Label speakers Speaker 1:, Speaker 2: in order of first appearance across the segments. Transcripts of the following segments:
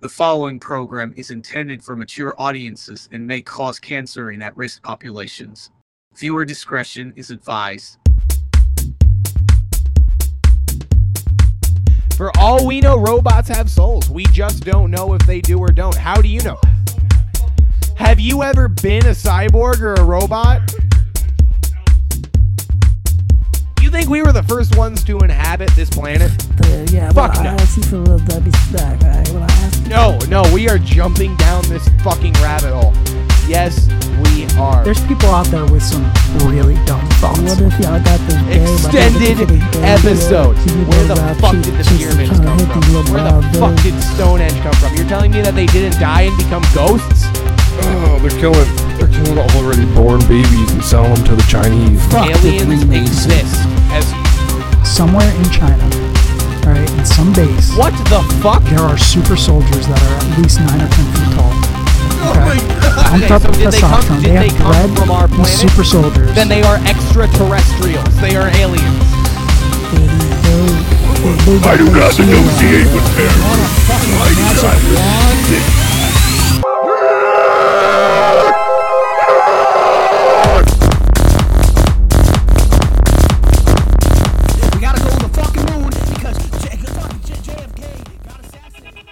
Speaker 1: The following program is intended for mature audiences and may cause cancer in at risk populations. Viewer discretion is advised.
Speaker 2: For all we know, robots have souls. We just don't know if they do or don't. How do you know? Have you ever been a cyborg or a robot? You think we were the first ones to inhabit this planet?
Speaker 3: Uh, yeah,
Speaker 2: Fuck
Speaker 3: well,
Speaker 2: no.
Speaker 3: I see some little Debbie's back. Right? Well, I asked
Speaker 2: No, no, we are jumping down this fucking rabbit hole. Yes, we are.
Speaker 4: There's people out there with some really dumb thoughts.
Speaker 3: what if y'all got this game?
Speaker 2: Extended episode. Where the fuck did the pyramids come from? Where the fuck did Stonehenge come from? You're telling me that they didn't die and become ghosts?
Speaker 5: Oh, they're killing, they're killing already born babies and selling them to the Chinese.
Speaker 4: Fuck with
Speaker 2: Aliens
Speaker 4: Freemasons.
Speaker 2: exist. As
Speaker 4: Somewhere in China, all right, in some base,
Speaker 2: what the fuck?
Speaker 4: there are super soldiers that are at least nine or ten feet tall. Okay? Pumped
Speaker 2: Okay,
Speaker 4: up
Speaker 2: so
Speaker 4: with
Speaker 2: did they come-
Speaker 4: testosterone.
Speaker 2: did
Speaker 4: They
Speaker 2: they
Speaker 4: have
Speaker 2: come
Speaker 4: bred
Speaker 2: from our
Speaker 4: these
Speaker 2: planet?
Speaker 4: super soldiers.
Speaker 2: Then they are extraterrestrials. They are aliens.
Speaker 3: I do not
Speaker 5: Negotiate with
Speaker 6: We gotta go to the fucking moon because J- fucking J- JFK got assassinated.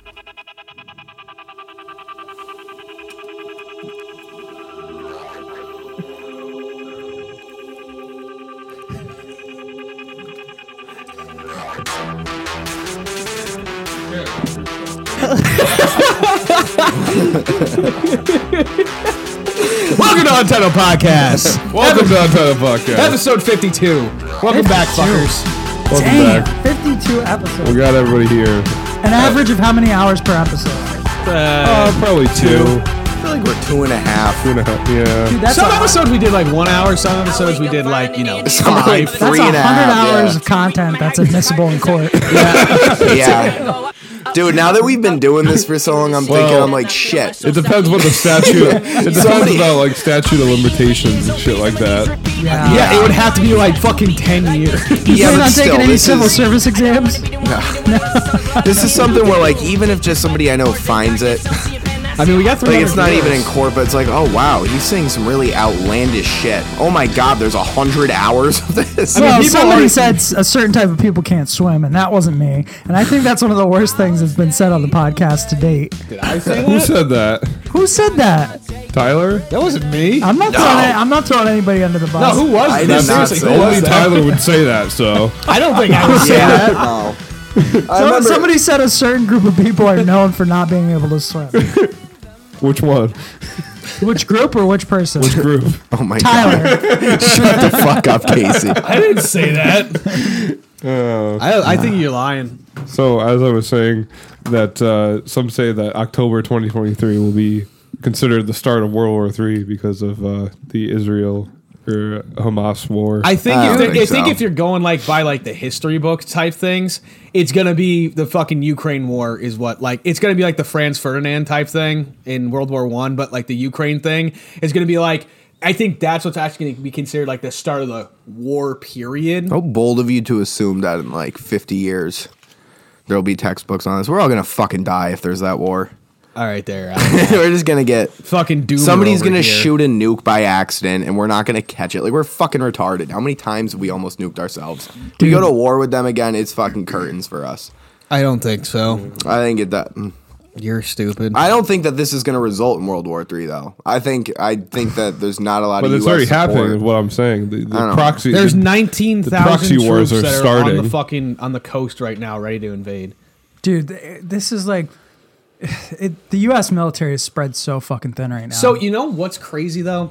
Speaker 7: Welcome to Untitled Podcast.
Speaker 5: Welcome to Untitled Podcast.
Speaker 7: Episode 52. Welcome back, fuckers.
Speaker 5: Welcome
Speaker 4: Damn,
Speaker 5: back.
Speaker 4: 52
Speaker 5: We
Speaker 4: episodes.
Speaker 5: got everybody here.
Speaker 4: An average of how many hours per episode?
Speaker 5: Uh, probably two.
Speaker 7: I feel like we're two and a half.
Speaker 5: two and a half, yeah.
Speaker 4: That's
Speaker 7: Some
Speaker 4: a-
Speaker 7: episodes we did like one hour, some episodes we did like, you know, five.
Speaker 4: That's a hundred hours of content that's admissible in court.
Speaker 8: yeah. Dude, now that we've been doing this for so long, I'm thinking
Speaker 5: Well-
Speaker 8: I'm like, shit.
Speaker 5: It depends what the statute. It depends
Speaker 8: Somebody-
Speaker 5: about like statute of limitations and shit like that.
Speaker 4: Yeah.
Speaker 7: Yeah, it would have to be like fucking 10 years.
Speaker 4: You
Speaker 8: Yeah,
Speaker 4: plan
Speaker 8: but
Speaker 4: on
Speaker 8: still,
Speaker 4: taking any
Speaker 8: this
Speaker 4: civil
Speaker 8: is-
Speaker 4: service exams?
Speaker 8: This is something where, like, even if just somebody I know finds it,
Speaker 7: I mean, we got three.
Speaker 8: like, it's not even in court, but it's like, oh wow, he's saying some really outlandish shit. Oh my god, there's a hundred hours of this.
Speaker 4: well,
Speaker 7: people
Speaker 4: somebody
Speaker 7: are-
Speaker 4: said s- a certain type of people can't swim, and that wasn't me. And I think that's one of the worst things that's been said on the podcast to date.
Speaker 5: Who said that?
Speaker 4: Who said that?
Speaker 5: Tyler?
Speaker 7: That wasn't me.
Speaker 4: I'm not throwing. I'm not throwing anybody under the
Speaker 7: No,
Speaker 4: bus.
Speaker 7: who was
Speaker 8: I
Speaker 7: it?
Speaker 8: did
Speaker 7: No,
Speaker 8: not
Speaker 7: seriously,
Speaker 8: say
Speaker 7: who
Speaker 8: that.
Speaker 7: was
Speaker 5: Only Tyler would say that. So
Speaker 7: I don't think I was.
Speaker 8: yeah, no. I
Speaker 4: So-
Speaker 8: remember,
Speaker 4: somebody said a certain group of people are known for not being able to swim.
Speaker 5: which one?
Speaker 4: Which group or which person?
Speaker 5: Which group?
Speaker 8: oh my
Speaker 4: Tyler.
Speaker 8: god, shut the fuck up, Casey.
Speaker 7: I didn't say that. I, I think you're lying.
Speaker 5: So as I was saying, that uh, some say that October 2023 will be considered the start of World War III because of uh, the Israel or Hamas war.
Speaker 7: I think
Speaker 8: I don't
Speaker 7: if they- I
Speaker 8: think
Speaker 7: think,
Speaker 8: so.
Speaker 7: if you're going like by like the history book type things, it's gonna be the fucking Ukraine war is what like it's gonna be like the Franz Ferdinand type thing in World War One, but like the Ukraine thing is gonna be like I think that's what's actually gonna be considered like the start of the war period.
Speaker 8: How bold of you to assume that in like 50 years there'll be textbooks on this. We're all gonna fucking die if there's that war.
Speaker 7: All right, there, uh,
Speaker 8: We're just gonna get
Speaker 7: fucking doom.
Speaker 8: Somebody's gonna shoot a nuke by accident, and we're not gonna catch it. Like we're fucking retarded. How many times have we almost nuked ourselves? We go to war with them again. It's fucking curtains for us.
Speaker 7: I don't think so.
Speaker 8: I think it that. mm.
Speaker 7: You're stupid.
Speaker 8: I don't think that this is gonna result in World War Three, though. I think I think that there's not a lot
Speaker 5: but
Speaker 8: of.
Speaker 5: it's
Speaker 8: US
Speaker 5: already
Speaker 8: support.
Speaker 5: happening. Is what I'm saying. The,
Speaker 8: don't
Speaker 5: the
Speaker 8: know.
Speaker 5: proxy.
Speaker 7: There's
Speaker 5: the-
Speaker 7: nineteen
Speaker 5: proxy
Speaker 7: thousand
Speaker 5: wars
Speaker 7: troops
Speaker 5: are
Speaker 7: that are on
Speaker 5: starting.
Speaker 7: the fucking on the coast right now, ready to invade.
Speaker 4: Dude, th- this is like. It, the U.S. military is spread so fucking thin right now.
Speaker 7: So you know what's crazy though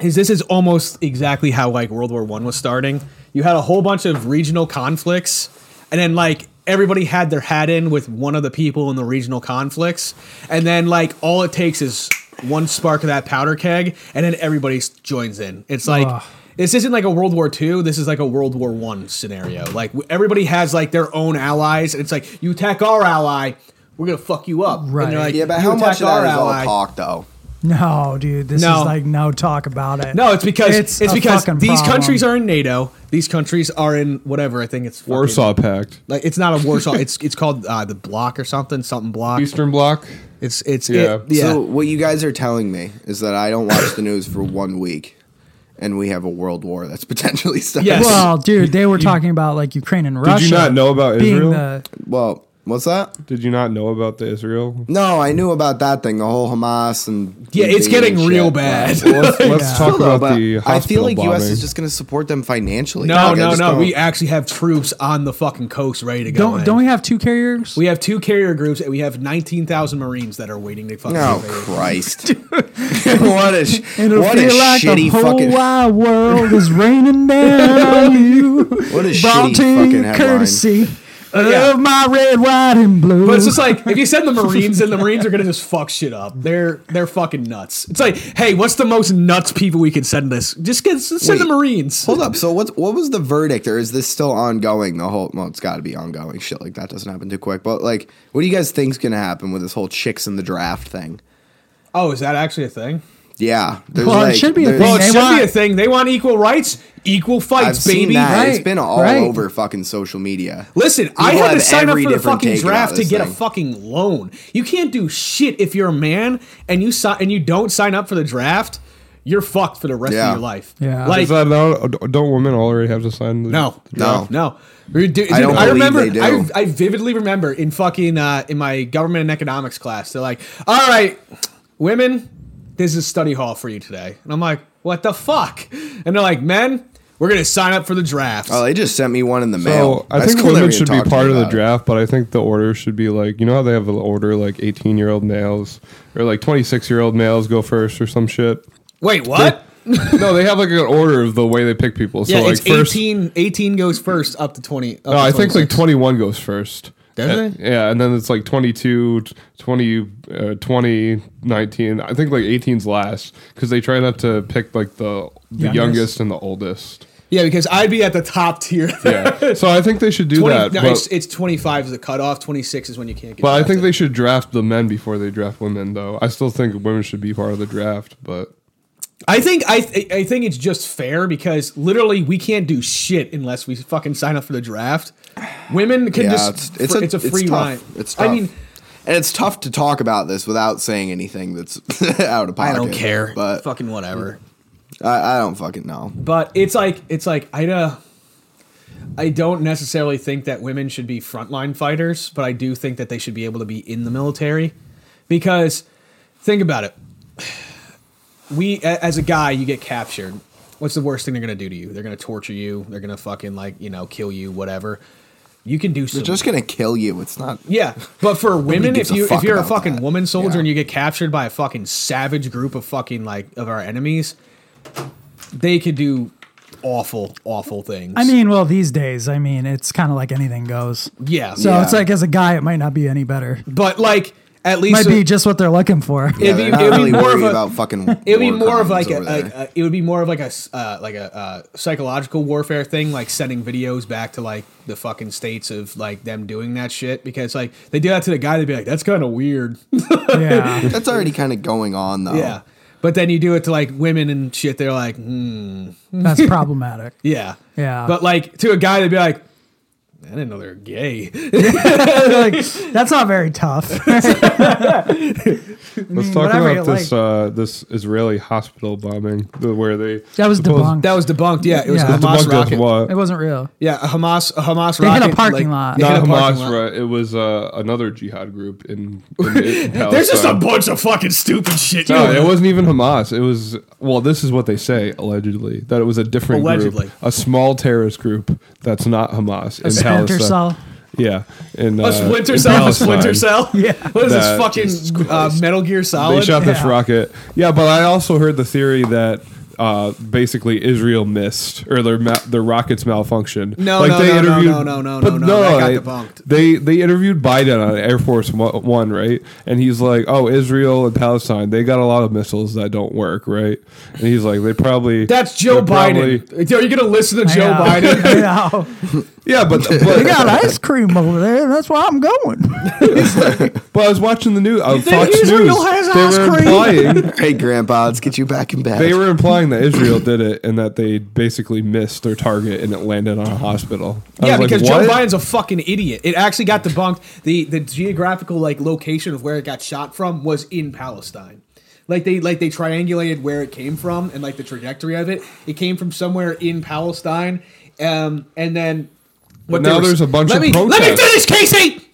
Speaker 7: is this is almost exactly how like World War One was starting. You had a whole bunch of regional conflicts, and then like everybody had their hat in with one of the people in the regional conflicts, and then like all it takes is one spark of that powder keg, and then everybody s- joins in. It's like.
Speaker 4: Ugh.
Speaker 7: This isn't like a World War II. This is like a World War One scenario. Like w- everybody has like their own allies, and it's like you attack our ally, we're gonna fuck you up. And
Speaker 4: Right.
Speaker 7: they're like,
Speaker 8: Yeah, but
Speaker 7: "You
Speaker 8: how much
Speaker 7: attack
Speaker 8: of
Speaker 7: our
Speaker 8: that is all
Speaker 7: ally."
Speaker 8: talk, though?
Speaker 4: No, dude, this
Speaker 7: No.
Speaker 4: is like no talk about it.
Speaker 7: No, it's because it's,
Speaker 4: It's a
Speaker 7: because
Speaker 4: fucking
Speaker 7: these
Speaker 4: problem.
Speaker 7: countries are in NATO. These countries are in whatever. I think it's fucking-
Speaker 5: Warsaw Pact,
Speaker 7: Like it's not a Warsaw. it's it's called uh, the Block or something. Something Block.
Speaker 5: Eastern Bloc.
Speaker 7: It's it's
Speaker 5: Yeah.
Speaker 7: it- yeah.
Speaker 8: So what you guys are telling me is that I don't watch the news for one week, and we have a world war that's potentially starting.
Speaker 7: Yes.
Speaker 4: Well, dude, they were talking about like Ukraine and Russia.
Speaker 5: Did you not know about
Speaker 4: being
Speaker 5: Israel?
Speaker 4: the-
Speaker 8: Well, what's that?
Speaker 5: Did you not know about the Israel?
Speaker 8: No, I knew about that thing, the whole Hamas and
Speaker 7: Yeah, it's
Speaker 8: and
Speaker 7: getting
Speaker 8: shit,
Speaker 7: real
Speaker 8: but-
Speaker 7: bad.
Speaker 5: Well, let's let's talk
Speaker 8: Although,
Speaker 5: about
Speaker 8: but
Speaker 5: the hospital
Speaker 8: I feel like
Speaker 5: bombing.
Speaker 8: U.S. is just going to support them financially.
Speaker 7: No,
Speaker 8: Like, I
Speaker 7: no,
Speaker 8: just
Speaker 7: no.
Speaker 8: don't-
Speaker 7: We actually have troops on the fucking coast ready to go.
Speaker 4: don't
Speaker 7: in.
Speaker 4: don't e- we have two carriers?
Speaker 7: We have two carrier groups and we have 19,000 Marines that are waiting to fucking
Speaker 8: Oh
Speaker 7: invade.
Speaker 8: Christ! what a sh-
Speaker 4: It'll
Speaker 8: what a
Speaker 4: feel like the
Speaker 8: shitty
Speaker 4: whole
Speaker 8: fucking
Speaker 4: wide world is raining down on you.
Speaker 8: what a
Speaker 4: Brought
Speaker 8: shitty
Speaker 4: to you
Speaker 8: fucking headline.
Speaker 4: courtesy
Speaker 7: Uh, yeah.
Speaker 4: of my red, white, and blue.
Speaker 7: But it's just like if you send the Marines, then the Marines are gonna just fuck shit up. They're they're fucking nuts. It's like, hey, what's the most nuts people we can send this? Just get send the
Speaker 8: Wait.
Speaker 7: Marines.
Speaker 8: Hold up. So what what was the verdict, or is this still ongoing? The whole well, it's got to be ongoing. Shit like that doesn't happen too quick. But like, what do you guys think's gonna happen with this whole chicks in the draft thing?
Speaker 7: Oh, is that actually a thing?
Speaker 8: Yeah, there's
Speaker 4: Well, it should be a
Speaker 8: there's-
Speaker 4: thing.
Speaker 7: Well, it
Speaker 4: They
Speaker 7: should
Speaker 4: want-
Speaker 7: be a thing. They want equal rights, equal
Speaker 8: I've
Speaker 7: fights,
Speaker 8: seen
Speaker 7: baby.
Speaker 8: that.
Speaker 4: Right,
Speaker 8: It's been all
Speaker 4: right.
Speaker 8: over fucking social media.
Speaker 7: Listen, I
Speaker 8: People
Speaker 7: had to
Speaker 8: have
Speaker 7: sign up
Speaker 8: every
Speaker 7: for the
Speaker 8: different
Speaker 7: fucking
Speaker 8: take about
Speaker 7: draft to
Speaker 8: this
Speaker 7: get a
Speaker 8: thing.
Speaker 7: fucking loan. You can't do shit if you're a man and you si- and you don't sign up for the draft. You're fucked for the rest
Speaker 8: Yeah.
Speaker 7: of your life.
Speaker 4: Yeah.
Speaker 7: like
Speaker 5: Is that not- don't women already have to sign? The,
Speaker 7: No,
Speaker 8: No.
Speaker 7: no. Dude, dude, I,
Speaker 8: I don't believe
Speaker 7: remember.
Speaker 8: they do.
Speaker 7: I, I vividly remember in fucking uh, in my government and economics class, they're like, "All right, women, this is study hall for you today," and I'm like, "What the fuck?" And they're like, "Men, we're gonna sign up for the draft."
Speaker 8: Oh, they just sent me one in the
Speaker 5: So
Speaker 8: mail.
Speaker 5: I
Speaker 8: That's
Speaker 5: think
Speaker 8: cool they were
Speaker 5: women
Speaker 8: gonna
Speaker 5: should be
Speaker 8: talk to me
Speaker 5: part of the
Speaker 8: about it.
Speaker 5: draft, but I think the order should be like you know how they have an order like eighteen year old males or like twenty six year old males go first or some shit.
Speaker 7: Wait, what?
Speaker 5: no, they have like an order of the way they pick people. So
Speaker 7: yeah,
Speaker 5: like
Speaker 7: it's
Speaker 5: first,
Speaker 7: 18, 18 goes first up to twenty.
Speaker 5: no, I think like twenty one goes first.
Speaker 7: Does
Speaker 5: Uh,
Speaker 7: it?
Speaker 5: Yeah, and then it's like 22, 20, uh, 20 19. I think like 18's last because they try not to pick like the the
Speaker 4: Youngest.
Speaker 5: youngest, and the oldest.
Speaker 7: Yeah, because I'd be at the top tier.
Speaker 5: Yeah, so I think they should do
Speaker 7: 20,
Speaker 5: that.
Speaker 7: no,
Speaker 5: but-
Speaker 7: it's, it's twenty five is the cutoff. Twenty six is when you can't get.
Speaker 5: But I think
Speaker 7: drafted.
Speaker 5: they should draft the men before they draft women, though. I still think women should be part of the draft, but
Speaker 7: I think I th- I think it's just fair because literally we can't do shit unless we fucking sign up for the draft. Women can
Speaker 8: Yeah,
Speaker 7: just
Speaker 8: it's- it's
Speaker 7: fr-
Speaker 8: a-
Speaker 7: it's a
Speaker 8: it's
Speaker 7: free
Speaker 8: tough.
Speaker 7: line.
Speaker 8: It's
Speaker 7: I
Speaker 8: tough.
Speaker 7: mean
Speaker 8: And it's tough to talk about this without saying anything that's out of pocket.
Speaker 7: I don't care,
Speaker 8: but
Speaker 7: fucking whatever.
Speaker 8: I, I don't fucking know.
Speaker 7: But it's like it's like I uh, I don't necessarily think that women should be frontline fighters, but I do think that they should be able to be in the military because think about it. We a- as a guy, you get captured. What's the worst thing they're gonna do to you? They're gonna torture you. They're gonna fucking like you know kill you, whatever. You can do some
Speaker 8: They're just gonna kill you. It's not.
Speaker 7: Yeah, but for women,
Speaker 8: gives
Speaker 7: if
Speaker 8: a
Speaker 7: you if
Speaker 8: fuck
Speaker 7: you're a
Speaker 8: about
Speaker 7: fucking
Speaker 8: that.
Speaker 7: woman soldier
Speaker 8: Yeah.
Speaker 7: and you get captured by a fucking savage group of fucking like of our enemies, they could do awful, awful things.
Speaker 4: I mean, well, these days, I mean, it's kind of like anything goes.
Speaker 7: yeah,
Speaker 4: So
Speaker 8: Yeah.
Speaker 4: it's like as a guy, it might not be any better. It
Speaker 7: but like at least
Speaker 4: might be just what they're looking for.
Speaker 8: Yeah,
Speaker 7: It'd be-
Speaker 8: they're not
Speaker 7: it'd be
Speaker 8: really
Speaker 7: more
Speaker 8: worried
Speaker 7: of a-
Speaker 8: about fucking.
Speaker 7: it would be
Speaker 8: war
Speaker 7: more of
Speaker 8: crimes
Speaker 7: like a,
Speaker 8: over there.
Speaker 7: a, a it would be more of like a s- uh, like a uh, psychological warfare thing, like sending videos back to like the fucking states of like them doing that shit because like they do that to the guy, they'd be like, that's kind of weird.
Speaker 4: Yeah.
Speaker 8: That's already kind of going on though.
Speaker 7: yeah, but then you do it to like women and shit, they're like, hmm.
Speaker 4: That's problematic.
Speaker 7: Yeah.
Speaker 4: Yeah.
Speaker 7: But like to a guy, they'd be like, I didn't know they were gay.
Speaker 4: like, that's not very tough.
Speaker 7: Mm,
Speaker 5: let's talk
Speaker 4: whatever you
Speaker 5: about this uh, this Israeli hospital bombing the, where they
Speaker 4: That was
Speaker 5: supposed-
Speaker 4: debunked.
Speaker 7: that was debunked. Yeah. It was
Speaker 4: Yeah.
Speaker 7: a Hamas
Speaker 5: debunked as
Speaker 7: rocket.
Speaker 5: what?
Speaker 4: it wasn't real.
Speaker 7: Yeah. A Hamas, a Hamas
Speaker 4: hit a
Speaker 7: rocket.
Speaker 4: parking lot.
Speaker 7: they hit
Speaker 5: Not
Speaker 7: a parking
Speaker 5: Hamas,
Speaker 7: lot.
Speaker 5: right? It was uh, another jihad group in. in, in
Speaker 7: There's just a
Speaker 5: Palestine.
Speaker 7: bunch of fucking stupid shit.
Speaker 5: No,
Speaker 7: you
Speaker 5: it
Speaker 7: know?
Speaker 5: wasn't even Hamas. It was well. This is what they say allegedly that it was a different
Speaker 7: Allegedly.
Speaker 5: group, a small terrorist group that's not Hamas in
Speaker 4: Splinter
Speaker 5: Palestine.
Speaker 4: cell.
Speaker 5: Yeah, in,
Speaker 7: A
Speaker 5: uh,
Speaker 7: splinter
Speaker 5: in
Speaker 7: cell, a
Speaker 5: Palestine.
Speaker 7: splinter cell.
Speaker 4: Yeah.
Speaker 7: What is
Speaker 5: That-
Speaker 7: this fucking uh, Metal Gear Solid?
Speaker 5: They shot this
Speaker 4: Yeah.
Speaker 5: rocket. Yeah, but I also heard the theory that uh, basically Israel missed or their ma- their rockets malfunctioned.
Speaker 7: No, no, no, no, no, no, no,
Speaker 5: but
Speaker 7: no, no, that got
Speaker 5: I-
Speaker 7: debunked.
Speaker 5: They they interviewed Biden on Air Force Mo- One, right? And he's like, "Oh, Israel and Palestine, they got a lot of missiles that don't work, right?" And he's like, "They probably
Speaker 7: That's Joe
Speaker 5: they're probably-
Speaker 7: Biden. Are you going to listen to
Speaker 4: I
Speaker 7: Joe
Speaker 4: know.
Speaker 7: Biden?
Speaker 4: I know.
Speaker 5: Yeah, but
Speaker 4: They
Speaker 5: but,
Speaker 4: got ice cream over there. That's why I'm going.
Speaker 5: but I was watching the news. Uh, Fox
Speaker 7: Israel
Speaker 5: News.
Speaker 7: has
Speaker 5: They
Speaker 7: ice
Speaker 5: were
Speaker 7: cream?
Speaker 5: implying
Speaker 8: Hey, Grandpa, let's get you back in bed.
Speaker 5: they were implying that Israel did it and that they basically missed their target and it landed on a hospital. I
Speaker 7: Yeah,
Speaker 5: was like,
Speaker 7: because Joe
Speaker 5: "What?"
Speaker 7: Biden's a fucking idiot. It actually got debunked. The the geographical like location of where it got shot from was in Palestine. Like they like they triangulated where it came from and like the trajectory of it. It came from somewhere in Palestine. Um and then what
Speaker 5: now
Speaker 7: they were-
Speaker 5: there's a bunch
Speaker 7: let
Speaker 5: of
Speaker 7: me, Let me
Speaker 5: protests.
Speaker 7: finish, Casey.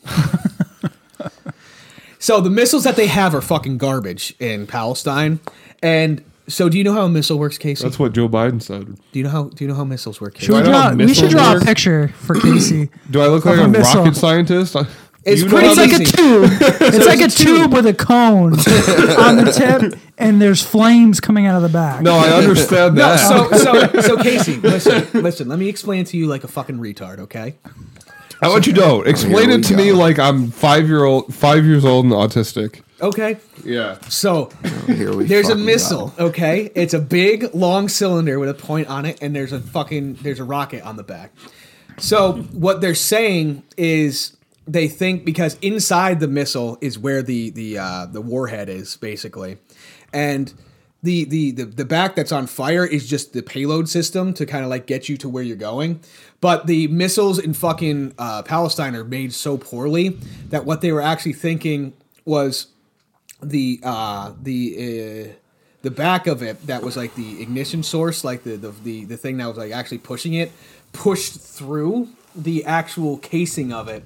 Speaker 7: so the missiles that they have are fucking garbage in Palestine. And so do you know how a missile works, Casey?
Speaker 5: That's what Joe Biden said.
Speaker 7: do you know how do you know how missiles work? Casey?
Speaker 4: we,
Speaker 5: I know
Speaker 4: draw-
Speaker 5: a
Speaker 4: we
Speaker 5: missile
Speaker 4: should draw
Speaker 5: works?
Speaker 4: a picture for Casey.
Speaker 5: Do I look like
Speaker 4: Of
Speaker 5: a
Speaker 4: a missile.
Speaker 5: rocket scientist?
Speaker 7: It's
Speaker 5: You know
Speaker 7: pretty
Speaker 5: how
Speaker 4: It's
Speaker 5: this-
Speaker 4: like a
Speaker 7: Amazing.
Speaker 4: tube. It's like a tube with a cone on the tip, and there's flames coming out of the back.
Speaker 5: No, I understand
Speaker 7: No,
Speaker 5: that.
Speaker 7: so so so Casey, listen, listen. Let me explain to you like a fucking retard, okay?
Speaker 5: How about you don't explain
Speaker 8: Here
Speaker 5: it
Speaker 8: we
Speaker 5: to
Speaker 8: go.
Speaker 5: me like I'm five year old, five years old and autistic.
Speaker 7: Okay.
Speaker 5: Yeah.
Speaker 7: So
Speaker 8: Here we
Speaker 7: there's a
Speaker 8: fucking go.
Speaker 7: missile, okay? It's a big long cylinder with a point on it, and there's a fucking there's a rocket on the back. So what they're saying is they think because inside the missile is where the the uh, the warhead is basically, and the, the the the back that's on fire is just the payload system to kind of like get you to where you're going. But the missiles in fucking uh, Palestine are made so poorly that what they were actually thinking was the uh the uh, the back of it that was like the ignition source like the, the the the thing that was like actually pushing it pushed through the actual casing of it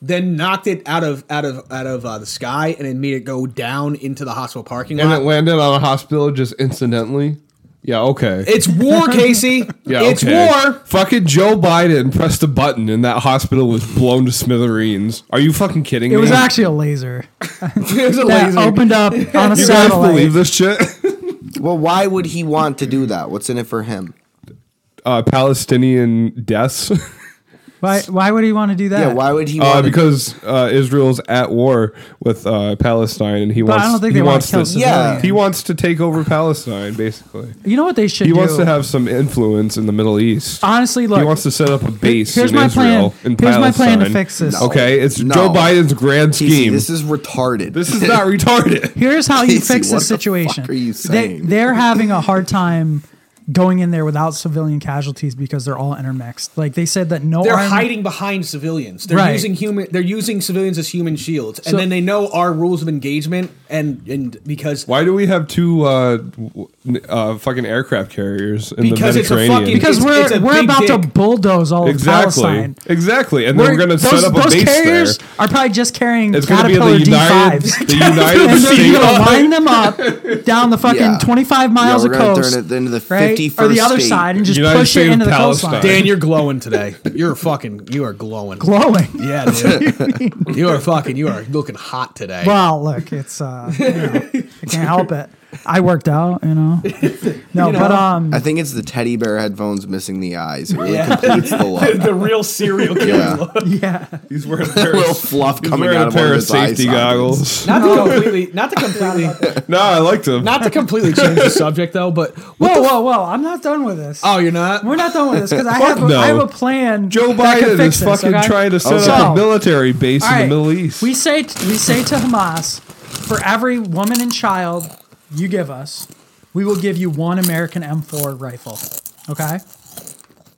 Speaker 7: then knocked it out of out of out of uh, the sky and then made it go down into the hospital parking
Speaker 5: And it
Speaker 7: lot
Speaker 5: landed on a hospital just incidentally. Yeah, okay.
Speaker 7: it's war casey
Speaker 5: yeah,
Speaker 7: it's
Speaker 5: okay.
Speaker 7: war
Speaker 5: Fucking Joe Biden pressed a button and that hospital was blown to smithereens. Are you fucking kidding
Speaker 4: it
Speaker 5: me?
Speaker 4: was actually a laser
Speaker 7: There's a
Speaker 4: that
Speaker 7: laser.
Speaker 4: opened up on a
Speaker 5: You guys
Speaker 4: satellite.
Speaker 5: believe this shit?
Speaker 8: Well, why would he want to do that? What's in it for him?
Speaker 5: Uh, Palestinian deaths.
Speaker 4: Why? Why would he want to do that?
Speaker 8: Yeah, why would he
Speaker 5: Uh,
Speaker 8: want to
Speaker 5: because uh, Israel's at war with uh, Palestine, and he
Speaker 4: But I
Speaker 5: wants.
Speaker 4: don't think
Speaker 5: he
Speaker 4: they wanna
Speaker 5: wants
Speaker 4: kill
Speaker 5: to,
Speaker 8: civilians.
Speaker 5: he wants to take over Palestine. Basically,
Speaker 4: You know what they should
Speaker 5: he
Speaker 4: do?
Speaker 5: wants to have some influence in the Middle East.
Speaker 4: Honestly, look.
Speaker 5: he wants to set up a base.
Speaker 4: here's
Speaker 5: in
Speaker 4: my
Speaker 5: Israel,
Speaker 4: plan.
Speaker 5: in
Speaker 4: Here's my plan to
Speaker 5: Palestine.
Speaker 4: fix this. No.
Speaker 5: Okay, it's
Speaker 8: No.
Speaker 5: Joe Biden's grand
Speaker 8: Casey,
Speaker 5: scheme.
Speaker 8: This is retarded.
Speaker 5: this is not retarded.
Speaker 4: Here's how you
Speaker 8: Casey,
Speaker 4: fix
Speaker 8: what
Speaker 4: this
Speaker 8: the fuck
Speaker 4: situation.
Speaker 8: are you saying?
Speaker 4: They, are having a hard time going in there without civilian casualties because they're all intermixed. Like they said that no
Speaker 7: they're
Speaker 4: armed-
Speaker 7: hiding behind civilians. They're
Speaker 4: Right.
Speaker 7: using human. They're using civilians as human shields, and
Speaker 4: So-
Speaker 7: then they know our rules of engagement, and and because
Speaker 5: Why do we have two uh, w- n- uh, fucking aircraft carriers in
Speaker 7: Because
Speaker 5: the
Speaker 7: it's a
Speaker 5: Mediterranean?
Speaker 7: fucking-
Speaker 4: because
Speaker 7: It's-
Speaker 4: we're
Speaker 7: it's a
Speaker 4: we're
Speaker 7: big
Speaker 4: about to
Speaker 7: dick.
Speaker 4: bulldoze all
Speaker 5: exactly,
Speaker 4: of Palestine.
Speaker 5: exactly, and then we're, going to
Speaker 4: those-
Speaker 5: set up a
Speaker 4: those
Speaker 5: base
Speaker 4: carriers
Speaker 5: there.
Speaker 4: are probably just carrying
Speaker 5: It's going to be
Speaker 4: Caterpillar
Speaker 5: the United,
Speaker 4: D5s.
Speaker 5: the United
Speaker 4: and
Speaker 5: States.
Speaker 4: you're gonna line them up down the fucking
Speaker 8: Yeah.
Speaker 4: 25
Speaker 8: Yeah,
Speaker 4: miles
Speaker 8: we're
Speaker 4: of
Speaker 8: gonna
Speaker 4: coast,
Speaker 8: turn it into the
Speaker 4: right?
Speaker 8: 51st
Speaker 4: or the other
Speaker 8: state.
Speaker 4: side, and just
Speaker 5: United
Speaker 4: push
Speaker 5: State
Speaker 4: it
Speaker 5: of
Speaker 4: into the
Speaker 5: Palestine.
Speaker 4: coastline.
Speaker 7: Dan, you're glowing today. You're fucking. You are glowing.
Speaker 4: Glowing.
Speaker 7: yeah, dude. you are fucking. You are looking hot today.
Speaker 4: Well, look, it's uh, you know, I can't help it. I worked out, you know. No, but um,
Speaker 8: I think it's the teddy bear headphones missing the eyes. It really completes the look.
Speaker 7: the real serial killer.
Speaker 8: Yeah.
Speaker 4: yeah,
Speaker 5: He's wearing a pair
Speaker 8: Little
Speaker 5: of,
Speaker 8: fluff
Speaker 5: he's
Speaker 8: coming
Speaker 5: wearing
Speaker 8: out
Speaker 5: a
Speaker 8: of, one
Speaker 5: pair
Speaker 8: of
Speaker 5: of
Speaker 8: his eye
Speaker 5: safety goggles.
Speaker 8: sockets.
Speaker 7: Not to completely. Not to completely.
Speaker 5: no, I liked him.
Speaker 7: not to completely change the subject though. But what
Speaker 4: whoa,
Speaker 7: the f-
Speaker 4: whoa, whoa! I'm not done with this.
Speaker 7: Oh, you're not.
Speaker 4: We're not done with this because I
Speaker 5: Uh, Fuck
Speaker 4: have a,
Speaker 5: no.
Speaker 4: I have a plan.
Speaker 5: Joe
Speaker 4: that can
Speaker 5: Biden
Speaker 4: fix
Speaker 5: is
Speaker 4: this,
Speaker 5: fucking
Speaker 4: okay?
Speaker 5: trying to set
Speaker 4: Okay.
Speaker 5: up
Speaker 4: So-
Speaker 5: a military base
Speaker 4: All
Speaker 5: in
Speaker 4: right.
Speaker 5: the Middle East.
Speaker 4: We say we say to Hamas, for every woman and child you give us, we will give you one American M4 rifle. Okay.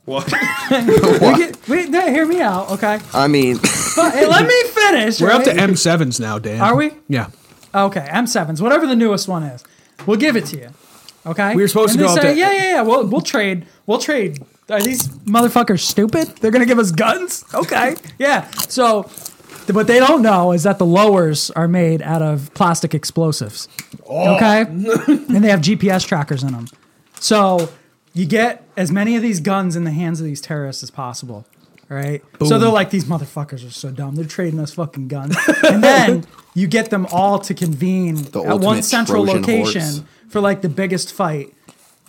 Speaker 5: What?
Speaker 4: We get, we, no, hear me out. Okay.
Speaker 8: I mean,
Speaker 4: But, hey, let me finish.
Speaker 7: We're up
Speaker 4: right?
Speaker 7: to M7s now, Dan.
Speaker 4: Are we?
Speaker 7: Yeah.
Speaker 4: Okay, M7s, whatever the newest one is. We'll give it to you. Okay?
Speaker 7: We were supposed
Speaker 4: and
Speaker 7: to
Speaker 4: they
Speaker 7: go up
Speaker 4: say,
Speaker 7: to-
Speaker 4: Yeah, yeah, yeah. We'll, we'll trade. We'll trade. Are these motherfuckers stupid? They're going to give us guns? Okay. yeah. So, th- what they don't know is that the lowers are made out of plastic explosives.
Speaker 7: Oh,
Speaker 4: Okay? and they have GPS trackers in them. So, you get as many of these guns in the hands of these terrorists as possible. All right. So they're like, these motherfuckers are so dumb. They're trading us fucking guns. and then you get them all to convene at one
Speaker 8: ultimate
Speaker 4: central
Speaker 8: Trojan
Speaker 4: location
Speaker 8: horse.
Speaker 4: for like the biggest fight.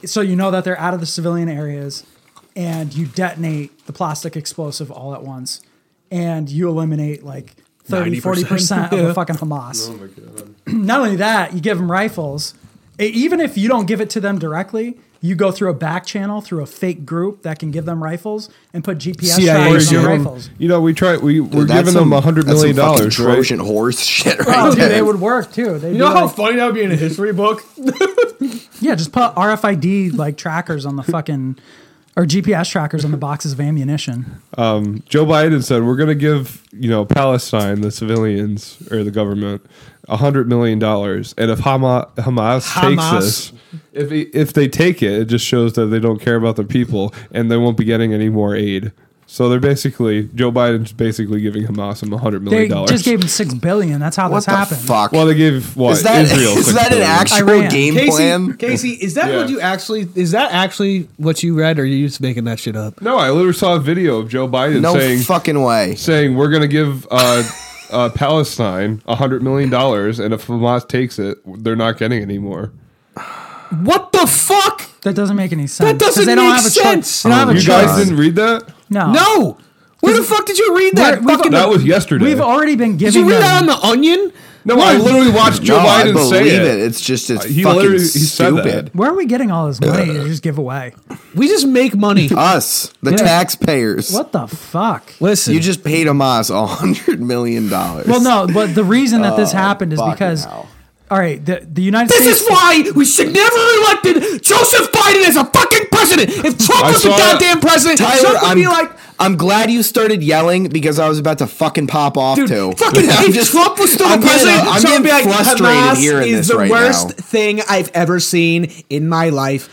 Speaker 4: So you know that they're out of the civilian areas and you detonate the plastic explosive all at once and you eliminate like 30, 40%
Speaker 7: 90%.
Speaker 4: of the fucking Hamas. Not only that, you give them rifles. E- Even if you don't give it to them directly, you go through a back channel through a fake group that can give them rifles and put GPS
Speaker 7: CIA
Speaker 4: trackers
Speaker 7: is
Speaker 4: on
Speaker 7: your
Speaker 4: the
Speaker 7: own-
Speaker 4: rifles.
Speaker 5: You know, we try. We we're
Speaker 8: That's
Speaker 5: giving them a hundred
Speaker 8: that's
Speaker 5: million
Speaker 8: some fucking
Speaker 5: dollars, right?
Speaker 8: Trojan horse shit, right
Speaker 4: Oh, dude,
Speaker 8: there.
Speaker 4: they would work too. They'd
Speaker 7: You
Speaker 4: be
Speaker 7: know how
Speaker 4: like-
Speaker 7: funny that would be in a history book?
Speaker 4: yeah, just put RFID like trackers on the fucking or GPS trackers on the boxes of ammunition.
Speaker 5: Joe Biden said we're going to give you know Palestine, the civilians or the government, a hundred million dollars, and if Hamas, Hamas,
Speaker 7: Hamas.
Speaker 5: takes this, if if they take it, it just shows that they don't care about their people, and they won't be getting any more aid. So they're basically Joe Biden's basically giving Hamas a hundred
Speaker 4: They
Speaker 5: million dollars.
Speaker 4: just gave them six billion. That's how
Speaker 8: What
Speaker 4: this
Speaker 8: the
Speaker 4: happened.
Speaker 8: fuck?
Speaker 5: well, they gave what
Speaker 8: is that
Speaker 5: Israel
Speaker 8: is
Speaker 5: six
Speaker 8: that an
Speaker 5: billion.
Speaker 8: actual
Speaker 4: Iran.
Speaker 8: game
Speaker 7: Casey,
Speaker 8: plan?
Speaker 7: Casey, is that what
Speaker 5: Yeah.
Speaker 7: you actually is that actually what you read, or are you just making that shit up?
Speaker 5: No, I literally saw a video of Joe Biden
Speaker 8: No
Speaker 5: saying
Speaker 8: fucking way.
Speaker 5: saying we're going to give uh, uh, Palestine a hundred million dollars, and if Hamas takes it, they're not getting any more.
Speaker 7: What the fuck?
Speaker 4: That doesn't make any sense. 'cause
Speaker 7: doesn't
Speaker 4: they don't
Speaker 7: make
Speaker 4: have a choice.
Speaker 7: sense.
Speaker 4: They don't have a
Speaker 5: Oh, You
Speaker 4: choice.
Speaker 5: guys didn't read that?
Speaker 4: no,
Speaker 7: No. Where the fuck did you read that?
Speaker 4: We're- we've-
Speaker 7: Fucking-
Speaker 5: That was yesterday.
Speaker 4: We've already been
Speaker 7: did
Speaker 4: giving
Speaker 7: you read
Speaker 4: them-
Speaker 7: that on the Onion?
Speaker 5: no, I literally watched Joe
Speaker 8: no, I
Speaker 5: Biden
Speaker 8: believe
Speaker 5: say it. Uh,
Speaker 8: it. It's just it's
Speaker 5: He
Speaker 8: fucking
Speaker 5: literally- he said that.
Speaker 8: stupid.
Speaker 4: Where are we getting all this money to just give away?
Speaker 7: We just make money.
Speaker 8: Us, the taxpayers.
Speaker 4: What the fuck?
Speaker 7: Listen,
Speaker 8: You just paid Hamas a hundred million dollars.
Speaker 4: Well, no, but the reason that this happened is
Speaker 8: fucking
Speaker 4: because,
Speaker 8: hell.
Speaker 4: all right, the, the United States.
Speaker 7: this is why we should never elected Joseph Biden as a fucking president. If Trump
Speaker 5: I
Speaker 7: was the
Speaker 5: saw-
Speaker 7: goddamn president,
Speaker 8: Tyler,
Speaker 7: Trump would
Speaker 8: I'm,
Speaker 7: be like,
Speaker 8: I'm glad you started yelling because I was about to fucking pop off
Speaker 7: dude,
Speaker 8: too.
Speaker 7: fucking
Speaker 8: I'm
Speaker 7: if Trump was still
Speaker 8: I'm
Speaker 7: the president,
Speaker 8: Getting, I'm
Speaker 7: Trump would be
Speaker 8: getting
Speaker 7: like,
Speaker 8: frustrated
Speaker 7: Hamas
Speaker 8: hearing
Speaker 7: is
Speaker 8: this
Speaker 7: the
Speaker 8: right
Speaker 7: worst
Speaker 8: now.
Speaker 7: thing I've ever seen in my life.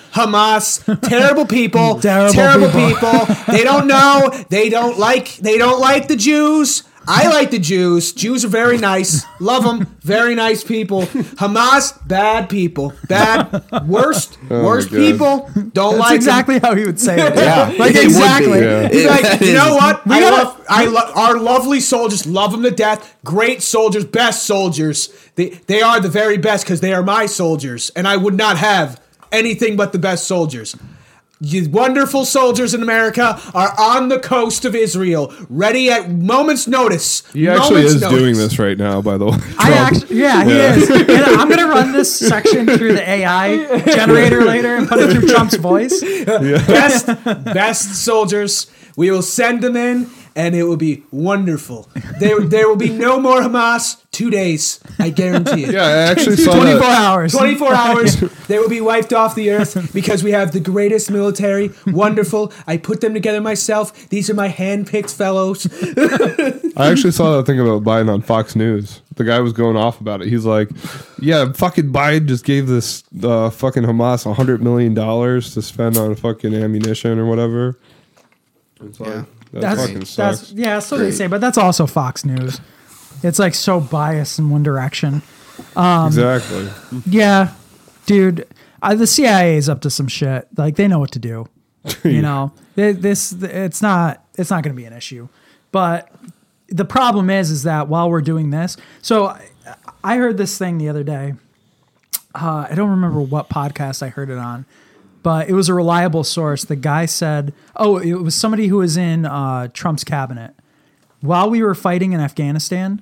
Speaker 7: Hamas, terrible people, terrible,
Speaker 4: Terrible
Speaker 7: people. they don't know. They don't like. They don't like the Jews. I like the Jews. Jews are very nice. Love them. Very nice people. Hamas, bad people. Bad, worst,
Speaker 8: Oh
Speaker 7: worst
Speaker 5: God.
Speaker 7: people. Don't
Speaker 4: That's
Speaker 7: like 'em.
Speaker 4: exactly how he would say it.
Speaker 8: Yeah,
Speaker 4: Like,
Speaker 8: it would be.
Speaker 4: exactly.
Speaker 5: Yeah.
Speaker 7: He's like,
Speaker 8: That
Speaker 7: you
Speaker 8: is-
Speaker 7: know what?
Speaker 4: We
Speaker 7: I
Speaker 4: gotta-
Speaker 7: love, I love our lovely soldiers. Love them to death. Great soldiers, best soldiers. They they are the very best because they are my soldiers, and I would not have anything but the best soldiers. You wonderful soldiers in America are on the coast of Israel, ready at moment's notice.
Speaker 5: He actually
Speaker 7: moment's
Speaker 5: is
Speaker 7: notice.
Speaker 5: doing this right now, by the way.
Speaker 4: I actually, yeah, he
Speaker 5: Yeah.
Speaker 4: is. And I'm gonna run this section through the AI generator later and put it through Trump's voice.
Speaker 7: best best soldiers. We will send them in, and it will be wonderful. There, there will be no more Hamas. Two days, I guarantee it.
Speaker 5: yeah, I actually saw
Speaker 4: 24
Speaker 5: that.
Speaker 4: hours.
Speaker 7: 24 hours, they will be wiped off the earth because we have the greatest military. Wonderful. I put them together myself. These are my hand-picked fellows.
Speaker 5: I actually saw that thing about Biden on Fox News. The guy was going off about it. He's like, "Yeah, fucking Biden just gave this uh, fucking Hamas a hundred million dollars to spend on fucking ammunition or whatever." It's like, that fucking
Speaker 4: That's,
Speaker 5: sucks.
Speaker 4: that's yeah, that's what they say. But that's also Fox News. It's like so biased in one direction.
Speaker 5: exactly.
Speaker 4: Yeah, dude, I, the CIA is up to some shit. Like they know what to do. You know, Th- this it's not it's not going to be an issue. But the problem is, is that while we're doing this, so I, I heard this thing the other day. Uh, I don't remember what podcast I heard it on, but it was a reliable source. The guy said, "Oh, it was somebody who was in uh, Trump's cabinet." While we were fighting in Afghanistan,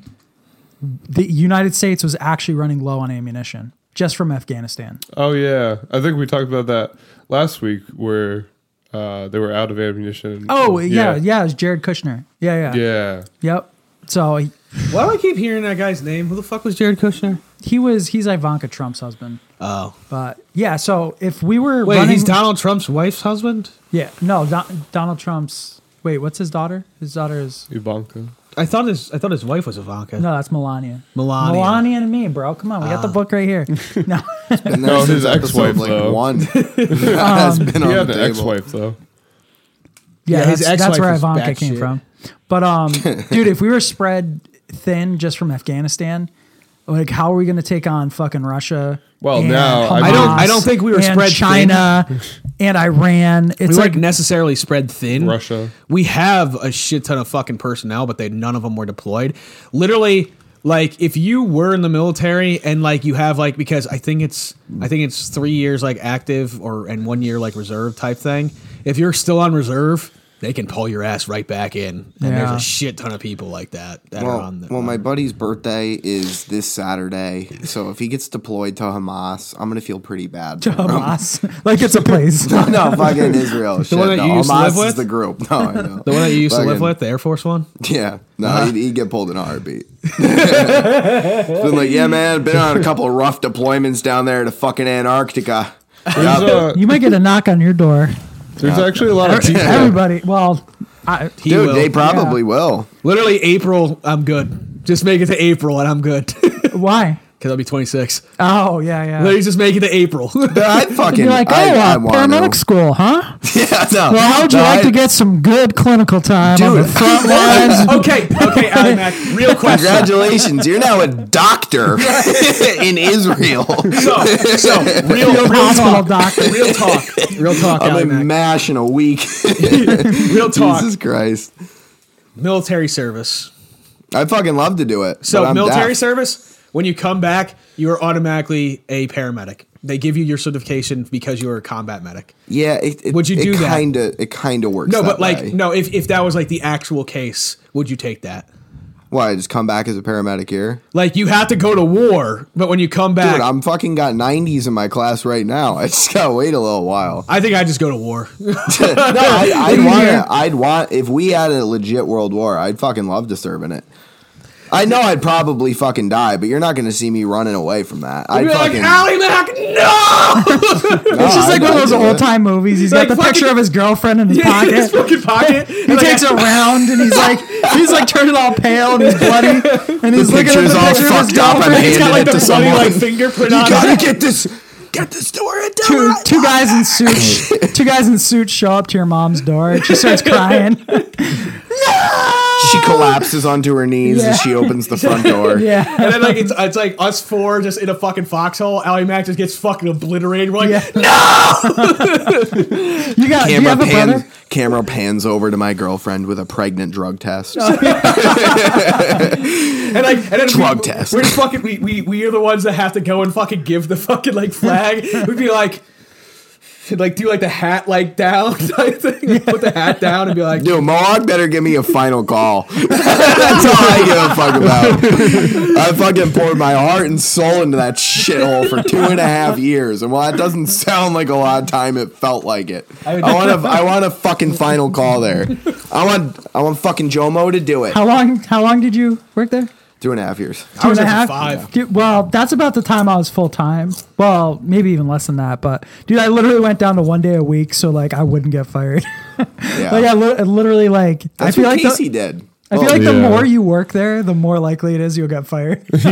Speaker 4: the United States was actually running low on ammunition just from Afghanistan.
Speaker 5: Oh yeah, I think we talked about that last week where uh, they were out of ammunition.
Speaker 4: Oh yeah, yeah, it was Jared Kushner. Yeah, yeah,
Speaker 5: yeah.
Speaker 4: yep. So he,
Speaker 7: Why do I keep hearing that guy's name? Who the fuck was Jared Kushner?
Speaker 4: he was he's Ivanka Trump's husband.
Speaker 7: Oh.
Speaker 4: But yeah, so if we were
Speaker 7: Wait,
Speaker 4: running,
Speaker 7: he's Donald Trump's wife's husband?
Speaker 4: yeah, no, Don, Donald Trump's. Wait, what's his daughter? His daughter is
Speaker 5: Ivanka.
Speaker 7: I thought his I thought his wife was Ivanka.
Speaker 4: no, that's Melania.
Speaker 7: Melania. Ah.
Speaker 4: Melania and me, bro. Come on, we got the book right here. no,
Speaker 8: And there's
Speaker 5: No, his
Speaker 8: this episode,
Speaker 5: ex-wife,
Speaker 8: like
Speaker 5: though.
Speaker 8: one
Speaker 7: Um,
Speaker 8: has
Speaker 5: He
Speaker 8: been on
Speaker 5: had
Speaker 8: the
Speaker 5: an
Speaker 8: table.
Speaker 5: ex-wife though.
Speaker 4: yeah,
Speaker 7: Yeah, his
Speaker 4: that's, that's
Speaker 7: ex-wife
Speaker 4: where
Speaker 7: was
Speaker 4: Ivanka came
Speaker 7: batshit.
Speaker 4: from. But um, dude, if we were spread thin just from Afghanistan, like how are we going to take on fucking Russia?
Speaker 5: Well,
Speaker 4: and
Speaker 5: now, I
Speaker 4: Hamas
Speaker 5: mean- I
Speaker 7: don't- I don't think we were
Speaker 4: and
Speaker 7: spread thin.
Speaker 4: China and Iran. It's
Speaker 7: We
Speaker 4: like
Speaker 7: weren't necessarily spread thin.
Speaker 5: Russia.
Speaker 7: We have a shit ton of fucking personnel, but they none of them were deployed. Literally, like if you were in the military and like you have like because I think it's I think it's three years like active or and one year like reserve type thing. If you're still on reserve, they can pull your ass right back in. And there's
Speaker 4: Yeah.
Speaker 7: a shit ton of people like that that are
Speaker 8: Well,
Speaker 7: on the.
Speaker 8: well, my buddy's birthday is this Saturday, so if he gets deployed to Hamas, I'm gonna feel pretty bad. for him.
Speaker 4: Hamas. like it's a place.
Speaker 8: no, fucking Israel. Shit,
Speaker 7: one that
Speaker 8: no,
Speaker 7: you used to
Speaker 8: Hamas
Speaker 7: live
Speaker 8: is
Speaker 7: with?
Speaker 8: the group. No, I know.
Speaker 7: the one that you used to live
Speaker 8: Fucking-
Speaker 7: with, the Air Force one?
Speaker 8: Yeah, no, he'd, he'd get pulled in a heartbeat. been like, yeah, man, been on a couple of rough deployments down there to fucking Antarctica.
Speaker 5: There's, uh,
Speaker 4: You might get a knock on your door.
Speaker 5: there's actually a lot of people.
Speaker 4: Everybody. Well, I,
Speaker 7: He
Speaker 8: Dude,
Speaker 7: will.
Speaker 8: they probably will.
Speaker 7: Literally, April, I'm good. Just make it to April and I'm good. Because
Speaker 4: why?
Speaker 7: I'll be 26.
Speaker 8: Uh,
Speaker 4: Oh yeah, yeah.
Speaker 7: Literally, just make it to April.
Speaker 8: I'd fucking.
Speaker 4: You're like, oh,
Speaker 8: I, I
Speaker 4: uh,
Speaker 8: want
Speaker 4: paramedic
Speaker 8: to.
Speaker 4: school, huh?
Speaker 8: Yeah, no.
Speaker 4: Well, how would you
Speaker 8: No,
Speaker 4: like
Speaker 8: I-
Speaker 4: to get some good clinical time on the
Speaker 8: Dude.
Speaker 4: front lines?
Speaker 7: okay, okay, Ally Mac, real question.
Speaker 8: Congratulations, you're now a doctor in Israel.
Speaker 7: So, so real, real
Speaker 4: Field hospital
Speaker 7: talk.
Speaker 4: doctor.
Speaker 7: Real talk. Real talk, Ally
Speaker 8: I'm a
Speaker 7: Mac.
Speaker 8: mash in a week.
Speaker 7: Real talk.
Speaker 8: Jesus Christ.
Speaker 7: Military service.
Speaker 8: I fucking love to do it. but
Speaker 7: So
Speaker 8: I'm
Speaker 7: military
Speaker 8: deaf.
Speaker 7: service, when you come back, you are automatically a paramedic. They give you your certification because you are a combat medic.
Speaker 8: Yeah, it, it,
Speaker 7: Would you
Speaker 8: it
Speaker 7: do that?
Speaker 8: kinda, It kind of works.
Speaker 7: No,
Speaker 8: that
Speaker 7: but like
Speaker 8: way.
Speaker 7: no, if, if that was like the actual case, would you take that?
Speaker 8: why? Just come back as a paramedic here.
Speaker 7: Like you have to go to war, but when you come back,
Speaker 8: Dude, I'm fucking got 90s in my class right now. I just gotta wait a little while.
Speaker 7: I think I just go to war.
Speaker 8: No, I, I'd want. I'd want if we had a legit world war. I'd fucking love to serve in it. I know I'd probably fucking die, but you're not gonna see me running away from that. I'd
Speaker 7: You're like
Speaker 8: fucking.
Speaker 7: Ally Mac, no!
Speaker 8: no,
Speaker 4: It's just
Speaker 8: I'd
Speaker 4: like one of
Speaker 8: do
Speaker 4: those
Speaker 8: it.
Speaker 4: old time movies. He's
Speaker 7: Like
Speaker 4: got the picture
Speaker 7: fucking-
Speaker 4: of his girlfriend in his
Speaker 7: In his
Speaker 4: pocket.
Speaker 7: fucking pocket.
Speaker 4: He takes a round and he's like, he's like turning all pale and he's bloody, and he's looking at
Speaker 8: picture's
Speaker 4: the
Speaker 8: all
Speaker 4: picture of his
Speaker 8: fucked up and
Speaker 4: girlfriend. He's got
Speaker 8: handing
Speaker 4: like
Speaker 8: it
Speaker 4: the
Speaker 8: to
Speaker 4: bloody,
Speaker 8: someone.
Speaker 4: like,
Speaker 7: like fingerprint
Speaker 8: You
Speaker 7: on. it.
Speaker 8: gotta get this. Get this to where it
Speaker 4: two, two guys in suits, two guys in suits show up to your mom's door. and She starts crying.
Speaker 8: She collapses onto her knees
Speaker 4: Yeah.
Speaker 8: as she opens the front door.
Speaker 4: Yeah,
Speaker 7: And then like it's, it's like us four just in a fucking foxhole. Ally Mac just gets fucking obliterated. We're like,
Speaker 4: yeah. No, you got. Do you
Speaker 8: Camera
Speaker 4: have a brother?
Speaker 8: pans. Camera pans over to my girlfriend with a pregnant drug test.
Speaker 7: and like and then
Speaker 8: Drug
Speaker 7: we,
Speaker 8: test.
Speaker 7: We're fucking we, we we are the ones that have to go and fucking give the fucking like flag. We'd be like. Like do like the hat like down type thing, like, put the hat down and be like,
Speaker 8: Dude, Moog better give me a final call. That's all I give a fuck about. I fucking poured my heart and soul into that shithole for two and a half years, and while that doesn't sound like a lot of time, it felt like it. I want a, I want a fucking final call there. I want, I want fucking Jomo to do it.
Speaker 4: How long? How long did you work there?
Speaker 8: Two and a half years.
Speaker 4: Two and
Speaker 7: was
Speaker 4: a
Speaker 7: there for
Speaker 4: half.
Speaker 7: five.
Speaker 4: Dude, well, that's about the time I was full time. Well, maybe even less than that. But dude, I literally went down to one day a week, so like I wouldn't get fired.
Speaker 8: Yeah,
Speaker 4: like I, li- I literally like
Speaker 8: that's
Speaker 4: I feel
Speaker 8: what
Speaker 4: like
Speaker 8: Casey
Speaker 4: the,
Speaker 8: did.
Speaker 4: I feel
Speaker 8: Well,
Speaker 4: like the
Speaker 5: Yeah.
Speaker 4: more you work there, the more likely it is you'll get fired.
Speaker 8: you,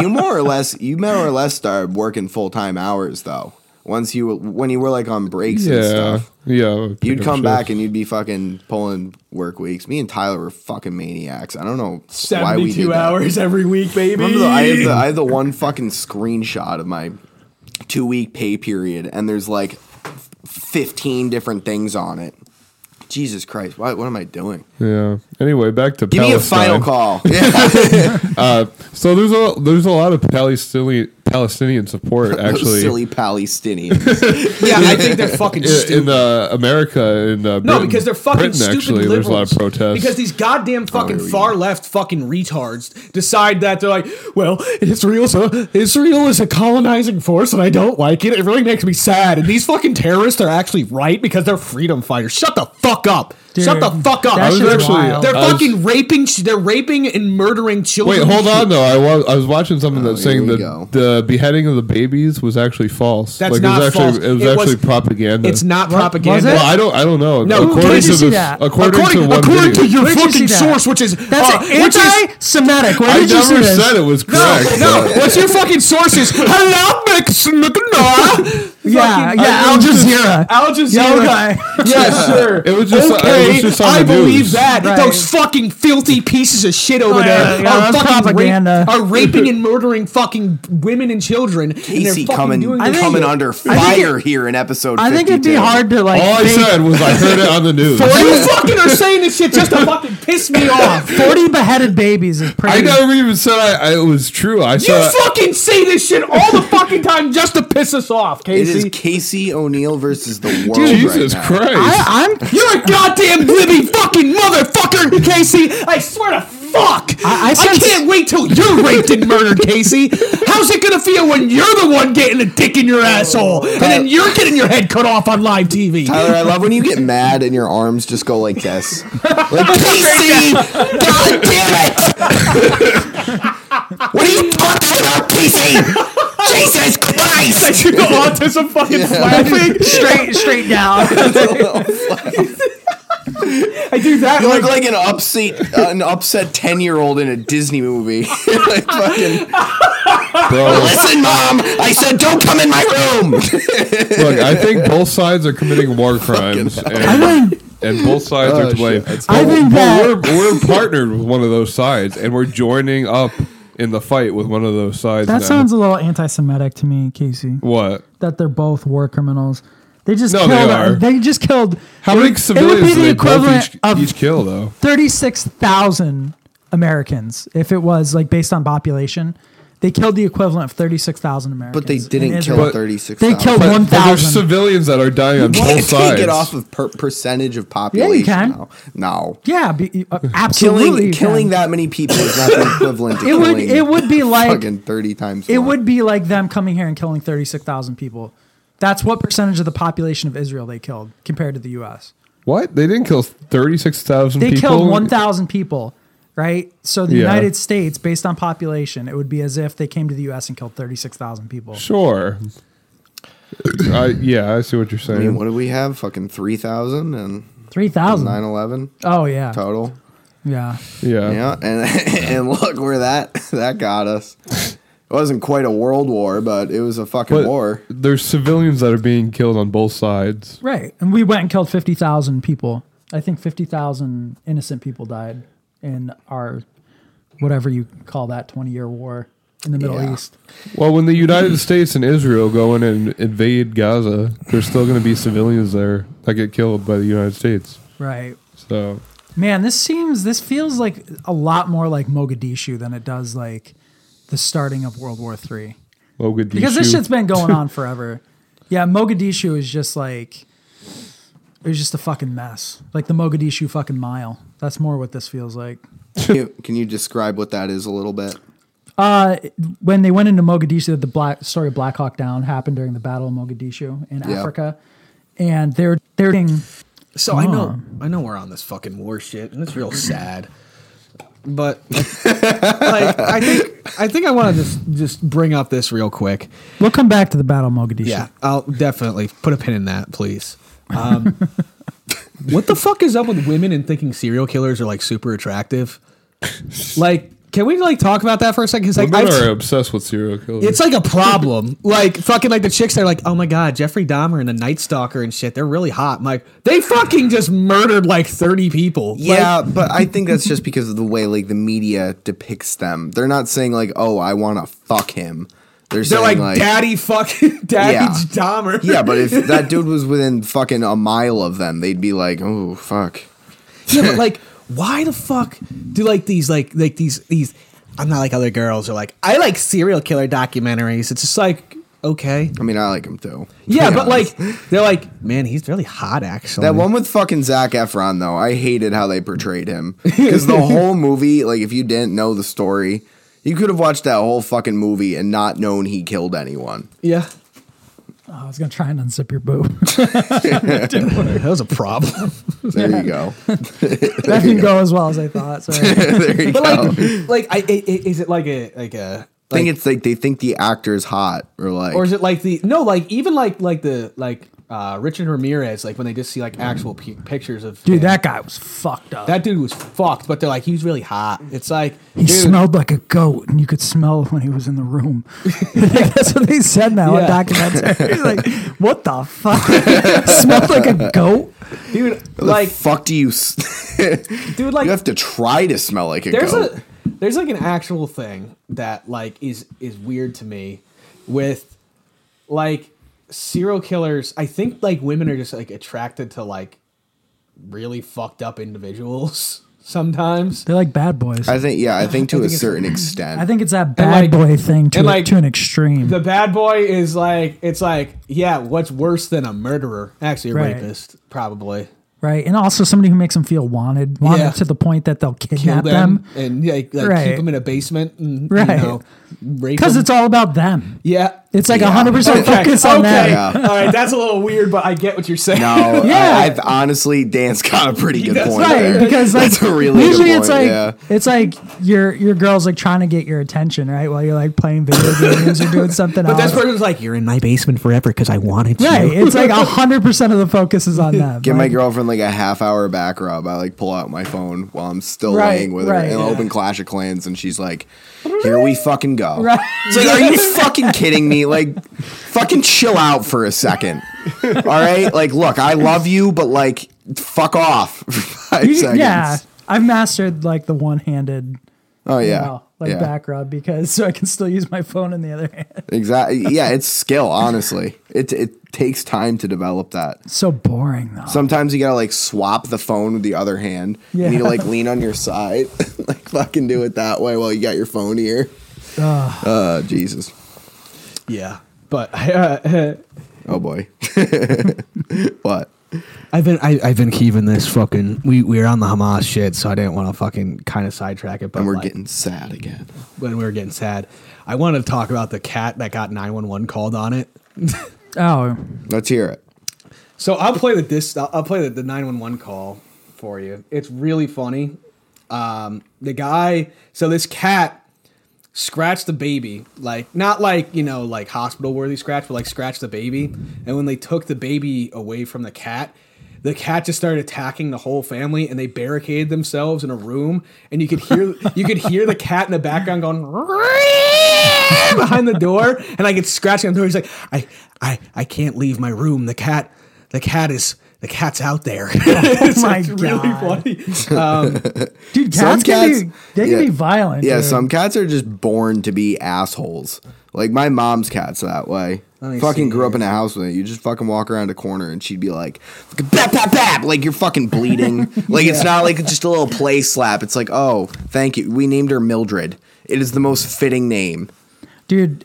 Speaker 8: you more or less, you more or less started working full time hours though. Once you, when you were like on breaks and
Speaker 5: uh, Yeah,
Speaker 8: stuff.
Speaker 5: yeah.
Speaker 8: You'd come back and you'd be fucking pulling work weeks. Me and Tyler were fucking maniacs. I don't know why we did
Speaker 7: seventy-two
Speaker 8: that.
Speaker 7: hours every week, baby.
Speaker 8: Remember, the, I have the I have the one fucking screenshot of my two week pay period, and there's like fifteen different things on it. Jesus Christ, what, what am I doing?
Speaker 5: Yeah. Anyway, back to
Speaker 8: Give me a
Speaker 5: Palestine.
Speaker 8: final call. Yeah,
Speaker 5: So there's a there's a lot of Palestinian Palestinian support actually
Speaker 8: silly Palestinians.
Speaker 7: yeah, I think they're fucking
Speaker 5: in,
Speaker 7: stupid.
Speaker 5: in uh, America and uh,
Speaker 7: No,
Speaker 5: Britain.
Speaker 7: because they're fucking
Speaker 5: Britain,
Speaker 7: stupid
Speaker 5: actually,
Speaker 7: liberals.
Speaker 5: There's a lot of protests. Oh,
Speaker 7: Because these goddamn fucking
Speaker 8: here we go.
Speaker 7: far left fucking retards decide that they're like, well, Israel's a Israel is a colonizing force, and I don't like it. It really makes me sad. And these fucking terrorists are actually right because they're freedom fighters. Shut the fuck up. Shut the
Speaker 4: Dude,
Speaker 7: fuck up.
Speaker 4: that I was shit's
Speaker 5: actually- wild.
Speaker 7: they're
Speaker 5: I was-
Speaker 7: fucking raping. ch- They're raping and murdering children.
Speaker 5: Wait, hold on though. I was I was watching something that's
Speaker 8: Oh, here
Speaker 5: saying
Speaker 8: we
Speaker 5: that
Speaker 8: go.
Speaker 5: the beheading of the babies was actually false.
Speaker 7: That's
Speaker 5: like,
Speaker 7: not
Speaker 5: it was actually,
Speaker 7: false.
Speaker 5: It was
Speaker 7: It was-
Speaker 5: actually propaganda.
Speaker 7: It's not
Speaker 4: was
Speaker 7: propaganda.
Speaker 4: it?
Speaker 5: Well, I don't I don't know.
Speaker 7: No, where
Speaker 5: according
Speaker 7: did
Speaker 5: to
Speaker 7: you
Speaker 4: see
Speaker 5: the
Speaker 4: that?
Speaker 5: according, to
Speaker 7: According,
Speaker 5: one
Speaker 7: according to
Speaker 5: video.
Speaker 7: your
Speaker 4: Where'd you see
Speaker 7: fucking
Speaker 4: that?
Speaker 7: source, which is
Speaker 4: That's
Speaker 7: uh, which is-
Speaker 4: anti-Semitic. Where
Speaker 5: Oh, I
Speaker 4: did you see
Speaker 5: never
Speaker 4: this?
Speaker 5: said it was correct.
Speaker 7: No,
Speaker 5: but-
Speaker 7: what's your fucking sources? Hello, Mix McNora.
Speaker 4: Yeah,
Speaker 7: Fucking-
Speaker 4: yeah, Al Jazeera.
Speaker 7: Al Jazeera.
Speaker 4: Yeah, okay.
Speaker 7: Yeah, sure.
Speaker 5: It was just-
Speaker 7: okay.
Speaker 5: it was just on
Speaker 7: I
Speaker 5: the
Speaker 7: believe
Speaker 5: news.
Speaker 7: that
Speaker 4: Right.
Speaker 7: those fucking filthy pieces of shit over
Speaker 4: Oh, yeah,
Speaker 7: there
Speaker 4: yeah,
Speaker 7: are
Speaker 4: that's
Speaker 7: fucking rape,
Speaker 4: propaganda.
Speaker 7: are raping and murdering fucking women and children. and they're
Speaker 8: Casey
Speaker 7: fucking
Speaker 8: coming
Speaker 7: doing
Speaker 4: I
Speaker 7: this
Speaker 4: think-
Speaker 8: coming
Speaker 7: shit.
Speaker 8: under
Speaker 4: think it-
Speaker 8: fire here in episode.
Speaker 4: I think it'd be
Speaker 8: 52.
Speaker 4: hard to like.
Speaker 5: All I
Speaker 4: fake-
Speaker 5: said was I heard it on the news.
Speaker 7: You fucking are saying this shit just to fucking piss me off.
Speaker 4: Forty beheaded babies is pretty.
Speaker 5: I never even said I, I it was true. I
Speaker 7: You
Speaker 5: saw
Speaker 7: fucking say this shit all the fucking time just to piss us off,
Speaker 8: It
Speaker 7: Casey.
Speaker 8: is
Speaker 7: Casey.
Speaker 8: Casey O'Neill versus the world.
Speaker 5: Jesus
Speaker 8: right now.
Speaker 5: Christ.
Speaker 7: I, I'm. You're a goddamn blibby fucking motherfucker, Casey. I swear to fuck.
Speaker 4: I- I sense-
Speaker 7: can't wait till you're raped and murdered, Casey. How's it gonna feel when you're the one getting a dick in your asshole and then you're getting your head cut off on live TV?
Speaker 8: Tyler, I love when you get mad and your arms just go like this. Like, Casey! God damn it! what are you talking about, Casey? Jesus Christ!
Speaker 7: you go autism fucking flapping.
Speaker 4: straight straight down.
Speaker 7: I do that
Speaker 8: You
Speaker 7: like,
Speaker 8: look like an upset, an upset ten year old in a Disney movie. like fucking,
Speaker 5: Bro,
Speaker 8: Listen, mom, I said don't come in my room.
Speaker 5: look, I think both sides are committing war crimes. And, and both sides
Speaker 8: Oh,
Speaker 5: are to blame.
Speaker 8: shit.
Speaker 5: But-
Speaker 4: I think
Speaker 5: but
Speaker 4: that-
Speaker 5: we're, we're partnered with one of those sides and we're joining up in the fight with one of those sides.
Speaker 4: That
Speaker 5: now.
Speaker 4: sounds a little anti-Semitic to me, Casey.
Speaker 5: What?
Speaker 4: That they're both war criminals. They just
Speaker 5: No, they
Speaker 4: killed.
Speaker 5: are.
Speaker 4: They, just killed.
Speaker 5: How
Speaker 4: it would-
Speaker 5: many
Speaker 4: It would be
Speaker 5: civilians
Speaker 4: the
Speaker 5: did they both
Speaker 4: equivalent
Speaker 5: each,
Speaker 4: of
Speaker 5: each kill, though?
Speaker 4: thirty-six thousand Americans if it was like based on population. They killed the equivalent of thirty-six thousand Americans.
Speaker 8: But they
Speaker 4: in
Speaker 8: didn't
Speaker 4: Israel.
Speaker 8: kill thirty six.
Speaker 4: They killed one
Speaker 5: But there's
Speaker 4: thousand.
Speaker 5: civilians that are dying on both
Speaker 8: Can't take
Speaker 5: sides.
Speaker 8: it off of per- percentage of
Speaker 4: you
Speaker 8: population.
Speaker 4: can.
Speaker 8: No, no.
Speaker 4: yeah, be, uh, absolutely.
Speaker 8: killing
Speaker 4: you
Speaker 8: killing
Speaker 4: can.
Speaker 8: that many people is not the equivalent to
Speaker 4: It
Speaker 8: killing.
Speaker 4: would. It would be like
Speaker 8: fucking thirty times.
Speaker 4: It
Speaker 8: more.
Speaker 4: would be like them coming here and killing 36,000 people. That's what percentage of the population of Israel they killed compared to the US.
Speaker 5: What? They didn't kill 36,000
Speaker 4: They
Speaker 5: people?
Speaker 4: killed 1,000 people, right? So the
Speaker 5: Yeah.
Speaker 4: United States, based on population, it would be as if they came to the US and killed 36,000 people.
Speaker 5: Sure. I, yeah, I see what you're
Speaker 8: I
Speaker 5: saying.
Speaker 8: mean, what do we have? Fucking three thousand and 9
Speaker 4: 3,000.
Speaker 8: 11
Speaker 4: Oh, yeah.
Speaker 8: total.
Speaker 4: Yeah.
Speaker 5: yeah.
Speaker 8: Yeah, and and look where that that got us. It wasn't quite a world war, but it was a fucking
Speaker 5: But
Speaker 8: war.
Speaker 5: there's civilians that are being killed on both sides.
Speaker 4: Right. And we went and killed 50,000 people. I think 50,000 innocent people died in our, whatever you call that, 20 year war in the Middle
Speaker 8: Yeah.
Speaker 4: East.
Speaker 5: Well, when the United States and Israel go in and invade Gaza, there's still going to be civilians there that get killed by the United States.
Speaker 4: Right.
Speaker 5: So,
Speaker 4: Man, this seems this feels like a lot more like Mogadishu than it does like the starting of World War Three.
Speaker 5: Mogadishu.
Speaker 4: Because this shit's been going on forever. yeah, Mogadishu is just like it was just a fucking mess. Like the Mogadishu fucking mile. That's more what this feels like.
Speaker 8: Can you, can you describe what that is a little bit?
Speaker 4: Uh, when they went into Mogadishu, the black story of Black Hawk Down happened during the Battle of Mogadishu in
Speaker 8: Yeah.
Speaker 4: Africa, and they're they're doing
Speaker 7: So I know I know we're on this fucking war shit, and it's real sad. But like I think I think I want to just just bring up this real quick.
Speaker 4: We'll come back to the Battle of Mogadishu.
Speaker 7: Yeah, I'll definitely put a pin in that, please. Um, what the fuck is up with women and thinking serial killers are like super attractive? Like, can we like talk about that for a second? Because like,
Speaker 5: Women
Speaker 7: I've-
Speaker 5: are obsessed with serial killers.
Speaker 7: it's like a problem. like fucking like the chicks they are like, oh my god, Jeffrey Dahmer and the Night Stalker and shit. They're really hot. I'm like they fucking just murdered like thirty people. Like,
Speaker 8: Yeah, but I think that's just because of the way like the media depicts them. They're not saying like, "Oh, I want to fuck him." They're,
Speaker 7: They're
Speaker 8: saying
Speaker 7: like, daddy fucking daddy
Speaker 8: Yeah.
Speaker 7: Dahmer.
Speaker 8: Yeah, but if that dude was within fucking a mile of them, they'd be like, "Oh, fuck."
Speaker 7: yeah, but like, why the fuck do like these like like these these? I'm not like other girls are like I like serial killer documentaries. It's just like okay,
Speaker 8: I mean, I like him too.
Speaker 7: yeah, but
Speaker 8: Yeah.
Speaker 7: like they're like man, he's really hot actually.
Speaker 8: That one with fucking Zach Efron, though, I hated how they portrayed him. Because the whole movie, like, if you didn't know the story, you could have watched that whole fucking movie and not known he killed anyone.
Speaker 7: yeah,
Speaker 4: Oh, I was gonna try and unzip your boob.
Speaker 7: that was a problem.
Speaker 8: There you go.
Speaker 4: that didn't go as well as I thought. Sorry.
Speaker 8: there you
Speaker 7: but
Speaker 8: go.
Speaker 7: like, like I, I, I- is it like a like a
Speaker 8: I think it's like they think the actor's hot or like.
Speaker 7: or is it like the no like even like like the like uh Richard Ramirez like when they just see like actual pi- pictures of
Speaker 4: Dude,
Speaker 7: him.
Speaker 4: that guy was fucked up.
Speaker 7: that dude was fucked, but they're like he's really hot. It's like
Speaker 4: he
Speaker 7: dude,
Speaker 4: smelled like a goat, and you could smell when he was in the room. That's what they said now
Speaker 7: Yeah.
Speaker 4: in documentary. like, what the fuck? smelled like a goat?
Speaker 7: dude,
Speaker 8: the
Speaker 7: like
Speaker 8: fuck do you. S-
Speaker 7: dude, like
Speaker 8: you have to try to smell like a
Speaker 7: there's
Speaker 8: goat.
Speaker 7: a there's like an actual thing that like is is weird to me with like serial killers i think like women are just like attracted to like really fucked up individuals sometimes.
Speaker 4: They're like bad boys. I,
Speaker 8: I think, yeah, I think to a certain extent.
Speaker 4: think it's that bad
Speaker 7: like-
Speaker 4: boy thing to,
Speaker 7: and
Speaker 4: a-
Speaker 7: like-
Speaker 4: to an extreme.
Speaker 7: The bad boy is like it's like yeah, what's worse than a murderer? Actually, a
Speaker 4: Right.
Speaker 7: rapist probably.
Speaker 4: right? And also somebody who makes them feel wanted, wanted
Speaker 7: Yeah.
Speaker 4: to the point that they'll
Speaker 7: Kill
Speaker 4: kidnap
Speaker 7: them,
Speaker 4: them
Speaker 7: and like, like
Speaker 4: Right.
Speaker 7: keep them in a basement and
Speaker 4: Right.
Speaker 7: you know rape
Speaker 4: because
Speaker 7: them.
Speaker 4: it's all about them.
Speaker 7: yeah.
Speaker 4: It's like a hundred percent focus on
Speaker 7: okay.
Speaker 4: that.
Speaker 8: Yeah.
Speaker 7: All right, that's a little weird, but I get what you're saying.
Speaker 8: No,
Speaker 4: Yeah.
Speaker 8: I, I've honestly, Dan's got a pretty good
Speaker 7: does.
Speaker 8: point.
Speaker 4: Right,
Speaker 8: there.
Speaker 4: because like
Speaker 8: That's a really good
Speaker 4: usually it's
Speaker 8: point,
Speaker 4: like
Speaker 8: yeah.
Speaker 4: it's like your your girl's like trying to get your attention, right? While you're like playing video games or doing something
Speaker 7: But
Speaker 4: else.
Speaker 7: this person's like, you're in my basement forever because I wanted
Speaker 4: right.
Speaker 7: you.
Speaker 4: It's like hundred percent of the focus is on them.
Speaker 8: Give my
Speaker 4: Like,
Speaker 8: girlfriend like a half hour back rub. I like pull out my phone while I'm still
Speaker 4: Right,
Speaker 8: laying with
Speaker 4: right,
Speaker 8: her and
Speaker 4: yeah.
Speaker 8: open Clash of Clans, and she's like, "Here we fucking go."
Speaker 4: Right.
Speaker 8: It's like, are you fucking kidding me? Like, fucking chill out for a second. All right, like, look, I love you, but like, fuck off for five
Speaker 4: you-
Speaker 8: seconds.
Speaker 4: yeah, I've mastered like the one handed.
Speaker 8: Oh yeah.
Speaker 4: Yeah. like
Speaker 8: yeah.
Speaker 4: back rub because so I can still use my phone in the other hand.
Speaker 8: Exactly. Yeah, it's skill. Honestly, it it takes time to develop that.
Speaker 4: So boring though.
Speaker 8: Sometimes you gotta like swap the phone with the other hand.
Speaker 4: Yeah.
Speaker 8: You need to like lean on your side, like fucking do it that way while you got your phone here. Uh, Jesus.
Speaker 7: Yeah, but uh,
Speaker 8: Oh boy. what?
Speaker 7: I've been I, I've been keeping this fucking. We we were on the Hamas shit, so I didn't want to fucking kind of sidetrack it. But
Speaker 8: And we're
Speaker 7: like,
Speaker 8: getting sad again.
Speaker 7: when we were getting sad, I wanted to talk about the cat that got nine one one called on it.
Speaker 4: oh,
Speaker 8: Let's hear it.
Speaker 7: So I'll play the this. I'll I'll play the the nine one one call for you. It's really funny. Um, the guy. So this cat scratched the baby, like not like you know like hospital worthy scratch, but like scratched the baby. And when they took the baby away from the cat. The cat just started attacking the whole family, and they barricaded themselves in a room. And you could hear you could hear the cat in the background going behind the door, and I get scratching on the door. He's like, I, I, I can't leave my room. The cat, the cat is, the cat's out there. it's
Speaker 4: Oh my
Speaker 7: like
Speaker 4: God.
Speaker 7: really funny. Um,
Speaker 4: dude, cats,
Speaker 8: Some
Speaker 4: can be
Speaker 8: cats-
Speaker 4: they
Speaker 8: yeah.
Speaker 4: can be violent.
Speaker 8: Yeah,
Speaker 4: dude.
Speaker 8: some cats are just born to be assholes. Like my mom's cat's that way.
Speaker 7: Let me
Speaker 8: Fucking
Speaker 7: see
Speaker 8: grew up in a house with it. You just fucking walk around a corner and she'd be like, fucking bap, bap, bap. Like you're fucking bleeding. like it's not like just a little play slap. It's like, oh, thank you. We named her Mildred. It is the most fitting name.
Speaker 4: dude.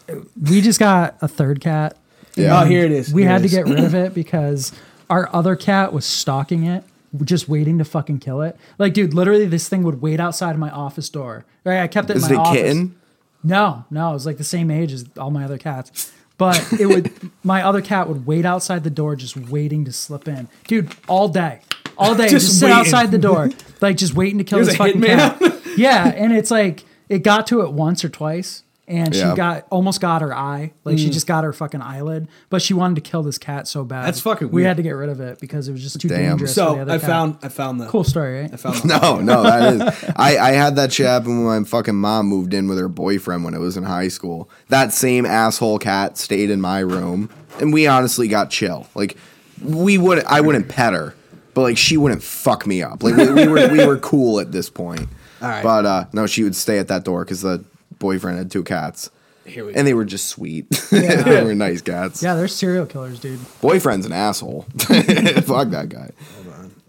Speaker 4: We just got a third cat.
Speaker 8: Yeah.
Speaker 7: oh, here it is.
Speaker 4: We
Speaker 7: Here
Speaker 4: had
Speaker 7: it
Speaker 4: to get
Speaker 7: is.
Speaker 4: rid of it because our other cat was stalking it, just waiting to fucking kill it. Like, dude, literally, this thing would wait outside of my office door. Right, I kept it.
Speaker 8: Is
Speaker 4: in
Speaker 8: it
Speaker 4: my
Speaker 8: a
Speaker 4: office.
Speaker 8: kitten?
Speaker 4: No, no, it was like the same age as all my other cats. But it would, my other cat would wait outside the door, just waiting to slip in, dude, all day, all day, just,
Speaker 7: Just
Speaker 4: sit
Speaker 7: waiting.
Speaker 4: outside the door, like just waiting to kill
Speaker 7: He was
Speaker 4: this
Speaker 7: a
Speaker 4: fucking
Speaker 7: hitman.
Speaker 4: cat. Yeah, and it's like it got to it once or twice, and
Speaker 8: Yeah.
Speaker 4: she got almost got her eye, like
Speaker 7: Mm.
Speaker 4: she just got her fucking eyelid, but she wanted to kill this cat so bad.
Speaker 7: That's fucking
Speaker 4: We
Speaker 7: weird.
Speaker 4: had to get rid of it because it was just too
Speaker 8: Damn.
Speaker 4: dangerous. for the
Speaker 7: So
Speaker 4: other
Speaker 7: I
Speaker 4: cat.
Speaker 7: found, I found the
Speaker 4: cool story, right?
Speaker 7: I found the,
Speaker 8: No, no, that is. I, I had that shit happen when my fucking mom moved in with her boyfriend when I was in high school. That same asshole cat stayed in my room, and we honestly got chill. Like, we would, I wouldn't pet her, but like she wouldn't fuck me up. Like we, we were we were cool at this point. All
Speaker 7: right.
Speaker 8: But uh, no, she would stay at that door because the boyfriend had two cats,
Speaker 7: Here we go.
Speaker 8: and they were just sweet. they were nice cats.
Speaker 4: Yeah, they're serial killers, dude.
Speaker 8: Boyfriend's an asshole. fuck that guy.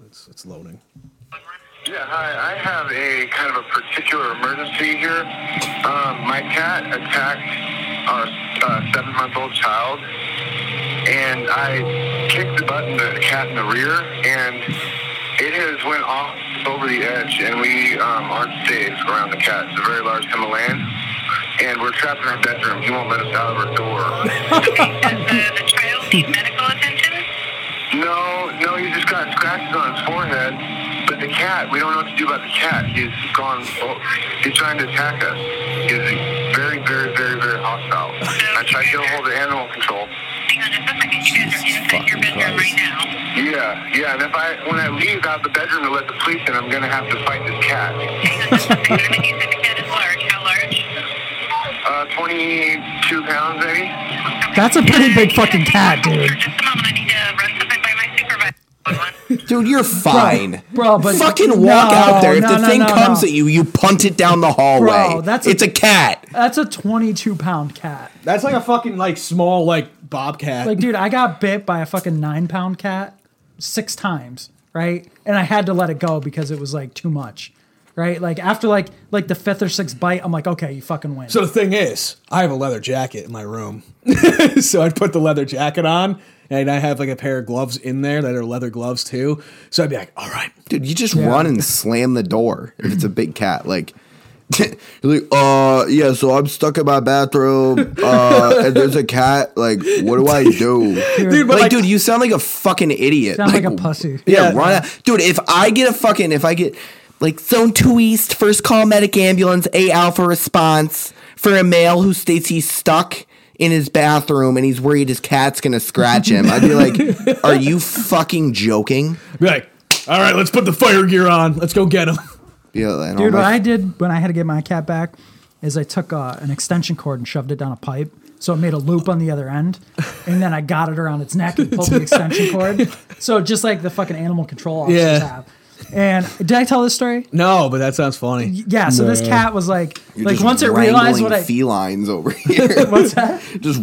Speaker 7: it's, it's loading.
Speaker 9: Yeah, hi. I have a kind of a particular emergency here. Um, my cat attacked our uh, seven-month-old child, and I kicked the button the cat in the rear, and it has went off over the edge, and we um, aren't safe around the cat. It's a very large Himalayan, and we're trapped in our bedroom. He won't let us out of our door.
Speaker 10: Does the, the child need medical attention?
Speaker 9: No, no, he just got scratches on his forehead. But the cat, we don't know what to do about the cat. He's gone. Oh, he's trying to attack us. He's very, very, very, very hostile. I tried to get a hold of animal control.
Speaker 10: Hang on just a second. You guys are inside your bedroom right now.
Speaker 9: Yeah, yeah. And if I, when I leave out the bedroom to let the police in, I'm gonna have to fight this cat.
Speaker 10: Hang on just a second. I think you said the cat is large. How large?
Speaker 9: Uh, 22 pounds, maybe.
Speaker 4: That's a pretty big fucking cat,
Speaker 10: Just
Speaker 4: dude.
Speaker 10: a moment. I need to run something by my supervisor. Hold on.
Speaker 8: Dude, you're fine.
Speaker 4: bro, but-
Speaker 8: fucking walk
Speaker 4: No,
Speaker 8: out there. If
Speaker 4: no,
Speaker 8: the
Speaker 4: no,
Speaker 8: thing
Speaker 4: no,
Speaker 8: comes
Speaker 4: no.
Speaker 8: at you, you punt it down the hallway.
Speaker 4: Bro, that's a-
Speaker 8: it's a, cat.
Speaker 4: That's a 22 pound cat.
Speaker 7: That's like a fucking like small like bobcat.
Speaker 4: Like, dude, I got bit by a fucking nine pound cat six times. right? And I had to let it go because it was like too much, right? Like after like like the fifth or sixth bite, I'm like, okay, you fucking win.
Speaker 7: So the thing is, I have a leather jacket in my room. so I'd put the leather jacket on and I have like a pair of gloves in there that are leather gloves too. So I'd be like, all right.
Speaker 8: Dude, you just run and slam the door if it's a big cat. Like, you're like, uh, yeah, so I'm stuck in my bathroom. Uh, and there's a cat. Like, what do I do?
Speaker 7: Dude, but
Speaker 8: like,
Speaker 7: like-
Speaker 8: dude, you sound like a fucking idiot.
Speaker 4: Sound like a pussy.
Speaker 8: Yeah,
Speaker 7: Yeah.
Speaker 8: run out. Dude, if I get a fucking, if I get, like, zone two east, first call medic ambulance, A alpha response for a male who states he's stuck in his bathroom and he's worried his cat's gonna scratch him, I'd be like, are you fucking joking?
Speaker 7: I'd be like, all right, let's put the fire gear on. Let's go get him.
Speaker 8: Yeah, and all
Speaker 4: Dude,
Speaker 8: my
Speaker 4: what I did when I had to get my cat back is I took uh, an extension cord and shoved it down a pipe. So it made a loop on the other end. And then I got it around its neck and pulled the extension cord. So just like the fucking animal control officers
Speaker 7: Yeah.
Speaker 4: have. And did I tell this story?
Speaker 7: No, but that sounds funny.
Speaker 4: Yeah. So this cat was like,
Speaker 8: You're
Speaker 4: like
Speaker 8: just
Speaker 4: once it realized
Speaker 8: wrangling
Speaker 4: what I,
Speaker 8: felines over here. What's that? Just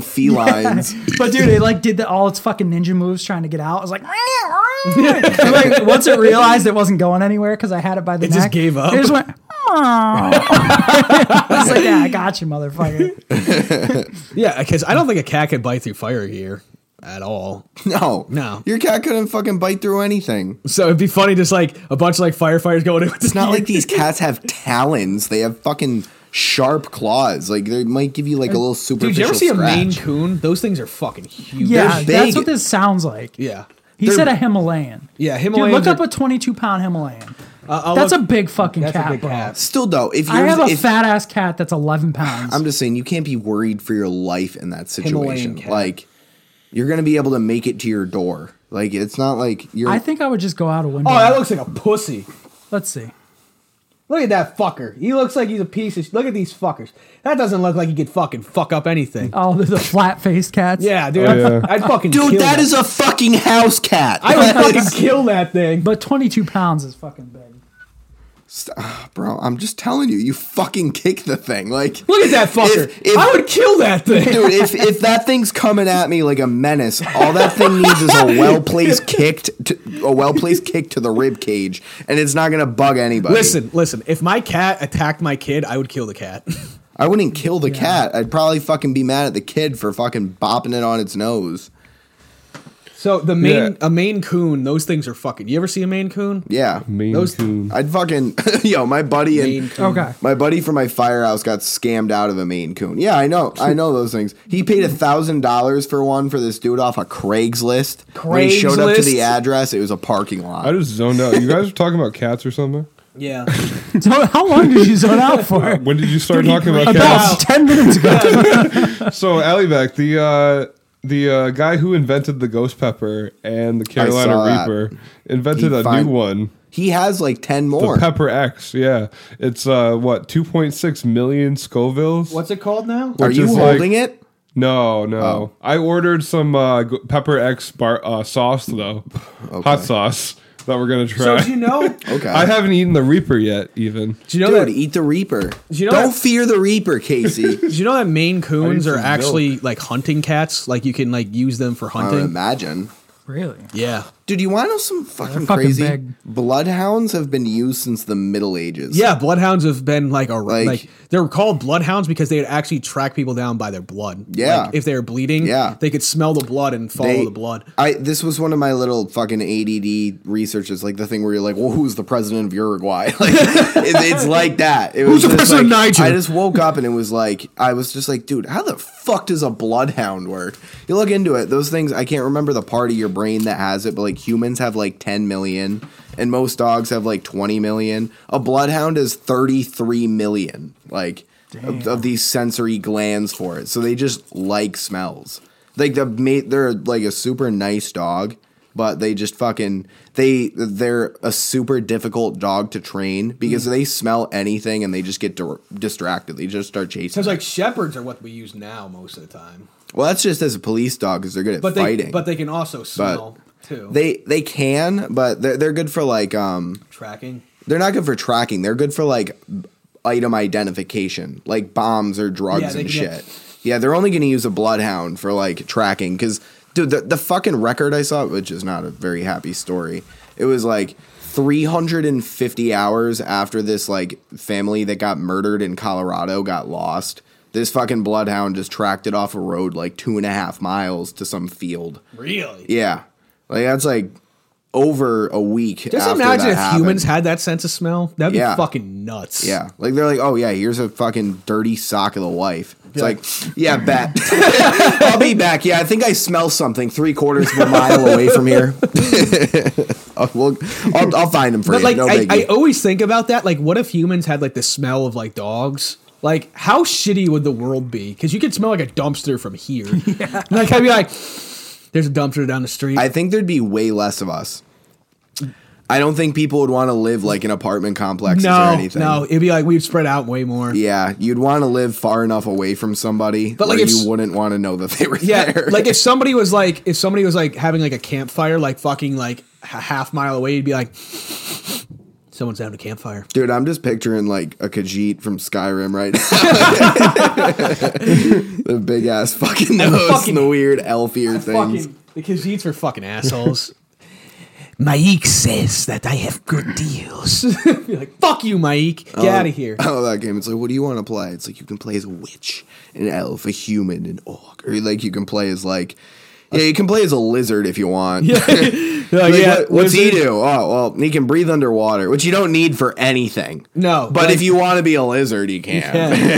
Speaker 8: felines.
Speaker 4: but dude, it like did the, all its fucking ninja moves trying to get out. I was like, And, like once it realized it wasn't going anywhere because I had it by the
Speaker 7: It
Speaker 4: neck,
Speaker 7: just gave up.
Speaker 4: It just went. I was like, yeah, I got you, motherfucker.
Speaker 7: Yeah, because I don't think a cat could bite through fire gear at all.
Speaker 8: No,
Speaker 7: No.
Speaker 8: Your cat couldn't fucking bite through anything. It's
Speaker 7: So it'd be funny just like a bunch of like firefighters going in with this.
Speaker 8: not like these cats have talons. They have fucking sharp claws. Like they might give you like a little superficial
Speaker 7: Dude, you ever see
Speaker 8: scratch.
Speaker 7: a Maine Coon? Those things are fucking huge.
Speaker 4: Yeah,
Speaker 8: They're
Speaker 4: that's
Speaker 8: big.
Speaker 4: what this sounds like.
Speaker 7: Yeah.
Speaker 4: He said a Himalayan.
Speaker 7: Yeah,
Speaker 4: Dude,
Speaker 7: Himalayan.
Speaker 4: look up a 22 pound Himalayan.
Speaker 7: I'll
Speaker 4: that's
Speaker 7: look-
Speaker 4: a big fucking
Speaker 7: that's a
Speaker 4: cat,
Speaker 7: big
Speaker 4: bro.
Speaker 7: cat.
Speaker 8: Still though, if you
Speaker 4: I have a
Speaker 8: if,
Speaker 4: fat ass cat that's 11 pounds.
Speaker 8: I'm just saying you can't be worried for your life in that situation.
Speaker 7: cat.
Speaker 8: Like you're gonna be able to make it to your door. Like it's not like you're.
Speaker 4: I think I would just go out a window.
Speaker 7: Oh, that looks like a pussy.
Speaker 4: Let's see.
Speaker 7: Look at that fucker. He looks like he's a piece of. Sh- look at these fuckers. That doesn't look like he could fucking fuck up anything.
Speaker 4: Oh, there's a flat faced cat.
Speaker 7: Yeah, dude. I'd,
Speaker 5: Oh, yeah.
Speaker 7: I'd fucking
Speaker 8: Dude,
Speaker 7: kill
Speaker 8: that is a fucking house cat.
Speaker 7: I would fucking kill that thing.
Speaker 4: But 22 pounds is fucking big.
Speaker 8: Bro, I'm just telling you, you fucking kick the thing. Like
Speaker 7: Look at that fucker.
Speaker 8: If- if-
Speaker 7: I would kill that thing.
Speaker 8: Dude, if, if that thing's coming at me like a menace, all that thing needs is a well placed kick, to, a well placed kick to the rib cage, and it's not gonna bug anybody.
Speaker 7: Listen, listen. If my cat attacked my kid, I would kill the cat.
Speaker 8: I wouldn't kill the cat. I'd probably fucking be mad at the kid for fucking bopping it on its nose.
Speaker 7: So the main
Speaker 5: Yeah.
Speaker 7: a Maine Coon, those things are fucking. You ever see a Maine Coon?
Speaker 8: Yeah,
Speaker 5: Maine
Speaker 7: Those-
Speaker 5: Coon.
Speaker 8: I'd fucking yo, my buddy and
Speaker 4: Okay.
Speaker 8: my buddy from my firehouse got scammed out of a Maine Coon. Yeah, I know, I know those things. He paid a thousand dollars for one for this dude off a Craigslist. When he showed up to the
Speaker 7: Craigslist?
Speaker 8: address, it was a parking lot.
Speaker 5: I just zoned out. You guys were talking about cats or something.
Speaker 7: Yeah.
Speaker 4: So how long did you zone out for?
Speaker 5: When did you start talking about
Speaker 4: About
Speaker 5: cats?
Speaker 4: 10 minutes ago.
Speaker 5: So Alivek, the uh, the uh, guy who invented the ghost pepper and the
Speaker 8: saw that.
Speaker 5: Carolina Reaper invented
Speaker 8: He
Speaker 5: a
Speaker 8: fin-
Speaker 5: new one.
Speaker 8: He has like ten more.
Speaker 5: The Pepper X, yeah, it's uh, what 2.6 million Scovilles.
Speaker 7: What's it called now?
Speaker 8: Are
Speaker 5: which
Speaker 8: you
Speaker 5: is
Speaker 8: holding
Speaker 5: like-
Speaker 8: it?
Speaker 5: No, no.
Speaker 8: Oh.
Speaker 5: I ordered some uh, g- Pepper X bar uh, sauce though, hot sauce that we're gonna
Speaker 7: So
Speaker 5: try.
Speaker 7: do you know?
Speaker 8: Okay.
Speaker 5: I haven't eaten the Reaper yet, even.
Speaker 7: Do you know
Speaker 8: Dude,
Speaker 7: that?
Speaker 8: eat the Reaper.
Speaker 7: You know
Speaker 8: Don't
Speaker 7: that-
Speaker 8: fear the Reaper, Casey.
Speaker 7: Did you know that Maine Coons
Speaker 5: some
Speaker 7: are actually like hunting cats? Like you can like use them for
Speaker 8: I would
Speaker 7: hunting.
Speaker 8: imagine.
Speaker 4: really?
Speaker 7: yeah.
Speaker 8: Dude, you want to know some
Speaker 4: fucking
Speaker 8: fucking, crazy?
Speaker 4: big.
Speaker 8: Bloodhounds have been used since the Middle Ages.
Speaker 7: Yeah, bloodhounds have been like a
Speaker 8: Like-
Speaker 7: like, they were called bloodhounds because they would actually track people down by their blood.
Speaker 8: Yeah.
Speaker 7: Like, if they were bleeding,
Speaker 8: Yeah.
Speaker 7: they could smell the blood and follow
Speaker 8: They-
Speaker 7: the blood.
Speaker 8: I this was one of my little fucking ADD researches, like the thing where you're like, "Well, who's the president of Uruguay?" Like, it, it's like that. It was
Speaker 7: Who's the
Speaker 8: just
Speaker 7: president
Speaker 8: like-
Speaker 7: of Niger?
Speaker 8: I just woke up and it was like, I was just like, "Dude, how the fuck does a bloodhound work?" You look into it; those things, I can't remember the part of your brain that has it, but like humans have like 10 million, and most dogs have like 20 million. A bloodhound is 33 million, like of, of these sensory glands for it. So they just like smells like the mate they're like a super nice dog but they just fucking they they're a super difficult dog to train
Speaker 7: Mm.
Speaker 8: because they smell anything and they just get dir- distracted they just start chasing
Speaker 7: Because like shepherds are what we use now most of the time,
Speaker 8: well that's just as a police dog because they're good at
Speaker 7: but they
Speaker 8: fighting
Speaker 7: but they can also smell too.
Speaker 8: they they can but they're, they're good for like um
Speaker 7: tracking.
Speaker 8: they're not good for tracking they're good for like item identification like bombs or drugs
Speaker 7: Yeah, they
Speaker 8: and
Speaker 7: can
Speaker 8: shit
Speaker 7: get-
Speaker 8: yeah they're only gonna use a bloodhound for like tracking because dude the, the fucking record i saw which is not a very happy story It was like 350 hours after this like family that got murdered in Colorado got lost. This fucking bloodhound just tracked it off a road like two and a half miles to some field.
Speaker 7: Really?
Speaker 8: Yeah, like that's like over a week.
Speaker 7: Just
Speaker 8: after
Speaker 7: imagine
Speaker 8: that
Speaker 7: if
Speaker 8: happened.
Speaker 7: humans had that sense of smell. That'd be
Speaker 8: Yeah.
Speaker 7: fucking nuts.
Speaker 8: Yeah, like they're like, oh yeah, here's a fucking dirty sock of the wife. It's
Speaker 7: Yeah.
Speaker 8: like, yeah, bet. I'll be back. Yeah, I think I smell something three quarters of a mile away from here. I'll, we'll- I'll, I'll find him for
Speaker 7: But
Speaker 8: you.
Speaker 7: like,
Speaker 8: no
Speaker 7: I,
Speaker 8: biggie.
Speaker 7: I always think about that. Like, what if humans had like the smell of like dogs? Like, how shitty would the world be? Because you could smell like a dumpster from here. Like, I'd be like, there's a dumpster down the street.
Speaker 8: I think there'd be way less of us. I don't think people would want to live like in apartment complexes or
Speaker 7: no,
Speaker 8: anything.
Speaker 7: no, it'd be like we'd spread out way more.
Speaker 8: Yeah, you'd want to live far enough away from somebody,
Speaker 7: But,
Speaker 8: but
Speaker 7: like,
Speaker 8: like
Speaker 7: if s-
Speaker 8: you wouldn't want to know that they were
Speaker 7: Yeah,
Speaker 8: there.
Speaker 7: like if somebody was like, if somebody was like having like a campfire, like fucking like a half mile away, you'd be like, someone's having a campfire.
Speaker 8: Dude, I'm just picturing like a Khajiit from Skyrim right now. the big ass fucking nose
Speaker 7: fucking-
Speaker 8: and the weird elf ear things.
Speaker 7: Fucking the Khajiits were fucking assholes.
Speaker 6: Maik says that I have good deals.
Speaker 7: Be like, fuck you, Mike. Get out of here.
Speaker 8: Oh, that game. It's like, what do you want to play? It's like you can play as a witch, an elf, a human, an orc, or like you can play as like, yeah, you can play as a lizard if you want. Like, what- what's he do? Oh, well, he can breathe underwater, which you don't need for anything.
Speaker 7: No,
Speaker 8: but
Speaker 7: like-
Speaker 8: if you want to be a lizard, you can.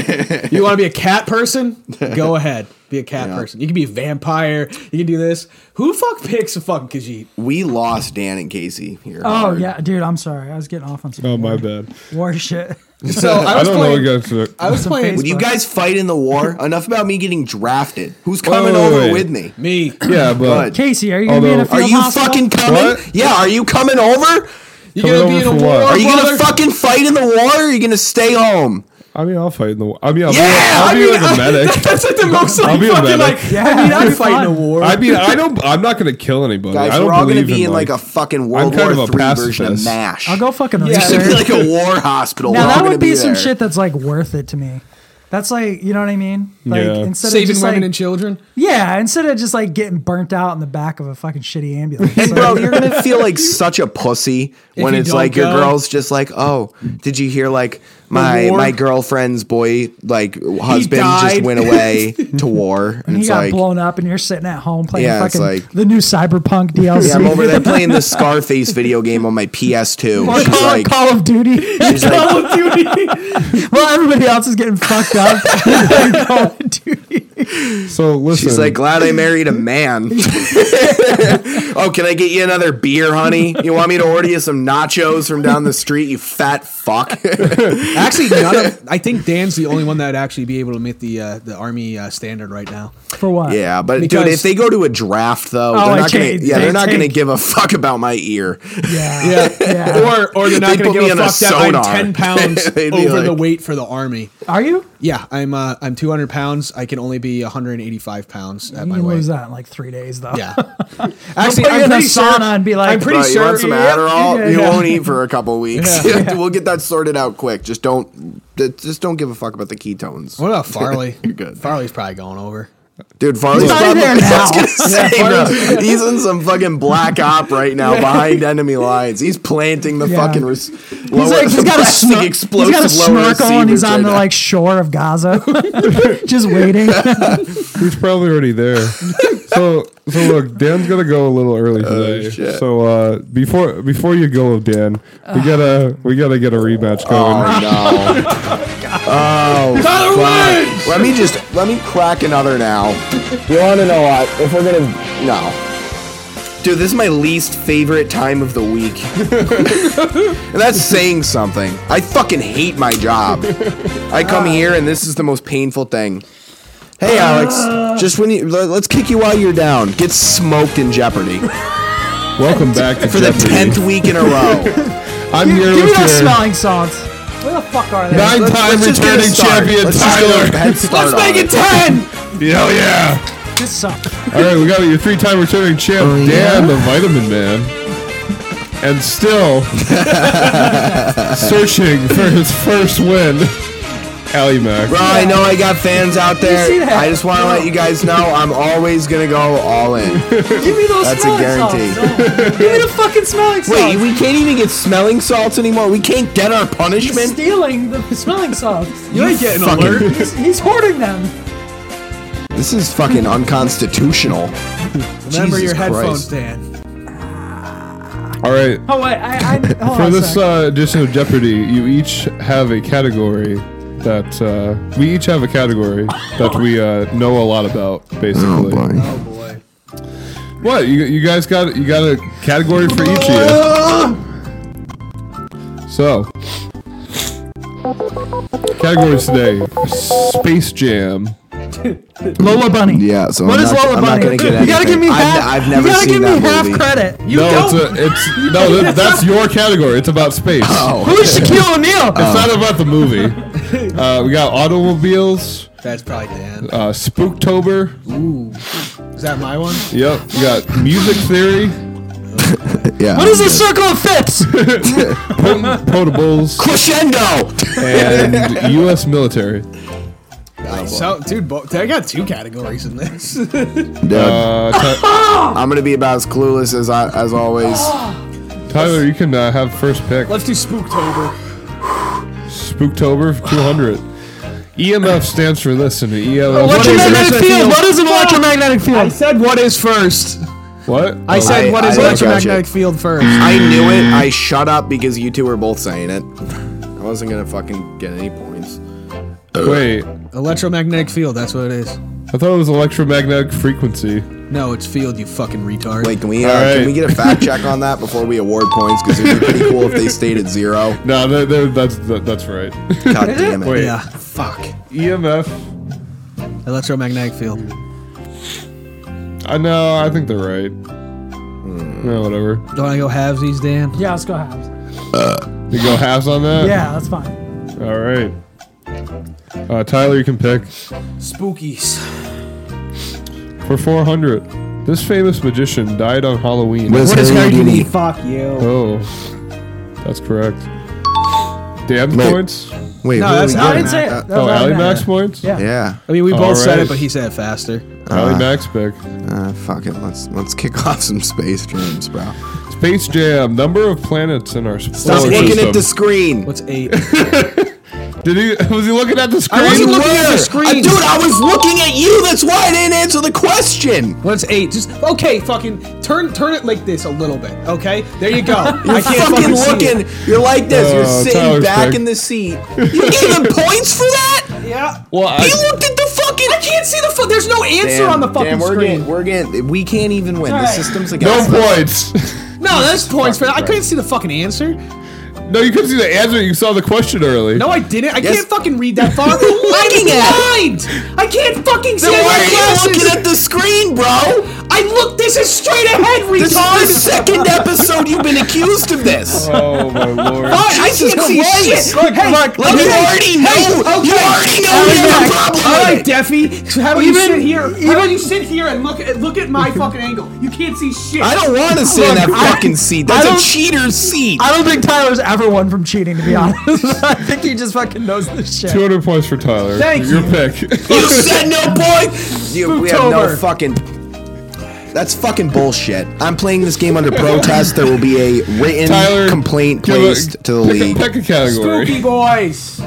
Speaker 7: Yeah. you want to be a cat person? Go ahead. Be a cat person. You can be a vampire. You can do this. Who the fuck picks a fucking Khajiit?
Speaker 8: We lost Dan and Casey here.
Speaker 4: Oh
Speaker 8: Howard.
Speaker 4: yeah, dude. I'm sorry. I was getting off on some
Speaker 5: Oh,
Speaker 4: war,
Speaker 5: my bad.
Speaker 4: war shit.
Speaker 7: So I
Speaker 5: I,
Speaker 7: was
Speaker 5: don't
Speaker 7: playing.
Speaker 5: know what guys.
Speaker 7: I was
Speaker 4: Some
Speaker 7: playing
Speaker 4: face-
Speaker 8: Would you
Speaker 4: Fuck.
Speaker 8: guys fight in the war? Enough about me getting drafted. Who's coming
Speaker 5: wait,
Speaker 8: over
Speaker 5: wait.
Speaker 8: with me?
Speaker 7: me.
Speaker 5: Yeah, but
Speaker 8: Good.
Speaker 4: Casey, are you gonna be in a
Speaker 5: Although-
Speaker 8: Are
Speaker 4: field
Speaker 8: you
Speaker 4: hospital?
Speaker 8: fucking coming?
Speaker 5: What?
Speaker 8: Yeah, are you coming over?
Speaker 7: You
Speaker 5: Coming
Speaker 7: gonna be
Speaker 5: over
Speaker 7: in a
Speaker 5: for
Speaker 7: war?
Speaker 5: what?
Speaker 8: Are you
Speaker 7: brother?
Speaker 8: gonna fucking fight in the war or are you gonna stay home?
Speaker 5: I mean, I'll fight in the. wa- I mean, I'll
Speaker 8: Yeah,
Speaker 5: be, I'll be like a medic.
Speaker 7: That's like the most like,
Speaker 5: I'll be a
Speaker 7: fucking
Speaker 5: medic.
Speaker 7: like. I mean,
Speaker 4: that'd
Speaker 7: I'm
Speaker 4: be
Speaker 7: fighting a
Speaker 4: fun.
Speaker 7: war.
Speaker 5: I mean, I don't. I'm not gonna kill anybody. I
Speaker 8: Guys,
Speaker 5: don't
Speaker 8: we're all gonna
Speaker 5: believe
Speaker 8: be in like,
Speaker 5: like
Speaker 8: a fucking World
Speaker 5: kind of
Speaker 8: War
Speaker 5: a
Speaker 8: III version of
Speaker 5: pacifist.
Speaker 8: MASH.
Speaker 4: I'll go fucking
Speaker 8: It's gonna
Speaker 4: research.
Speaker 8: be like a war hospital.
Speaker 4: Now
Speaker 8: We're all
Speaker 4: that
Speaker 8: gonna
Speaker 4: would be, some
Speaker 8: there.
Speaker 4: shit that's like worth it to me. That's like you know what I mean. Like
Speaker 5: Yeah.
Speaker 4: instead of
Speaker 7: saving
Speaker 4: just
Speaker 7: women
Speaker 4: like,
Speaker 7: and children.
Speaker 4: yeah, instead of just like getting burnt out in the back of a fucking shitty ambulance.
Speaker 8: And
Speaker 4: So,
Speaker 8: bro, you're gonna feel like such a pussy when
Speaker 7: you
Speaker 8: it's
Speaker 7: don't
Speaker 8: like your
Speaker 7: go.
Speaker 8: girl's just like, oh, did you hear like my
Speaker 7: war?
Speaker 8: my girlfriend's boy like husband just
Speaker 7: died.
Speaker 8: went away to war, and
Speaker 4: he
Speaker 8: it's
Speaker 4: got
Speaker 8: like.
Speaker 4: blown up, and you're sitting at home playing
Speaker 8: Yeah, it's
Speaker 4: fucking
Speaker 8: like-
Speaker 4: the new Cyberpunk DLC.
Speaker 8: Yeah, I'm over there playing the Scarface video game on my PS2.
Speaker 4: Or
Speaker 8: She's
Speaker 4: Call,
Speaker 8: like,
Speaker 4: Call of Duty.
Speaker 8: she's like,
Speaker 4: Call of Duty. well, everybody else is getting fucked up. Call of Duty.
Speaker 5: So listen,
Speaker 8: she's like, glad I married a man. oh, can I get you another beer, honey? You want me to order you some nachos from down the street? You fat fuck.
Speaker 7: Actually, none of. I think Dan's the only one that would actually be able to meet the uh, the army uh, standard right now.
Speaker 4: For what?
Speaker 8: yeah, but
Speaker 7: Because-
Speaker 8: dude, if they go to a draft though,
Speaker 4: Oh, I
Speaker 8: they're not gonna,
Speaker 4: take-
Speaker 8: yeah,
Speaker 4: they
Speaker 8: they're not gonna
Speaker 4: take-
Speaker 8: give a fuck about my ear.
Speaker 4: Yeah.
Speaker 7: Yeah.
Speaker 4: Yeah.
Speaker 7: Or or they're not
Speaker 8: They
Speaker 7: going
Speaker 8: put
Speaker 7: to
Speaker 8: me on
Speaker 7: give a
Speaker 8: a
Speaker 7: fuck that
Speaker 8: sonar.
Speaker 7: I'm ten pounds
Speaker 8: They'd be
Speaker 7: over the
Speaker 8: like-
Speaker 7: weight for the army.
Speaker 4: Are you?
Speaker 7: Yeah, I'm uh, I'm 200 pounds. I can only be 185 pounds at my
Speaker 4: you
Speaker 7: weight.
Speaker 4: lose that in like three days though.
Speaker 7: Yeah.
Speaker 4: Actually,
Speaker 7: Actually,
Speaker 4: I'm
Speaker 7: I'm
Speaker 4: in a
Speaker 7: pretty sure.
Speaker 4: sauna and be like,
Speaker 7: I'm pretty
Speaker 8: Bro, you
Speaker 7: sure.
Speaker 8: want some Adderall?
Speaker 4: yeah,
Speaker 8: you
Speaker 4: yeah.
Speaker 8: won't eat for a couple weeks. we'll get that sorted out quick. Just don't, th- just don't give a fuck about the ketones.
Speaker 7: What about Farley?
Speaker 8: You're good.
Speaker 7: Farley's probably going over.
Speaker 8: Dude, Farley's
Speaker 4: not
Speaker 8: probably
Speaker 4: there now.
Speaker 8: I was gonna say, bro, he's in some fucking black op right now behind enemy lines. He's planting the
Speaker 4: Yeah.
Speaker 8: fucking res-
Speaker 4: He's like, he's got a, snor- he's got a snorkel and he's on the like shore of Gaza, just waiting.
Speaker 5: he's probably already there. so so look, Dan's gonna go a little early today.
Speaker 8: Oh, shit.
Speaker 5: so uh, before before you go, Dan, we gotta we gotta get a rematch going.
Speaker 8: Oh no! oh, fuck. let me just let me crack another now. You want to know what? If we're gonna no, dude, this is my least favorite time of the week, and that's saying something. I fucking hate my job. I come here and this is the most painful thing. Hey, Alex, just when you let- let's kick you while you're down. Get smoked in Jeopardy
Speaker 5: Welcome back to
Speaker 8: for the
Speaker 5: Jeopardy.
Speaker 8: tenth week in a row.
Speaker 5: I'm here
Speaker 4: Give me
Speaker 5: with your
Speaker 4: those smelling salts. Where the fuck are they?
Speaker 5: nine time
Speaker 8: Let's just get a
Speaker 5: returning
Speaker 8: start.
Speaker 5: champion
Speaker 8: Let's just get a
Speaker 5: Tyler.
Speaker 8: head start on it.
Speaker 4: ten.
Speaker 5: Hell yeah!
Speaker 4: This sucks.
Speaker 5: All right, we got your three-time returning champ, Dan the Vitamin Man, and still searching for his first win. Alley Mac.
Speaker 8: Bro, I know I got fans out there.
Speaker 4: see that?
Speaker 8: I just want to let you guys know I'm always gonna go all in.
Speaker 4: Give me those
Speaker 8: That's a
Speaker 4: smelling
Speaker 8: guarantee.
Speaker 4: salts. No. Give me the fucking smelling salts.
Speaker 8: Wait, we can't even get smelling salts anymore. We can't get our
Speaker 4: He's
Speaker 8: punishment.
Speaker 4: stealing the smelling salts.
Speaker 7: You ain't getting
Speaker 8: fucking-
Speaker 7: alert.
Speaker 4: He's, he's hoarding them.
Speaker 8: This is fucking unconstitutional.
Speaker 7: Remember
Speaker 8: Jesus
Speaker 7: your headphones,
Speaker 8: Christ.
Speaker 7: Dan.
Speaker 5: All right.
Speaker 4: Oh wait, I, I hold
Speaker 5: For
Speaker 4: on a
Speaker 5: this
Speaker 4: sec.
Speaker 5: uh, edition of Jeopardy, you each have a category that uh, we each have a category that we uh, know a lot about, basically.
Speaker 8: Oh,
Speaker 4: Oh,
Speaker 8: boy.
Speaker 5: What you, you guys got? You got a category for each of you. So, categories today: Space Jam.
Speaker 4: Lola Bunny.
Speaker 8: Yeah, so
Speaker 4: What
Speaker 8: I'm
Speaker 4: is
Speaker 8: not-
Speaker 4: Lola
Speaker 8: I'm not
Speaker 4: Bunny?
Speaker 8: gonna get
Speaker 4: you gotta
Speaker 8: anything.
Speaker 4: give me
Speaker 8: I've-
Speaker 4: half.
Speaker 8: I've never
Speaker 4: you gotta
Speaker 8: seen
Speaker 4: give me
Speaker 8: that
Speaker 4: half
Speaker 8: movie.
Speaker 4: credit. You
Speaker 5: no,
Speaker 4: don't.
Speaker 5: it's a, it's no that, that's your category. It's about space.
Speaker 8: Oh,
Speaker 4: Who is Shaquille O'Neal?
Speaker 5: It's not about the movie. Uh, we got automobiles,
Speaker 7: That's probably Dan.
Speaker 5: uh, Spooktober.
Speaker 7: Is that my one?
Speaker 5: Yep, we got music theory,
Speaker 8: yeah.
Speaker 4: what is the circle of fifths?
Speaker 5: potables,
Speaker 8: Crescendo!
Speaker 5: and U.S. military.
Speaker 7: So, dude, bo- I got two categories in this.
Speaker 8: Dude,
Speaker 5: Uh, Ty-
Speaker 8: I'm gonna be about as clueless as I, as always.
Speaker 5: Tyler, you can uh, have first pick.
Speaker 7: Let's do Spooktober.
Speaker 5: Spooktober 200. EMF stands for listen. E EMF. What is it?
Speaker 4: Electromagnetic field. What is an electromagnetic
Speaker 7: I
Speaker 4: field?
Speaker 7: said what is first.
Speaker 5: What?
Speaker 7: I said
Speaker 8: I-
Speaker 7: what is
Speaker 8: I- I got you.
Speaker 7: electromagnetic field first.
Speaker 8: I knew it. I shut up because you two were both saying it. I wasn't gonna fucking get any points.
Speaker 5: Wait.
Speaker 7: Electromagnetic field, that's what it is.
Speaker 5: I thought it was electromagnetic frequency.
Speaker 7: No, it's field, you fucking retard.
Speaker 8: Wait, can we uh,
Speaker 5: All right.
Speaker 8: can we get a fact check on that before we award points? Because it'd be pretty cool if they stayed at zero.
Speaker 5: No, that, that, that's that, that's right. E
Speaker 8: God damn it!
Speaker 5: Wait.
Speaker 7: Yeah, fuck.
Speaker 5: EMF.
Speaker 7: Electromagnetic field.
Speaker 5: I know. I think they're right.
Speaker 7: Hmm.
Speaker 5: No, whatever.
Speaker 7: Do I go halvesies, Dan?
Speaker 4: Yeah, let's go halves.
Speaker 5: You go halves on that.
Speaker 4: Yeah, that's fine.
Speaker 5: All right. Uh, Tyler, you can pick
Speaker 7: Spookies.
Speaker 5: for 400. This famous magician died on Halloween.
Speaker 7: What is Houdini?
Speaker 8: Houdini?
Speaker 7: Fuck you.
Speaker 5: Oh, that's correct. Damn
Speaker 8: Wait.
Speaker 5: points.
Speaker 8: Wait,
Speaker 7: No,
Speaker 8: who
Speaker 7: that's
Speaker 8: we
Speaker 7: not-
Speaker 8: got?
Speaker 4: I didn't say it. That was
Speaker 5: Oh, Ally
Speaker 4: automatic.
Speaker 5: Max points.
Speaker 4: Yeah.
Speaker 8: Yeah.
Speaker 7: I mean, we both said
Speaker 5: Alright.
Speaker 7: it, but he said it faster. Ah.
Speaker 5: Ally Max pick.
Speaker 8: Uh, fuck it. Let's let's kick off some space dreams, bro.
Speaker 5: Space Jam. Number of planets in our
Speaker 8: Stop
Speaker 5: solar
Speaker 8: looking
Speaker 5: system.
Speaker 8: at the screen.
Speaker 7: What's eight?
Speaker 5: Did he? Was he looking at the screen?
Speaker 7: wasn't
Speaker 8: Where?
Speaker 7: looking at the
Speaker 8: Uh,
Speaker 7: screen.
Speaker 8: dude. I was looking at you. That's why I didn't answer the question.
Speaker 7: What's eight? Just okay. Fucking turn, turn it like this a little bit. Okay, there you go. I
Speaker 8: You're fucking
Speaker 7: see it.
Speaker 8: looking. You're like this. You're
Speaker 5: Oh,
Speaker 8: sitting
Speaker 5: Tyler's
Speaker 8: back
Speaker 5: back.
Speaker 8: in the seat. You gave him points for that?
Speaker 7: Yeah.
Speaker 5: well, I,
Speaker 8: He looked at the fucking.
Speaker 7: I can't see the. Fu- There's no answer on the fucking
Speaker 8: we're
Speaker 7: screen.
Speaker 8: Getting, we're getting. We can't even win. The
Speaker 4: right.
Speaker 8: system's
Speaker 5: no
Speaker 8: against us.
Speaker 5: points.
Speaker 7: no, that's points for that. I
Speaker 8: Christ.
Speaker 7: couldn't see the fucking answer.
Speaker 5: no, you couldn't see the answer. You saw the question early.
Speaker 7: No, I didn't. I
Speaker 8: Yes.
Speaker 7: can't fucking read that far. I'm
Speaker 8: looking
Speaker 7: blind. I can't fucking see.
Speaker 8: Then
Speaker 7: I
Speaker 8: why
Speaker 7: got
Speaker 8: are you
Speaker 7: glasses.
Speaker 8: looking at the screen, bro?
Speaker 7: I look. This is straight ahead,
Speaker 8: This is the
Speaker 7: retard.
Speaker 8: second episode you've been accused of this.
Speaker 5: Oh my lord.
Speaker 7: Fine, I
Speaker 8: Jesus
Speaker 7: can't see
Speaker 8: Christ.
Speaker 7: shit. Look, hey, look,
Speaker 8: Like you already know.
Speaker 7: okay.
Speaker 8: You already know
Speaker 7: Ally
Speaker 8: you have a
Speaker 7: Mac.
Speaker 8: problem
Speaker 7: All
Speaker 8: with
Speaker 7: right,
Speaker 8: it.
Speaker 7: Deffy. How about you
Speaker 4: Even-
Speaker 7: sit here? How about you sit here and look at look at my fucking angle? You can't see shit.
Speaker 8: I don't want to sit in that
Speaker 4: Look, I-
Speaker 8: fucking seat.
Speaker 4: I
Speaker 8: That's a
Speaker 4: don't-
Speaker 8: cheater's seat.
Speaker 4: I don't think Tyler's ever won from cheating, to be honest. I think he just fucking knows this shit.
Speaker 5: 200 points for Tyler.
Speaker 7: Thank
Speaker 5: Your
Speaker 7: you.
Speaker 5: pick.
Speaker 8: You said no point. You, we have no
Speaker 7: Spooktober.
Speaker 8: fucking. That's fucking bullshit. I'm playing this game under protest. There will be a written
Speaker 5: Tyler,
Speaker 8: complaint
Speaker 5: give a-
Speaker 8: placed to the
Speaker 5: pick a-
Speaker 8: league.
Speaker 5: pick a category.
Speaker 7: Spooky boys.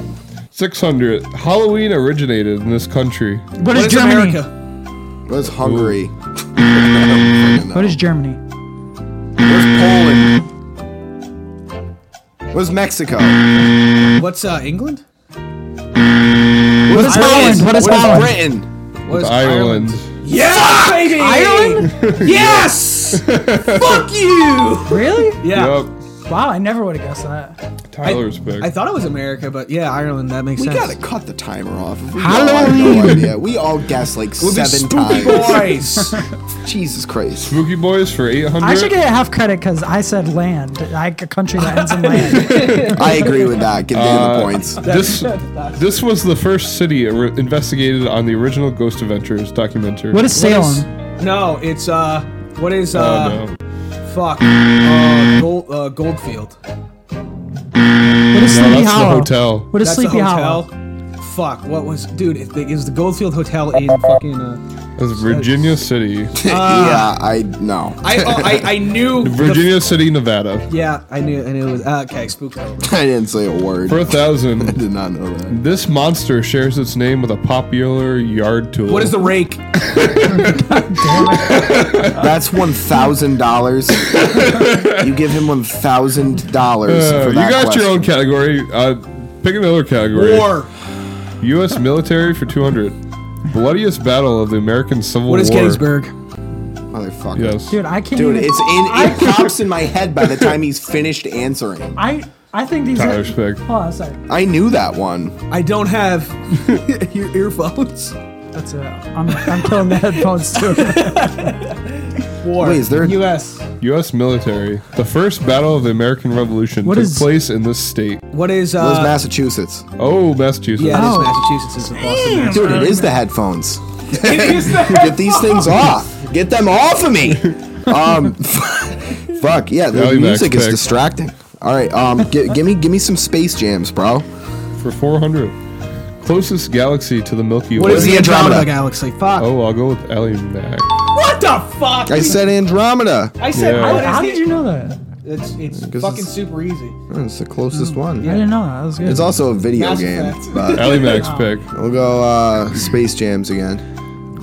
Speaker 5: 600. Halloween originated in this country.
Speaker 4: What is Germany?
Speaker 8: Where's Hungary?
Speaker 4: What is Germany?
Speaker 8: Where's Poland? Where's Mexico?
Speaker 7: What's uh, England?
Speaker 8: What is
Speaker 4: Ireland? What is Holland?
Speaker 8: Britain?
Speaker 7: What is
Speaker 5: Ireland.
Speaker 7: Yeah, baby.
Speaker 4: Ireland?
Speaker 7: Yes. Fuck you.
Speaker 4: Really?
Speaker 7: Yeah.
Speaker 5: Yep.
Speaker 4: Wow, I never would have guessed that.
Speaker 5: Tyler's pick.
Speaker 7: I thought it was America, but yeah, Ireland. That makes
Speaker 8: We
Speaker 7: sense.
Speaker 8: gotta cut the timer off. We all have no idea. We all guessed like seven
Speaker 7: Spooky
Speaker 8: times.
Speaker 7: boys.
Speaker 8: Jesus Christ.
Speaker 5: Spooky Boys for 800.
Speaker 4: I should get half credit because I said land, like a country that ends in land.
Speaker 8: I agree with that. Give Dan
Speaker 5: Uh,
Speaker 8: the points.
Speaker 5: this this was the first city or- investigated on the original Ghost Adventures documentary.
Speaker 4: What is Salem?
Speaker 7: no, it's uh, what is uh,
Speaker 5: Oh, no.
Speaker 7: fuck, uh, gold, uh, Goldfield.
Speaker 4: What is
Speaker 5: No,
Speaker 4: Sleepy
Speaker 5: that's the
Speaker 4: Hollow?
Speaker 5: hotel.
Speaker 4: What is
Speaker 7: That's
Speaker 4: Sleepy
Speaker 7: a
Speaker 4: Hollow?
Speaker 7: hotel. fuck, what was, dude? It, it was the Goldfield Hotel in fucking. Uh,
Speaker 5: It was Virginia City.
Speaker 8: yeah, I no.
Speaker 7: I, oh, I I knew. the-
Speaker 5: Virginia City, Nevada.
Speaker 7: yeah, I knew. I knew it was uh, okay. Spooktober.
Speaker 8: I didn't say a word.
Speaker 5: For a
Speaker 8: I
Speaker 5: thousand,
Speaker 8: did not know that.
Speaker 5: this monster shares its name with a popular yard tool.
Speaker 7: What is the rake?
Speaker 8: That's one thousand dollars. You give him one thousand dollars
Speaker 5: Uh,
Speaker 8: for
Speaker 5: you
Speaker 8: that.
Speaker 5: got your own
Speaker 8: question.
Speaker 5: category. Uh, pick another category.
Speaker 7: War.
Speaker 5: U.S. military for 200. Bloodiest battle of the American Civil
Speaker 7: What
Speaker 5: War.
Speaker 7: is Gettysburg?
Speaker 8: motherfucker.
Speaker 5: Yes.
Speaker 4: Dude, I can't.
Speaker 8: Dude,
Speaker 4: even-
Speaker 8: it's in. It pops in my head by the time he's finished answering.
Speaker 4: I I think these.
Speaker 5: Tyler's
Speaker 4: are,
Speaker 5: pick.
Speaker 4: Hold on, sorry.
Speaker 8: I knew that one.
Speaker 7: I don't have your earphones.
Speaker 4: That's a. I'm I'm killing the headphones too.
Speaker 7: War.
Speaker 8: Wait, is there-
Speaker 7: U.S.
Speaker 5: U.S. military. The first battle of the American Revolution
Speaker 4: What
Speaker 5: took
Speaker 4: is-
Speaker 5: place in this state.
Speaker 7: What is?
Speaker 8: It was
Speaker 7: Uh,
Speaker 8: Massachusetts.
Speaker 5: Oh, Massachusetts.
Speaker 7: yeah, it is
Speaker 4: Oh.
Speaker 7: Massachusetts. It's Boston. Mass.
Speaker 8: Dude, it is the headphones. Get these things off. Get them off of me. Um, fuck yeah, the
Speaker 5: Value
Speaker 8: music
Speaker 5: back,
Speaker 8: is
Speaker 5: back.
Speaker 8: distracting. All right, um, gi- give me give me some space jams, bro.
Speaker 5: For 400. Closest galaxy to the Milky Way.
Speaker 7: What is
Speaker 8: the
Speaker 7: the Andromeda,
Speaker 8: Andromeda?
Speaker 7: Galaxy? Fuck.
Speaker 5: Oh, I'll go with Ali Mac.
Speaker 7: What the fuck?
Speaker 8: I said Andromeda.
Speaker 7: I said.
Speaker 5: Yeah.
Speaker 7: what is
Speaker 4: How
Speaker 7: the-
Speaker 4: did you know that?
Speaker 7: It's it's
Speaker 8: Because
Speaker 7: fucking
Speaker 8: it's-
Speaker 7: super easy.
Speaker 8: Oh, It's the closest one.
Speaker 4: I didn't know that. That was good.
Speaker 8: It's also a video
Speaker 7: Mass
Speaker 8: game,
Speaker 7: Effect.
Speaker 8: but
Speaker 5: Ali Mac's pick.
Speaker 8: we'll go uh, space jams again.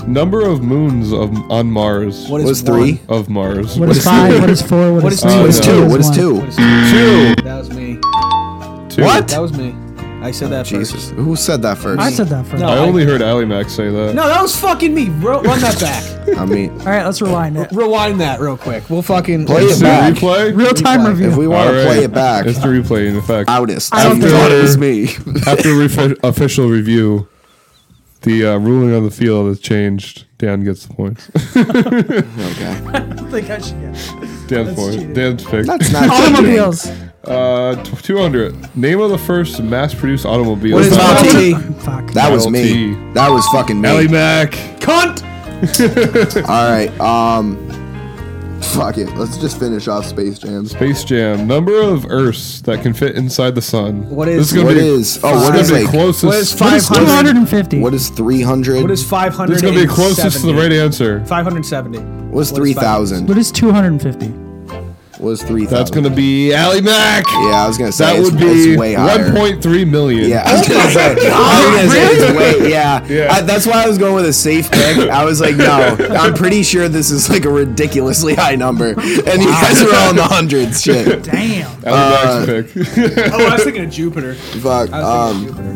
Speaker 5: Number of moons of, on Mars.
Speaker 7: What
Speaker 8: What
Speaker 7: is
Speaker 8: was three?
Speaker 5: Of Mars.
Speaker 4: what is five? What is four? What is
Speaker 7: is two?
Speaker 4: three?
Speaker 8: What is
Speaker 5: Uh,
Speaker 8: two? What
Speaker 4: one?
Speaker 8: is two?
Speaker 7: What is that
Speaker 5: Two.
Speaker 7: was me.
Speaker 5: Two.
Speaker 8: What?
Speaker 7: That was me. I said that
Speaker 8: Jesus,
Speaker 7: first.
Speaker 8: who said that first?
Speaker 4: I said that first.
Speaker 5: I only heard Ali Mac say that.
Speaker 7: No, that was fucking me. Ru- run that back.
Speaker 8: I mean,
Speaker 4: All right, let's rewind it.
Speaker 7: Rewind that real quick. We'll fucking
Speaker 8: Play
Speaker 5: Is
Speaker 8: it
Speaker 5: it
Speaker 8: back.
Speaker 5: replay?
Speaker 4: Real time review.
Speaker 8: if we want to play it back,
Speaker 5: It's the replay, in effect.
Speaker 8: outest.
Speaker 4: I don't
Speaker 8: You
Speaker 4: think-
Speaker 8: thought it was me.
Speaker 5: After refi- official review, the uh, ruling on the field has changed. Dan gets the points.
Speaker 8: okay,
Speaker 4: I think I should get.
Speaker 5: Dan's
Speaker 4: cheating.
Speaker 5: point. Dan's pick.
Speaker 8: that's not.
Speaker 4: Automobiles.
Speaker 5: Uh, t- 200. Name of the first mass-produced automobile.
Speaker 7: What is
Speaker 5: Model
Speaker 8: Model
Speaker 7: T?
Speaker 4: Fuck.
Speaker 8: That was
Speaker 5: LT.
Speaker 8: me. That was fucking me.
Speaker 5: Ally Mac.
Speaker 7: Cunt.
Speaker 8: All right. Um, fuck it. Let's just finish off Space Jams.
Speaker 5: Space Jam. Number of Earths that can fit inside the sun.
Speaker 7: What is-
Speaker 5: This is gonna
Speaker 8: What
Speaker 5: be,
Speaker 8: is- oh,
Speaker 5: this
Speaker 8: what
Speaker 5: gonna
Speaker 8: is
Speaker 5: be
Speaker 8: like-
Speaker 5: closest?
Speaker 7: What is
Speaker 4: What is
Speaker 7: 500?
Speaker 4: 250?
Speaker 8: What is 300?
Speaker 7: What is 500?
Speaker 5: This is gonna be closest to the right answer.
Speaker 7: 570.
Speaker 8: What is 3,000?
Speaker 4: What is 250?
Speaker 8: What is 3,000?
Speaker 5: That's gonna be Ally Mac.
Speaker 8: Yeah, I was gonna say
Speaker 5: That
Speaker 8: it's,
Speaker 5: would be
Speaker 8: it's way higher.
Speaker 5: 1.5 million.
Speaker 8: Yeah, I was gonna say, I was gonna say it's way, yeah.
Speaker 5: Yeah.
Speaker 8: I, that's why I was going with a safe pick. I was like, no, I'm pretty sure this is like a ridiculously high number, and you guys are all in the hundreds. Shit,
Speaker 4: Damn.
Speaker 8: uh,
Speaker 5: Ally Mac's pick.
Speaker 7: Oh, I was thinking of Jupiter.
Speaker 8: fuck.
Speaker 7: I was
Speaker 8: Um,
Speaker 7: thinking of Jupiter.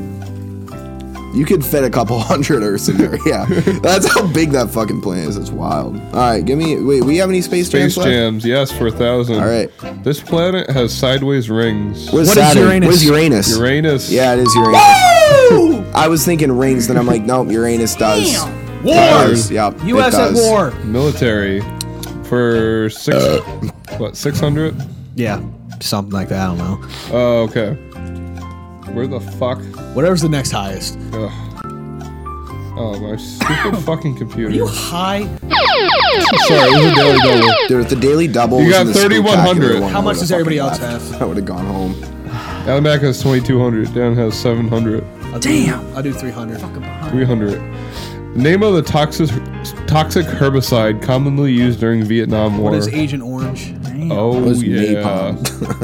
Speaker 8: You could fit a couple hundred Earths in there. Yeah, that's how big that fucking planet is. It's wild. All right, give me. Wait, we have any space,
Speaker 5: Space
Speaker 8: jams? left?
Speaker 5: Jams. Yes, for a thousand.
Speaker 8: All right.
Speaker 5: This planet has sideways rings.
Speaker 8: Where's
Speaker 7: What is
Speaker 8: Saturn?
Speaker 7: Uranus?
Speaker 8: Where's Uranus?
Speaker 5: Uranus.
Speaker 8: Yeah, it is Uranus. I was thinking rings, then I'm like, nope, Uranus does. Does,
Speaker 7: War.
Speaker 8: Yep, it
Speaker 7: U.S. at
Speaker 8: does.
Speaker 7: war.
Speaker 5: Military. For six.
Speaker 8: Uh,
Speaker 5: What? Six hundred.
Speaker 7: Yeah, something like that. I don't know.
Speaker 5: Oh, okay. Where the fuck?
Speaker 7: Whatever's the next highest.
Speaker 5: Ugh. Oh, my stupid fucking computer.
Speaker 7: High.
Speaker 5: Sorry, it was a daily double.
Speaker 8: Dude, if the Daily Double.
Speaker 5: You
Speaker 8: was
Speaker 5: got
Speaker 8: in the
Speaker 5: 3100.
Speaker 8: spectacular one,
Speaker 7: How
Speaker 8: I
Speaker 7: much
Speaker 8: would've
Speaker 7: does everybody
Speaker 8: fucking
Speaker 7: else
Speaker 8: left.
Speaker 7: have?
Speaker 8: I would have gone home.
Speaker 5: Alamac has 2200. Dan has 700.
Speaker 4: Damn.
Speaker 7: I'll do 300.
Speaker 5: 300. Name of the toxic toxic herbicide commonly used during Vietnam War.
Speaker 7: What is Agent Orange?
Speaker 5: oh
Speaker 8: was
Speaker 5: yeah.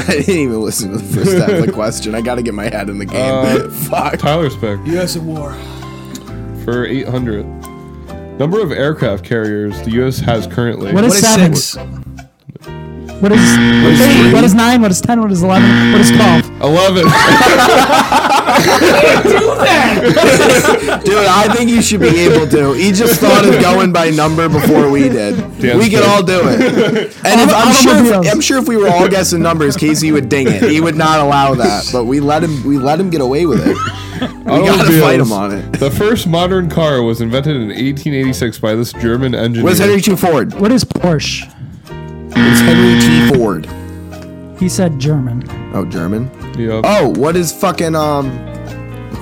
Speaker 8: I didn't even listen to the first half of the question. I got to get my head in the game.
Speaker 5: Uh,
Speaker 8: Fuck.
Speaker 5: Tyler's pick
Speaker 7: U.S. at war.
Speaker 5: for 800. Number of aircraft carriers the U.S. has currently.
Speaker 4: What
Speaker 7: What
Speaker 4: is
Speaker 7: is
Speaker 4: seven?
Speaker 7: six?
Speaker 4: What is eight? What is nine? What is ten? What is eleven? What is twelve?
Speaker 5: 11.
Speaker 8: Dude, I think you should be able to. He just thought of going by number before we did.
Speaker 5: Dan's
Speaker 8: we could
Speaker 5: pick.
Speaker 8: all do it. And if, I'm, sure if,
Speaker 4: Automobiles.
Speaker 8: I'm sure if we were all guessing numbers, Casey would ding it. He would not allow that. But we let him. We let him get away with it. We gotta fight him on it.
Speaker 5: The first modern car was invented in 1886 by this German engineer.
Speaker 8: What's Henry T. Ford?
Speaker 4: What is Porsche?
Speaker 8: It's Henry T. Ford.
Speaker 4: He said German.
Speaker 8: Oh, German.
Speaker 5: Yep.
Speaker 8: Oh, what is fucking um?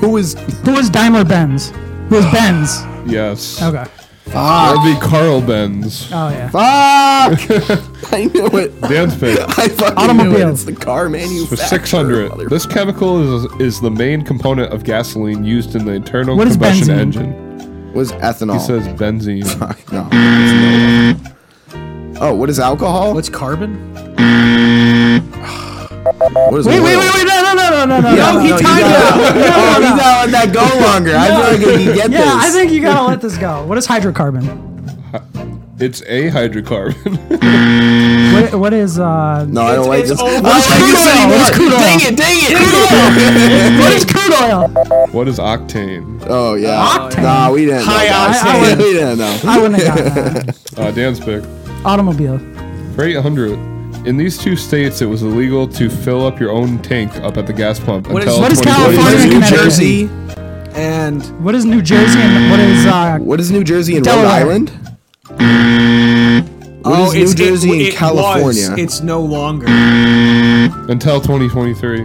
Speaker 8: Who is
Speaker 4: Who is Daimler Benz? Who is Benz?
Speaker 5: Yes.
Speaker 4: Okay.
Speaker 5: That'd be Carl Benz.
Speaker 4: Oh yeah.
Speaker 8: Fuck! I knew it.
Speaker 5: Dance pick.
Speaker 8: I fucking knew
Speaker 4: Automobile.
Speaker 8: it. It's the car
Speaker 5: For
Speaker 8: manufacturer.
Speaker 5: 600. This chemical is is the main component of gasoline used in the internal
Speaker 4: What is
Speaker 5: combustion
Speaker 4: benzene?
Speaker 5: engine.
Speaker 8: was ethanol.
Speaker 5: He says benzene.
Speaker 8: no, it's no. Oh, what is alcohol?
Speaker 7: What's carbon?
Speaker 8: What is
Speaker 4: Wait,
Speaker 8: oil?
Speaker 4: wait, wait, wait, no, no, no, no, no, no.
Speaker 8: No,
Speaker 4: no,
Speaker 8: he
Speaker 4: no.
Speaker 8: timed out. Oh, he's not letting that go longer. I feel like if you get
Speaker 4: Yeah,
Speaker 8: this.
Speaker 4: I think you gotta let this go. What is hydrocarbon?
Speaker 5: It's a hydrocarbon.
Speaker 4: What, what is uh?
Speaker 8: No, I don't like this. I don't like
Speaker 4: oil.
Speaker 8: this
Speaker 4: It's crude
Speaker 8: anymore.
Speaker 4: oil.
Speaker 8: Dang it! Dang it!
Speaker 4: What is crude oil?
Speaker 5: what is octane?
Speaker 8: Oh yeah.
Speaker 4: Octane.
Speaker 8: Nah, we didn't.
Speaker 7: High
Speaker 8: know that.
Speaker 4: octane. I- I would-
Speaker 8: we didn't know.
Speaker 4: I wouldn't have gotten that.
Speaker 5: Uh, Dan's pick.
Speaker 4: Automobile.
Speaker 5: For 800. In these two states, it was illegal to fill up your own tank up at the gas pump
Speaker 7: What is-
Speaker 5: until
Speaker 4: What is
Speaker 5: 2020.
Speaker 4: California and
Speaker 8: New
Speaker 4: Connecticut?
Speaker 8: Jersey.
Speaker 7: And
Speaker 4: What is New Jersey and what is uh?
Speaker 8: What is New Jersey and
Speaker 4: Delaware. Mm. Oh,
Speaker 8: Rhode Island? What is
Speaker 7: Oh,
Speaker 8: New Jersey and California?
Speaker 7: Was, it's no longer.
Speaker 5: Until 2023.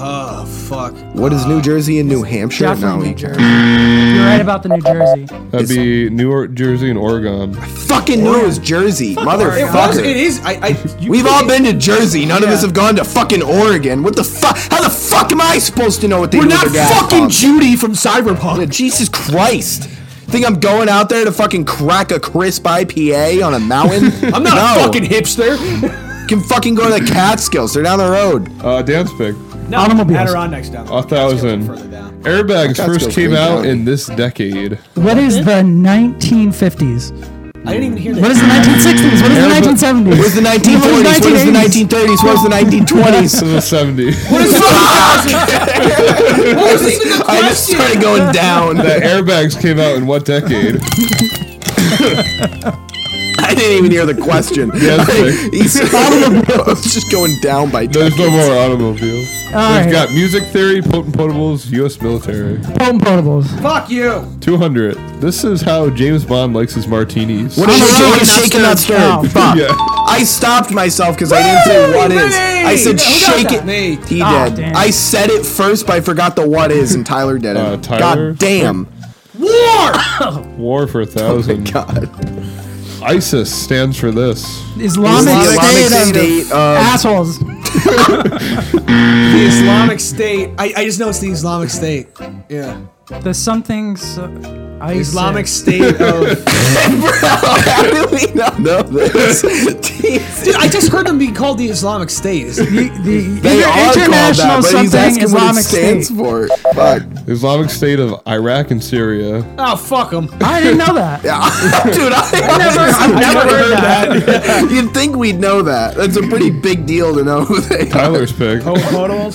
Speaker 7: Oh fuck.
Speaker 8: what is New Jersey and New Hampshire? No,
Speaker 4: Definitely
Speaker 8: we
Speaker 4: New Jersey. You're right about the New Jersey.
Speaker 5: That'd be New Jersey and Oregon.
Speaker 8: fucking knew it was Jersey,
Speaker 7: It was. It
Speaker 8: motherfucker.
Speaker 7: is. I. I you
Speaker 8: We've all been to Jersey. None of
Speaker 7: Yeah.
Speaker 8: us have gone to fucking Oregon. What the fuck? How the fuck am I supposed to know what they
Speaker 7: We're
Speaker 8: do with
Speaker 7: not
Speaker 8: their gas
Speaker 7: fucking
Speaker 8: pumps?
Speaker 7: Judy from Cyberpunk.
Speaker 8: Jesus Christ. Think I'm going out there to fucking crack a crisp IPA on a mountain?
Speaker 7: I'm not
Speaker 8: no.
Speaker 7: a fucking hipster.
Speaker 8: Can fucking go to the Catskills. They're down the road.
Speaker 5: Uh, Dan's pick.
Speaker 7: No,
Speaker 4: Automobiles.
Speaker 7: Adirondacks down.
Speaker 5: A thousand.
Speaker 7: Further down.
Speaker 5: Airbags
Speaker 8: That's
Speaker 5: first
Speaker 8: still
Speaker 5: came
Speaker 8: pretty
Speaker 5: out
Speaker 8: young.
Speaker 5: in this decade.
Speaker 4: What is the 1950s?
Speaker 7: I didn't even hear that.
Speaker 4: What is the 1960s? What is the
Speaker 5: Airbus-
Speaker 4: 1970s?
Speaker 8: Where's the 1940s? What is the 1930s? What is the 1920s?
Speaker 5: This is the 70s.
Speaker 7: What is What was even the
Speaker 8: I just
Speaker 7: question?
Speaker 8: started going down.
Speaker 5: The airbags came out in what decade?
Speaker 8: I didn't even hear the question.
Speaker 5: Yeah, that's
Speaker 8: I,
Speaker 5: fair.
Speaker 8: he's I was just going down by
Speaker 5: There's no
Speaker 8: decades.
Speaker 5: more automobiles.
Speaker 4: All
Speaker 5: We've
Speaker 4: right.
Speaker 5: got music theory, potent potables, U.S. military.
Speaker 4: Potent potables.
Speaker 7: Fuck you.
Speaker 5: 200. This is how James Bond likes his martinis.
Speaker 8: What is
Speaker 4: I'm
Speaker 8: it?
Speaker 4: alone,
Speaker 8: What is
Speaker 4: not
Speaker 8: shaking that
Speaker 4: stirred.
Speaker 8: stirred?
Speaker 4: Oh.
Speaker 8: Fuck.
Speaker 5: Yeah.
Speaker 8: I stopped myself because I didn't say what is. I said
Speaker 7: Who got
Speaker 8: shake
Speaker 7: that?
Speaker 8: it.
Speaker 7: Me.
Speaker 8: He
Speaker 4: Ah,
Speaker 8: did.
Speaker 4: damn.
Speaker 8: I said it first, but I forgot the what is, and Tyler did it.
Speaker 5: Uh, Tyler?
Speaker 8: God damn.
Speaker 5: War for a thousand.
Speaker 8: God.
Speaker 5: ISIS stands for this.
Speaker 4: Islamic,
Speaker 8: Islamic
Speaker 4: State, of
Speaker 8: State of-
Speaker 4: assholes.
Speaker 7: The Islamic State. I, I just know it's the Islamic State. Yeah.
Speaker 4: The something's
Speaker 7: Islamic State of.
Speaker 8: How do we not know this? Jesus.
Speaker 7: Dude, I just heard them being called the Islamic State. Is-
Speaker 4: The, the
Speaker 8: They
Speaker 4: inter-
Speaker 8: are called
Speaker 4: international
Speaker 8: that, but he's
Speaker 4: something
Speaker 8: asking what
Speaker 4: Islamic
Speaker 8: it stands
Speaker 4: State.
Speaker 8: for. Fuck.
Speaker 5: Islamic State of Iraq and Syria.
Speaker 7: Oh fuck them.
Speaker 4: I didn't know that.
Speaker 8: Dude, I,
Speaker 4: I've never heard that.
Speaker 8: you'd think we'd know that. That's a pretty big deal to know who they are.
Speaker 5: Tyler's pick.
Speaker 8: Oh,
Speaker 5: 400.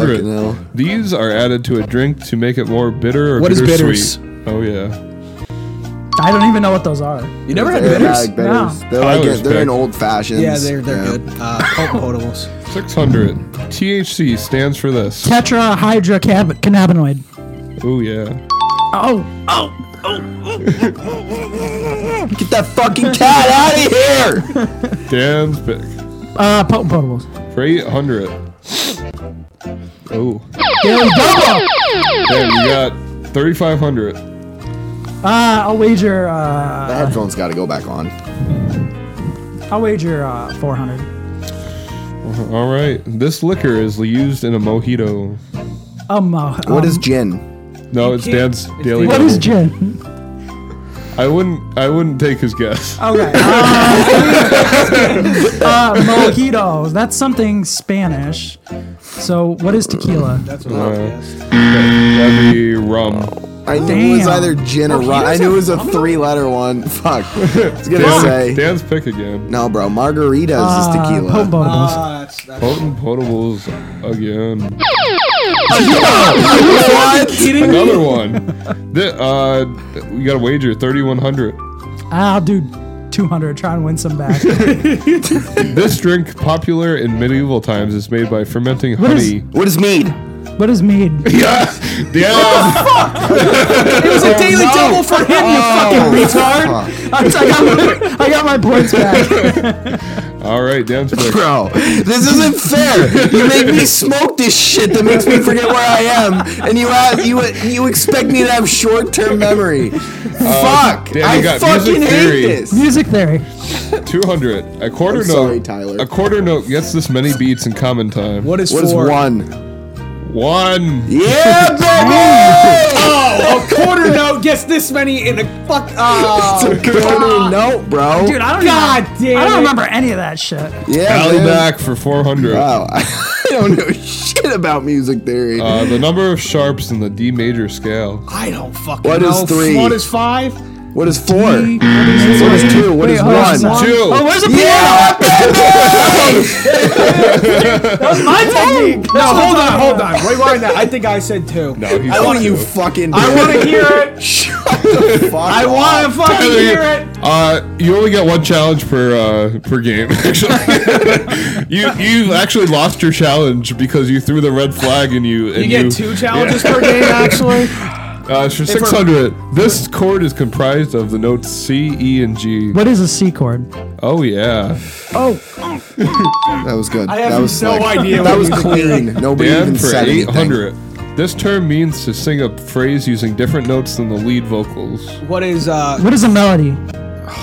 Speaker 8: fucking hell.
Speaker 5: These are added to a drink to make it more bitter or
Speaker 7: What is
Speaker 5: bittersweet.
Speaker 7: bitters?
Speaker 5: Oh, yeah.
Speaker 4: I don't even know what those are.
Speaker 7: You never had
Speaker 8: They're
Speaker 7: bitters?
Speaker 8: like bitters. They're like
Speaker 5: Tyler's
Speaker 8: they're in
Speaker 5: pick.
Speaker 8: old fashions.
Speaker 7: Yeah, they're they're good. Uh, potent potables.
Speaker 5: 600. THC stands for this.
Speaker 4: Tetrahydrocannabinoid.
Speaker 5: Oh, yeah.
Speaker 4: Oh,
Speaker 8: Get that fucking cat out of here!
Speaker 5: Dan's pick.
Speaker 4: uh, potent potables.
Speaker 5: For 800. Oh. Damn, you got 3,500.
Speaker 4: Uh, I'll wager. Uh,
Speaker 8: The headphones got to go back on.
Speaker 4: I'll wager uh, 400.
Speaker 5: All right. This liquor is used in a mojito.
Speaker 4: Um, uh, um,
Speaker 8: What is gin?
Speaker 5: No, it's Dan's daily.
Speaker 4: what is
Speaker 5: double.
Speaker 4: gin?
Speaker 5: I wouldn't. I wouldn't take his guess.
Speaker 4: Okay. Uh, uh, mojitos. That's something Spanish. So what is tequila?
Speaker 7: That's what I
Speaker 5: Uh,
Speaker 7: guessed.
Speaker 5: That'd be rum.
Speaker 8: I knew it was
Speaker 4: Damn.
Speaker 8: either gin or rum. I knew it was a three-letter one. Fuck. I was gonna
Speaker 5: Dan's,
Speaker 8: say
Speaker 5: Dan's pick again.
Speaker 8: no, bro. Margaritas is
Speaker 4: Uh,
Speaker 8: tequila.
Speaker 4: potent potables.
Speaker 7: Uh, that's, that's
Speaker 5: Potent potables again.
Speaker 8: what?
Speaker 5: Another one. Th- uh, you got a wager thirty-one hundred.
Speaker 4: Ah, I'll do 200. Try and win some back.
Speaker 5: This drink, popular in medieval times, is made by fermenting
Speaker 4: What is-
Speaker 5: honey.
Speaker 8: What is mead?
Speaker 4: what is mead?
Speaker 5: yeah. Dan.
Speaker 7: a daily double for him.
Speaker 8: Oh,
Speaker 4: Retard. I got my, I got my points back.
Speaker 5: All right, down to the
Speaker 8: Bro, this isn't fair. You make me smoke this shit that makes me forget where I am, and you ask, you you expect me to have short term memory. Fuck!
Speaker 5: Dan,
Speaker 8: I
Speaker 5: Uh, you got music
Speaker 8: fucking hate
Speaker 5: theory.
Speaker 8: this.
Speaker 4: Music theory.
Speaker 5: 200. A quarter
Speaker 8: I'm
Speaker 5: note.
Speaker 8: sorry, Tyler.
Speaker 5: A quarter note gets this many beats in common time.
Speaker 7: What is
Speaker 8: What is
Speaker 7: four?
Speaker 8: one?
Speaker 5: One.
Speaker 8: Yeah, baby!
Speaker 7: Oh, a quarter note gets this many in a fuck. Oh,
Speaker 8: It's a quarter note, bro.
Speaker 4: Dude, I don't
Speaker 7: God
Speaker 4: even,
Speaker 7: damn
Speaker 4: I don't
Speaker 7: it.
Speaker 4: remember any of that shit.
Speaker 8: yeah,
Speaker 5: Alley
Speaker 8: man.
Speaker 5: back for 400.
Speaker 8: Wow, I don't know shit about music theory.
Speaker 5: Uh, the number of sharps in the D major scale.
Speaker 7: I don't fucking
Speaker 8: What is
Speaker 7: know.
Speaker 8: three?
Speaker 7: What is five?
Speaker 8: what is four? What is two? What is
Speaker 4: hold on a
Speaker 8: one?
Speaker 4: second.
Speaker 5: Two.
Speaker 4: Oh, where's the
Speaker 8: Yeah,
Speaker 4: My technique.
Speaker 7: No, hold on, hold on. Rewind that. I think I said two.
Speaker 5: No, he's
Speaker 8: I want
Speaker 5: not
Speaker 8: you
Speaker 5: two.
Speaker 8: fucking.
Speaker 7: I want to hear it. I want to fucking
Speaker 5: Tyler,
Speaker 7: hear it.
Speaker 5: Uh, you only get one challenge per uh, per game. Actually, you you actually lost your challenge because you threw the red flag and you and
Speaker 7: You get two challenges per game, actually.
Speaker 5: Uh, it's for six hundred. This chord is comprised of the notes C, E, and G.
Speaker 4: What is a C chord?
Speaker 5: Oh yeah,
Speaker 8: That was good.
Speaker 7: have
Speaker 8: that was
Speaker 7: no
Speaker 8: slick.
Speaker 7: idea
Speaker 8: That
Speaker 7: what
Speaker 8: was
Speaker 7: you
Speaker 8: clean. Nobody
Speaker 5: Dan
Speaker 8: even
Speaker 5: for
Speaker 8: said
Speaker 5: eight
Speaker 8: anything.
Speaker 5: hundred. This term means to sing a phrase using different notes than the lead vocals.
Speaker 7: What is uh?
Speaker 4: What is a melody?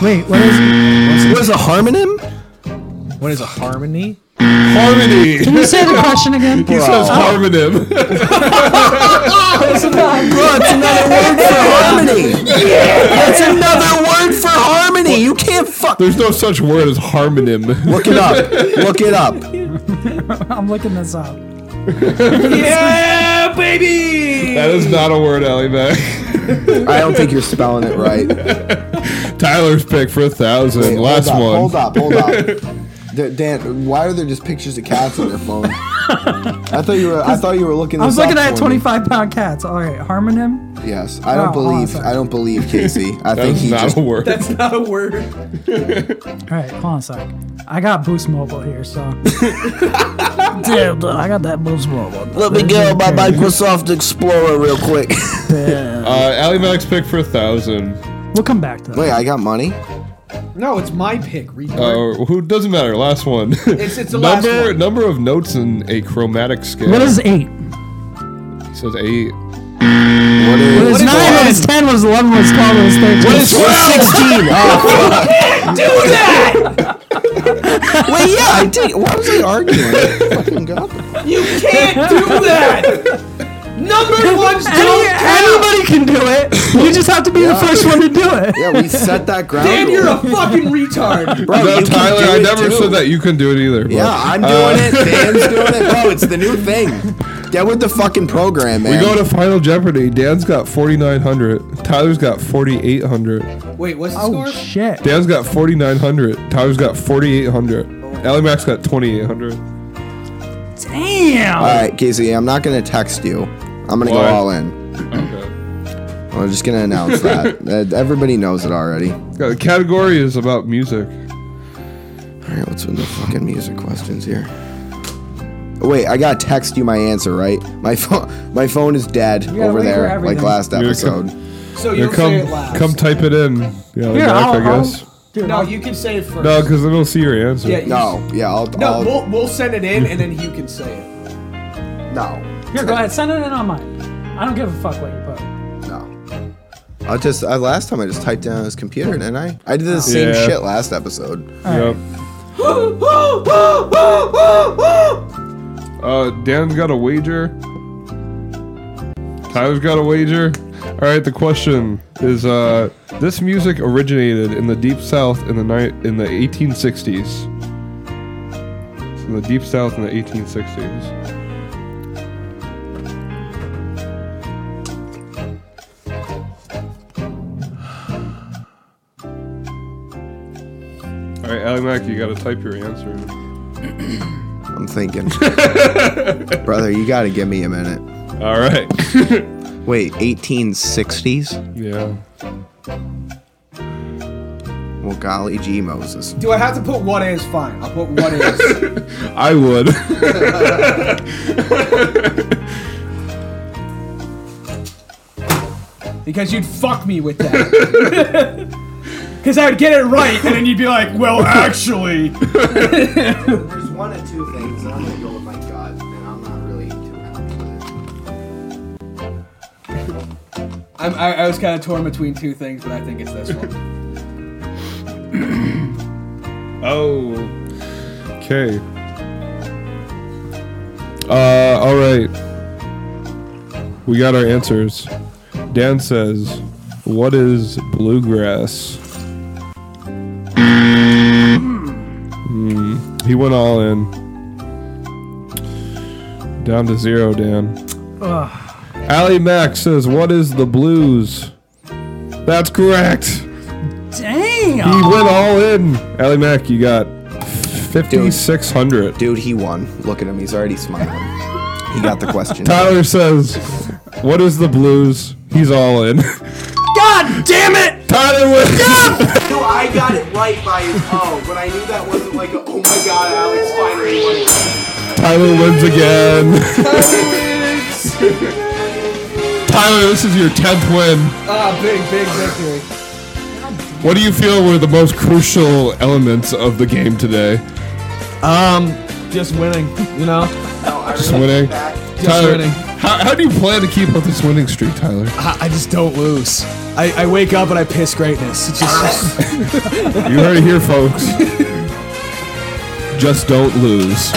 Speaker 4: Wait, what is?
Speaker 8: What is a harmonym?
Speaker 7: What is a harmony?
Speaker 5: Harmony.
Speaker 4: Can you say the question again?
Speaker 5: He says harmonym.
Speaker 8: That's another word for harmony. That's another word for harmony. You can't fuck.
Speaker 5: There's no such word as harmonym.
Speaker 8: Look it up. Look it up.
Speaker 4: I'm looking this up.
Speaker 7: Yeah, baby.
Speaker 5: That is not a word, Ellie Mac.
Speaker 8: I don't think you're spelling it right.
Speaker 5: Tyler's pick for a thousand.
Speaker 8: Wait,
Speaker 5: Last one.
Speaker 8: hold up, Hold up. Hold up. Da- Dan, why are there just pictures of cats on your phone? I thought you were. I thought you were looking.
Speaker 4: I was
Speaker 8: this
Speaker 4: looking
Speaker 8: up
Speaker 4: at
Speaker 8: for
Speaker 4: 25 pound cats. All right, harmonym.
Speaker 8: me. Yes, I don't
Speaker 4: Oh, hold on a
Speaker 8: believe.
Speaker 4: second.
Speaker 8: I don't believe Casey. I
Speaker 5: That
Speaker 8: think
Speaker 5: is
Speaker 8: he
Speaker 5: not
Speaker 8: just.
Speaker 5: a word.
Speaker 7: That's not a word.
Speaker 4: All right, hold on a sec. I got Boost Mobile here, so. Dude, I got that Boost Mobile.
Speaker 8: Let me go my Microsoft Explorer real quick.
Speaker 5: Uh, Ally Mac's pick for a thousand.
Speaker 4: We'll come back to that.
Speaker 8: Wait, I got money.
Speaker 7: No, it's my pick. Retard.
Speaker 5: Uh, who doesn't matter? Last one. It's,
Speaker 7: it's the last
Speaker 5: number
Speaker 7: one.
Speaker 5: number of notes in a chromatic scale.
Speaker 4: What is eight?
Speaker 5: He says eight. Mm.
Speaker 8: What is?
Speaker 4: What is nine? What is ten? What is eleven? What is twelve? What is thirteen? What is
Speaker 8: sixteen? Oh, do that. Wait, yeah, I did. Why was I arguing? I fucking got them.
Speaker 7: Can't do that. Number ones don't count.
Speaker 4: Anybody can do it. You just have to be the first one to do it.
Speaker 8: Yeah, we set that ground.
Speaker 7: And you're a
Speaker 8: rule.
Speaker 7: fucking retard.
Speaker 8: Bro,
Speaker 5: no,
Speaker 8: Oh, you can
Speaker 5: Tyler,
Speaker 8: do
Speaker 5: I
Speaker 8: it
Speaker 5: never
Speaker 8: too.
Speaker 5: said that you couldn't do it either. but,
Speaker 8: Yeah, I'm doing
Speaker 5: uh,
Speaker 8: it. Dan's doing it. Bro, it's the new thing. Get with the fucking program,
Speaker 5: We
Speaker 8: man.
Speaker 5: go to Final Jeopardy. Dan's got 4,900. Tyler's got 4,800.
Speaker 7: Wait, what's the
Speaker 4: Oh
Speaker 7: score?
Speaker 4: shit!
Speaker 5: Dan's got 4,900. Tyler's got 4,800. Ally Mac's got 2,800.
Speaker 4: Damn.
Speaker 8: all right, Casey, I'm not gonna text you. I'm gonna
Speaker 5: Why?
Speaker 8: go all in.
Speaker 5: Okay.
Speaker 8: I'm just gonna announce that. Uh, everybody knows it already. All
Speaker 5: The category is about music.
Speaker 8: right, what's with the fucking music questions here? Wait, I gotta text you my answer, right? My phone, my phone is dead
Speaker 4: gotta wait
Speaker 8: over
Speaker 4: for
Speaker 8: there, like
Speaker 4: everything.
Speaker 8: last
Speaker 5: You're
Speaker 8: episode.
Speaker 7: So
Speaker 5: Yeah,
Speaker 7: you
Speaker 5: come,
Speaker 7: say it last.
Speaker 5: come type it in. Yeah,
Speaker 4: Here,
Speaker 5: Mac,
Speaker 4: I'll-
Speaker 5: I
Speaker 4: I'll-
Speaker 5: guess.
Speaker 4: Dude,
Speaker 7: No,
Speaker 4: I'll-
Speaker 7: you can say it first.
Speaker 5: No, because it'll see your answer.
Speaker 7: Yeah, you-
Speaker 8: No, yeah, I'll,
Speaker 7: No,
Speaker 8: I'll
Speaker 7: we'll, we'll send it in and then you can say it.
Speaker 8: no,
Speaker 4: Here, go ahead. Send it in on mine. I don't give a fuck what you put.
Speaker 8: no. I just I, last time I just typed down on his computer, didn't I? I did the same
Speaker 5: Yeah.
Speaker 8: shit last episode.
Speaker 5: Yep. Uh, Dan's got a wager. Tyler's got a wager. All right, the question is: uh, This music originated in the Deep South in the night in the 1860s. It's in the Deep South in the 1860s. All right, Ally Mac, you got to type your answer. in.
Speaker 8: I'm thinking. Brother, you gotta give me a minute.
Speaker 5: All right.
Speaker 8: Wait, 1860s?
Speaker 5: yeah.
Speaker 8: Well, golly gee, Moses.
Speaker 7: Do I have to put what is? Fine. I'll put what is.
Speaker 5: I would.
Speaker 7: because you'd fuck me with that. Because I would get it right, and then you'd be like, well, actually.
Speaker 8: There's one of two things, and I'm gonna go with my gut, and I'm not really too happy with
Speaker 7: I'm, I, I was kind of torn between two things, but I think it's this one.
Speaker 5: Oh. Okay. Uh, all right. We got our answers. Dan says, "What is bluegrass?" Hmm. He went all in. Down to zero, Dan. Ali Mac says, "What is the blues?" That's correct. He
Speaker 4: Damn.
Speaker 5: went all in. Ali Mac, you got 5,600.
Speaker 8: it. Dude, he won. Look at him. He's already smiling. He got the question.
Speaker 5: Tyler says, What is the blues? He's all in.
Speaker 4: God damn it!
Speaker 5: Tyler wins.
Speaker 8: No, I got it right by his oh, but I knew that wasn't like a, oh my god, Alex finally won.
Speaker 5: Tyler wins again. Tyler, this is your 10th win.
Speaker 7: ah, big, big victory.
Speaker 5: What do you feel were the most crucial elements of the game today?
Speaker 7: Um, just winning, you know?
Speaker 5: Just winning. Tyler,
Speaker 7: winning.
Speaker 5: How, how do you plan to keep up this winning streak, Tyler?
Speaker 7: I, I just don't lose. I, I wake up and I piss greatness. It's just,
Speaker 5: You heard it here, folks. Just don't lose.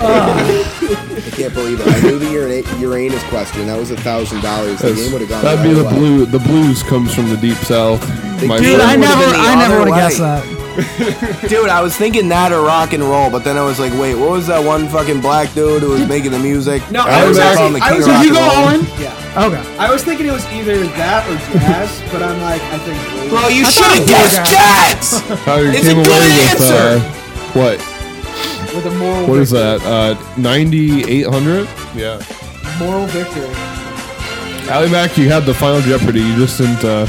Speaker 8: I can't believe it. I knew the Urana- Uranus question. That was a thousand dollars. The game would have gone.
Speaker 5: That'd be
Speaker 8: other
Speaker 5: the
Speaker 8: way.
Speaker 5: blue. The blues comes from the deep south. My
Speaker 8: Dude,
Speaker 4: Dude, I
Speaker 8: would've
Speaker 4: never,
Speaker 8: been the
Speaker 4: I never
Speaker 8: other
Speaker 4: would have
Speaker 8: way.
Speaker 4: guessed that.
Speaker 8: Dude, I was thinking that or rock and roll, but then I was like, wait, what was that one fucking black dude who was making the music?
Speaker 7: No, I was
Speaker 8: gonna
Speaker 7: actually-
Speaker 8: call him the
Speaker 7: I
Speaker 8: king
Speaker 7: was-
Speaker 8: of
Speaker 7: did
Speaker 8: rock
Speaker 7: you
Speaker 8: and roll.
Speaker 7: yeah. Okay. I was thinking it was either that or jazz, but I'm like, I think blues.
Speaker 8: Bro, you should have guessed jazz.
Speaker 5: Tyler
Speaker 8: It's
Speaker 5: came
Speaker 8: a
Speaker 5: away
Speaker 8: good
Speaker 5: with uh,
Speaker 8: answer.
Speaker 5: what?
Speaker 7: with a moral
Speaker 5: What is that? Uh, Ninety-eight hundred. Yeah.
Speaker 7: moral victory.
Speaker 5: Ali Mac, you had the final Jeopardy. You just didn't. Uh,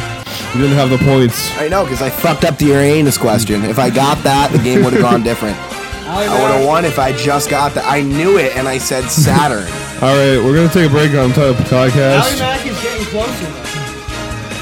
Speaker 5: you didn't have the points.
Speaker 8: I know, because I fucked up the Uranus question. If I got that, the game would have gone different. I would have won if I just got that. I knew it, and I said Saturn.
Speaker 5: All right, we're gonna take a break on type of podcast.
Speaker 7: Mack is getting closer.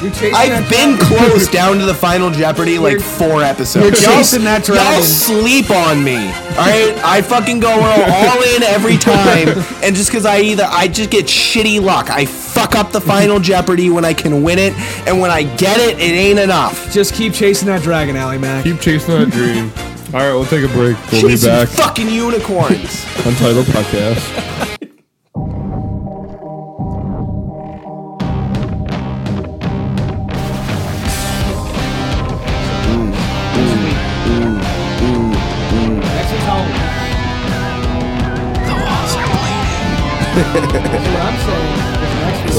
Speaker 7: You're chasing
Speaker 8: I've been close down to the final Jeopardy like four episodes.
Speaker 7: you're chasing that
Speaker 8: Y'all- Y'all
Speaker 7: dragon.
Speaker 8: sleep on me. All right, I fucking go all in every time, and just because I either I just get shitty luck. I fuck up the final Jeopardy when I can win it, and when I get it, it ain't enough.
Speaker 7: Just keep chasing that dragon, Alley Mac.
Speaker 5: Keep chasing that dream. All right, we'll take a break. We'll be
Speaker 8: Chasing
Speaker 5: back
Speaker 8: fucking unicorns.
Speaker 5: on title podcast.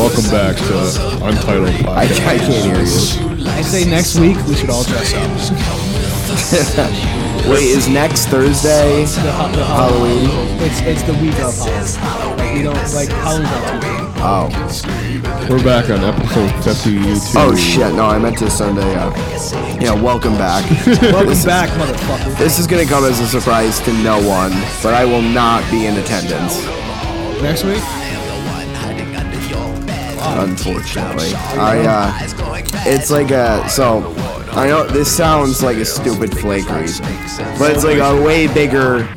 Speaker 5: Welcome back to the Untitled
Speaker 8: I, I
Speaker 5: Podcast.
Speaker 8: can't hear you.
Speaker 7: I say next week we should all dress up.
Speaker 8: Wait, is next Thursday Halloween?
Speaker 7: It's it's the week of Halloween. We don't like Halloween's not too big.
Speaker 8: Oh,
Speaker 5: We're back on episode 52.
Speaker 8: oh shit! No, I meant to Sunday. Uh, yeah, welcome back.
Speaker 7: Welcome back, motherfucker.
Speaker 8: This is gonna come as a surprise to no one, but I will not be in attendance,
Speaker 7: Next week?
Speaker 8: unfortunately. I uh, it's like a so. I know this sounds like a stupid flake reason, but it's like a way bigger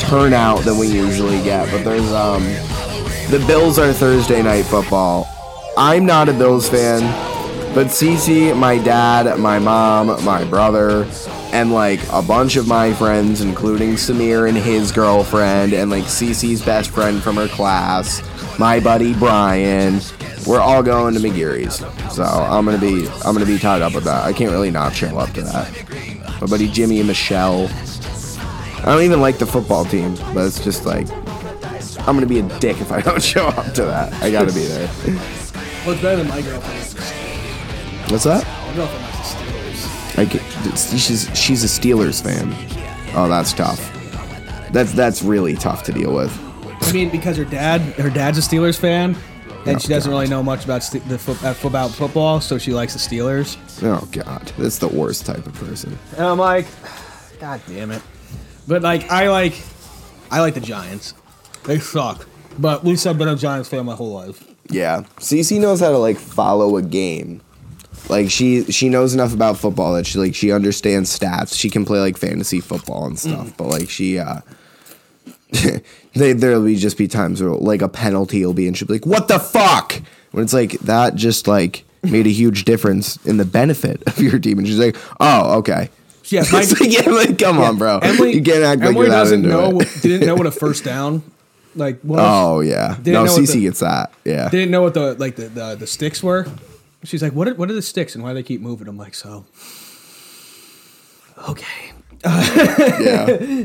Speaker 8: turnout than we usually get. But there's um, the Bills are Thursday night football. I'm not a Bills fan, but Cece, my dad, my mom, my brother, and like a bunch of my friends, including Samir and his girlfriend, and like Cece's best friend from her class, my buddy Brian, we're all going to McGeary's. So I'm gonna be I'm gonna be tied up with that. I can't really not show up to that. My buddy Jimmy and Michelle. I don't even like the football team, but it's just like I'm gonna be a dick if I don't show up to that. I gotta be there.
Speaker 7: Well, it's better than my girlfriend.
Speaker 8: What's that?
Speaker 7: My girlfriend likes the Steelers.
Speaker 8: Like she's she's a Steelers fan. Oh, that's tough. That's that's really tough to deal with.
Speaker 7: I mean, because her dad, her dad's a Steelers fan, and she doesn't really know much about st- the fo- uh, about football, so she likes the Steelers.
Speaker 8: Oh God, that's the worst type of person.
Speaker 7: And I'm like, God damn it. But like, I like, I like the Giants. They suck. But at least I've been a Giants fan my whole life.
Speaker 8: Yeah, CC knows how to like follow a game. Like she she knows enough about football that she like she understands stats. She can play like fantasy football and stuff,
Speaker 7: Mm.
Speaker 8: but like she uh they there'll be just be times where like a penalty will be and she'll be like, What the fuck? When it's like that just like made a huge difference in the benefit of your team and she's like, Oh, okay.
Speaker 7: Yeah,
Speaker 8: It's
Speaker 7: my-
Speaker 8: like, yeah, like, come on, bro.
Speaker 7: Emily,
Speaker 8: you can't act like
Speaker 7: Emily
Speaker 8: you're that
Speaker 7: doesn't
Speaker 8: into
Speaker 7: know.
Speaker 8: it.
Speaker 7: What, didn't know what a first down like was.
Speaker 8: Oh yeah.
Speaker 7: Didn't
Speaker 8: No,
Speaker 7: know what
Speaker 8: CC
Speaker 7: the-
Speaker 8: gets that. Yeah.
Speaker 7: Didn't know what the like the, the the sticks were. She's like, what are what are the sticks and why do they keep moving? I'm like, so okay.
Speaker 8: yeah.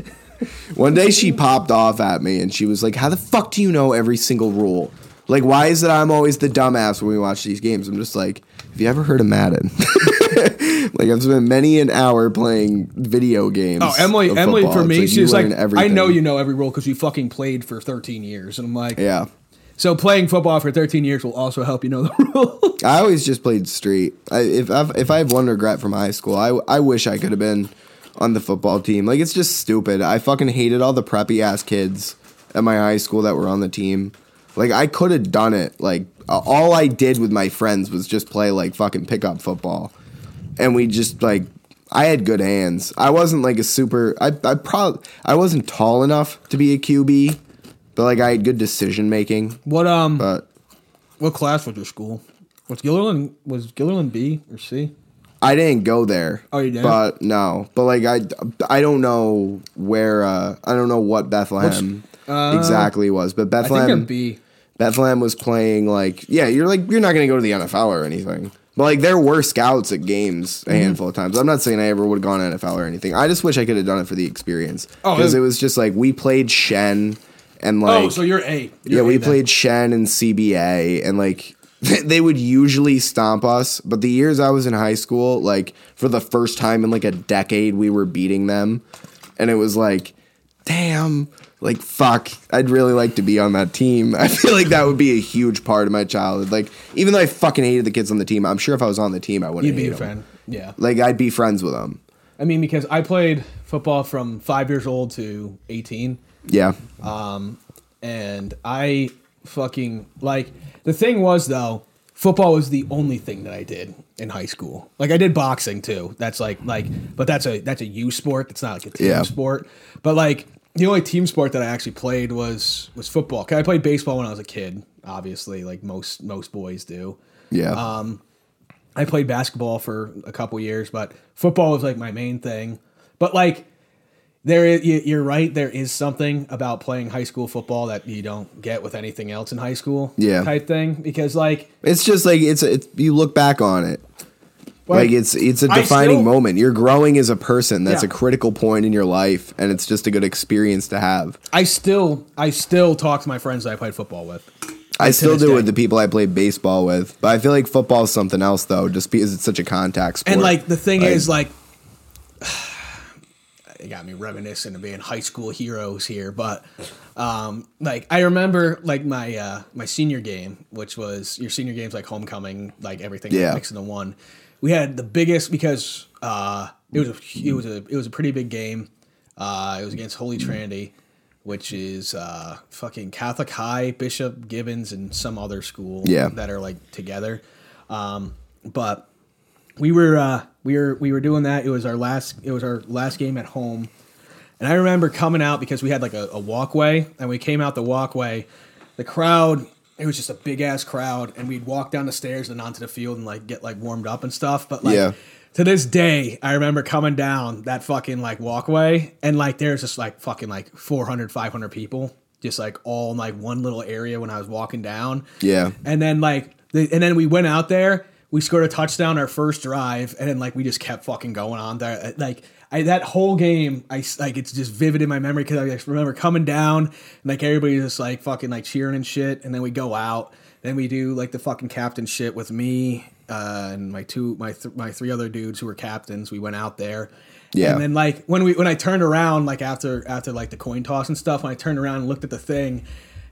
Speaker 8: One day she popped off at me and she was like, How the fuck do you know every single rule? Like, why is it I'm always the dumbass when we watch these games? I'm just like, Have you ever heard of Madden? like, I've spent many an hour playing video games.
Speaker 7: Oh, Emily,
Speaker 8: of
Speaker 7: Emily,
Speaker 8: football. It's
Speaker 7: for me,
Speaker 8: you
Speaker 7: she's like,
Speaker 8: learn
Speaker 7: I know you know every rule because you fucking played for 13 years, and I'm like,
Speaker 8: Yeah.
Speaker 7: So playing football for 13 years will also help you know the rule.
Speaker 8: I always just played street. I, if I've, if I have one regret from high school, I I wish I could have been on the football team. Like it's just stupid. I fucking hated all the preppy ass kids at my high school that were on the team. Like I could have done it. Like a- all I did with my friends was just play like fucking pickup football, and we just like I had good hands. I wasn't like a super. I I probably I wasn't tall enough to be a QB, but like I had good decision making.
Speaker 7: what um,
Speaker 8: But
Speaker 7: what class was your school? Was Gilliland was Gilliland B or C?
Speaker 8: I didn't go there.
Speaker 7: Oh, you didn't?
Speaker 8: But no, but like I, I don't know where. Uh, I don't know what Bethlehem
Speaker 7: uh,
Speaker 8: exactly was, but
Speaker 7: I think I'm
Speaker 8: Bethlehem,
Speaker 7: B.
Speaker 8: Bethlehem was playing like yeah. You're like you're not gonna go to the NFL or anything. But like there were scouts at games
Speaker 7: Mm-hmm.
Speaker 8: a handful of times. I'm not saying I ever would have gone NFL or anything. I just wish I could have done it for the experience
Speaker 7: Oh,
Speaker 8: because
Speaker 7: yeah.
Speaker 8: it was just like we played Shen and like
Speaker 7: oh, so you're A.
Speaker 8: yeah,
Speaker 7: You're
Speaker 8: we
Speaker 7: A then.
Speaker 8: played Shen and CBA, and like they would usually stomp us. But the years I was in high school, like for the first time in like a decade, we were beating them, and it was like, damn, like fuck, I'd really like to be on that team. I feel like that would be a huge part of my childhood. Like even though I fucking hated the kids on the team, I'm sure if I was on the team, I wouldn't.
Speaker 7: You'd be
Speaker 8: hate
Speaker 7: a
Speaker 8: 'em.
Speaker 7: fan. Yeah.
Speaker 8: Like I'd be friends with them.
Speaker 7: I mean, because I played football from five years old to 18.
Speaker 8: Yeah.
Speaker 7: Uh, and I fucking like the thing was though football was the only thing that I did in high school. Like I did boxing too. That's like like but that's a that's a U sport. It's not like a team
Speaker 8: Yeah.
Speaker 7: sport. But like the only team sport that I actually played was was football. 'Cause I played baseball when I was a kid, obviously, like most most boys do.
Speaker 8: Yeah.
Speaker 7: uh, I played basketball for a couple years, but football was like my main thing. But like, there is, you- you're right. There is something about playing high school football that you don't get with anything else in high school.
Speaker 8: Yeah.
Speaker 7: type thing because like,
Speaker 8: it's just like it's it's you look back on it. like it's it's a
Speaker 7: I
Speaker 8: defining
Speaker 7: still-
Speaker 8: moment. You're growing as a person. That's
Speaker 7: Yeah.
Speaker 8: a critical point in your life, and it's just a good experience to have.
Speaker 7: I still I still talk to my friends that I played football with.
Speaker 8: I still
Speaker 7: this
Speaker 8: do
Speaker 7: day.
Speaker 8: with the people I play baseball with, but I feel like football is something else though, just because it's such a contact sport.
Speaker 7: And like the thing
Speaker 8: Like-
Speaker 7: is, like, it got me reminiscent of being high school heroes here. But um, like, I remember like my uh, my senior game, which was your senior games like homecoming, like everything
Speaker 8: Yeah.
Speaker 7: mixed into one. We had the biggest because uh, it was a it was a it was a pretty big game. Uh, it was against Holy
Speaker 8: Mm-hmm.
Speaker 7: Trinity, which is uh, fucking Catholic High, Bishop Gibbons, and some other school
Speaker 8: Yeah.
Speaker 7: that are like together. Um, but we were uh, we were we were doing that. It was our last it was our last game at home, and I remember coming out because we had like a, a walkway, and we came out the walkway. The crowd it was just a big ass crowd, and we'd walk down the stairs and onto the field and like get like warmed up and stuff. But like
Speaker 8: Yeah.
Speaker 7: to this day, I remember coming down that fucking like walkway, and like there's just like fucking like 400, 500 people just like all in like one little area when I was walking down.
Speaker 8: yeah,
Speaker 7: And then like, the, and then we went out there. We scored a touchdown our first drive, and then like we just kept fucking going on there. Uh, Like I, that whole game, I s- like it's just vivid in my memory because I just remember coming down and like everybody just like fucking like cheering and shit. And then we go out, then we do like the fucking captain shit with me uh, and my two my th- my three other dudes who were captains. We went out there,
Speaker 8: Yeah.
Speaker 7: and then like when we when I turned around like after after like the coin toss and stuff, when I turned around and looked at the thing,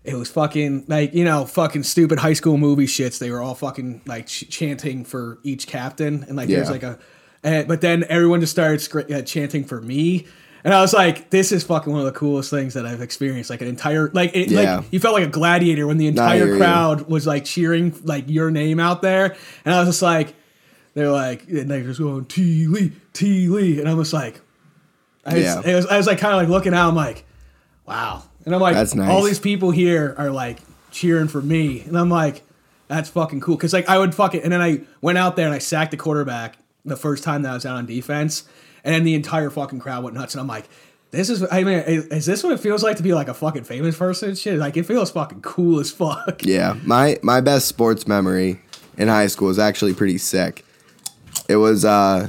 Speaker 7: it was fucking like you know fucking stupid high school movie shits. They were all fucking like ch- chanting for each captain, and like there's
Speaker 8: Yeah.
Speaker 7: like a, and, but then everyone just started scr- uh, chanting for me. And I was like, "This is fucking one of the coolest things that I've experienced." Like an entire, like, it,
Speaker 8: Yeah.
Speaker 7: like you felt like a gladiator when
Speaker 8: I
Speaker 7: the
Speaker 8: hear
Speaker 7: entire
Speaker 8: you.
Speaker 7: crowd was like cheering like your name out there, and I was just like, They're like, and they're just going T Lee, T Lee, and I'm just like, I was,
Speaker 8: Yeah.
Speaker 7: it was, I was like kind of like looking out. I'm like, wow, and I'm like,
Speaker 8: That's nice.
Speaker 7: all these people here are like cheering for me, and I'm like, that's fucking cool. Cause like I would fucking, and then I went out there and I sacked the quarterback the first time that I was out on defense, and then the entire fucking crowd went nuts, and I'm like. This is, I mean, is, is this what it feels like to be like a fucking famous person? and Shit, like it feels fucking cool as fuck.
Speaker 8: Yeah, my my best sports memory in high school is actually pretty sick. It was uh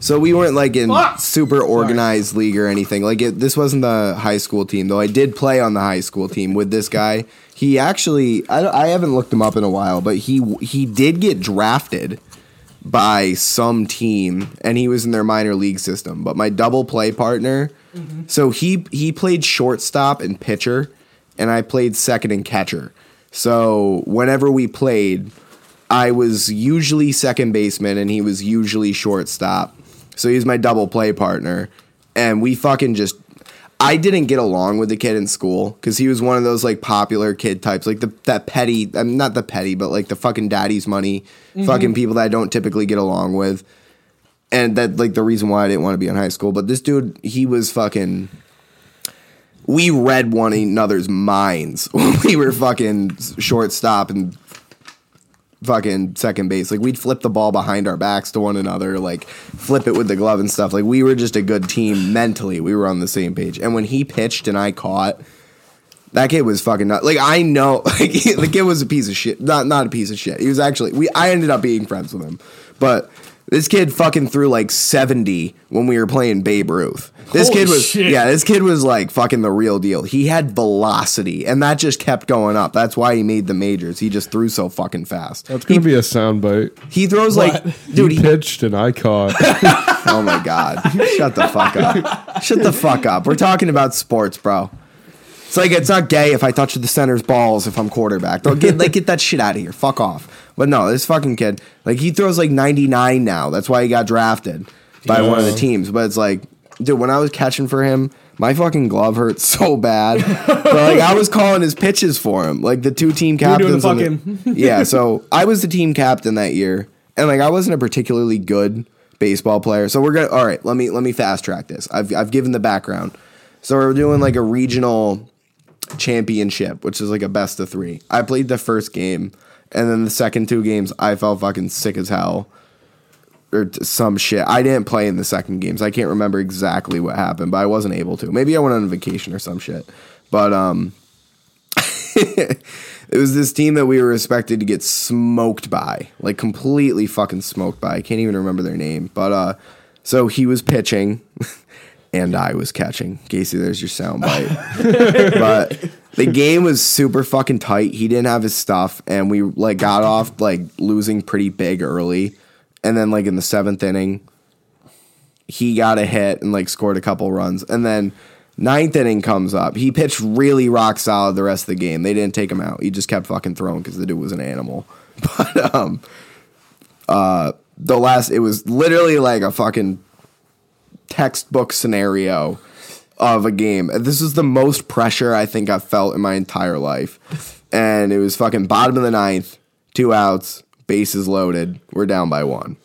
Speaker 8: so we weren't like in
Speaker 7: Fuck.
Speaker 8: super organized league or anything. Like it, this wasn't the high school team though. I did play on the high school team with this guy. He actually I, don't- I haven't looked him up in a while, but he he did get drafted by some team and he was in their minor league system. But my double play partner, so he he played shortstop and pitcher and I played second and catcher. So whenever we played, I was usually second baseman and he was usually shortstop. So he was my double play partner. And we fucking just I didn't get along with the kid in school because he was one of those like popular kid types, like the that petty, I'm not the petty, but like the fucking daddy's money, fucking people that I don't typically get along with, and that like the reason why I didn't want to be in high school. But this dude, he was fucking. We read one another's minds when we were fucking shortstop and fucking second base. Like we'd flip the ball behind our backs to one another, like flip it with the glove and stuff. Like we were just a good team mentally. We were on the same page. And when he pitched and I caught, that kid was fucking nuts. Like I know, like the kid was a piece of shit. Not not a piece of shit. He was actually we. I ended up being friends with him, but. This kid fucking threw like 70 when we were playing Babe Ruth. This
Speaker 7: Holy
Speaker 8: kid was
Speaker 7: shit.
Speaker 8: yeah, this kid was like fucking the real deal. He had velocity and that just kept going up. That's why he made the majors. He just threw so fucking fast.
Speaker 5: That's gonna be a soundbite.
Speaker 8: He throws like, dude.
Speaker 5: He
Speaker 8: He,
Speaker 5: pitched and I caught.
Speaker 8: oh my god! Shut the fuck up! Shut the fuck up! We're talking about sports, bro. It's like it's not gay if I touch the center's balls if I'm quarterback. Don't get like get that shit out of here. Fuck off. But no, this fucking kid, like he throws like 99 now. That's why he got drafted by one of the
Speaker 5: Yeah.
Speaker 8: teams. But it's like, dude, when I was catching for him, my fucking glove hurt so bad. but like I was calling his pitches for him. Like the two team
Speaker 7: were doing the
Speaker 8: captains. on the- yeah, so I was the team captain that year, and like I wasn't a particularly good baseball player. So we're gonna all right. Let me let me fast track this. I've I've given the background. So we're doing like a regional championship, which is like a best of three. I played the first game, and then the second two games I felt fucking sick as hell. Or t- some shit. I didn't play in the second games. I can't remember exactly what happened, but I wasn't able to. Maybe I went on vacation or some shit. But um, it was this team that we were expected to get smoked by, like completely fucking smoked by. I can't even remember their name, but uh, so he was pitching, and I was catching. Casey, there's your soundbite. but the game was super fucking tight. He didn't have his stuff, and we like got off like losing pretty big early, and then like in the seventh inning, he got a hit and like scored a couple runs. And then ninth inning comes up. He pitched really rock solid the rest of the game. They didn't take him out. He just kept fucking throwing because the dude was an animal. But um, uh, the last it was literally like a fucking textbook scenario of a game. This is the most pressure I think I've felt in my entire life. And it was fucking bottom of the ninth, two outs, bases loaded. We're down by one.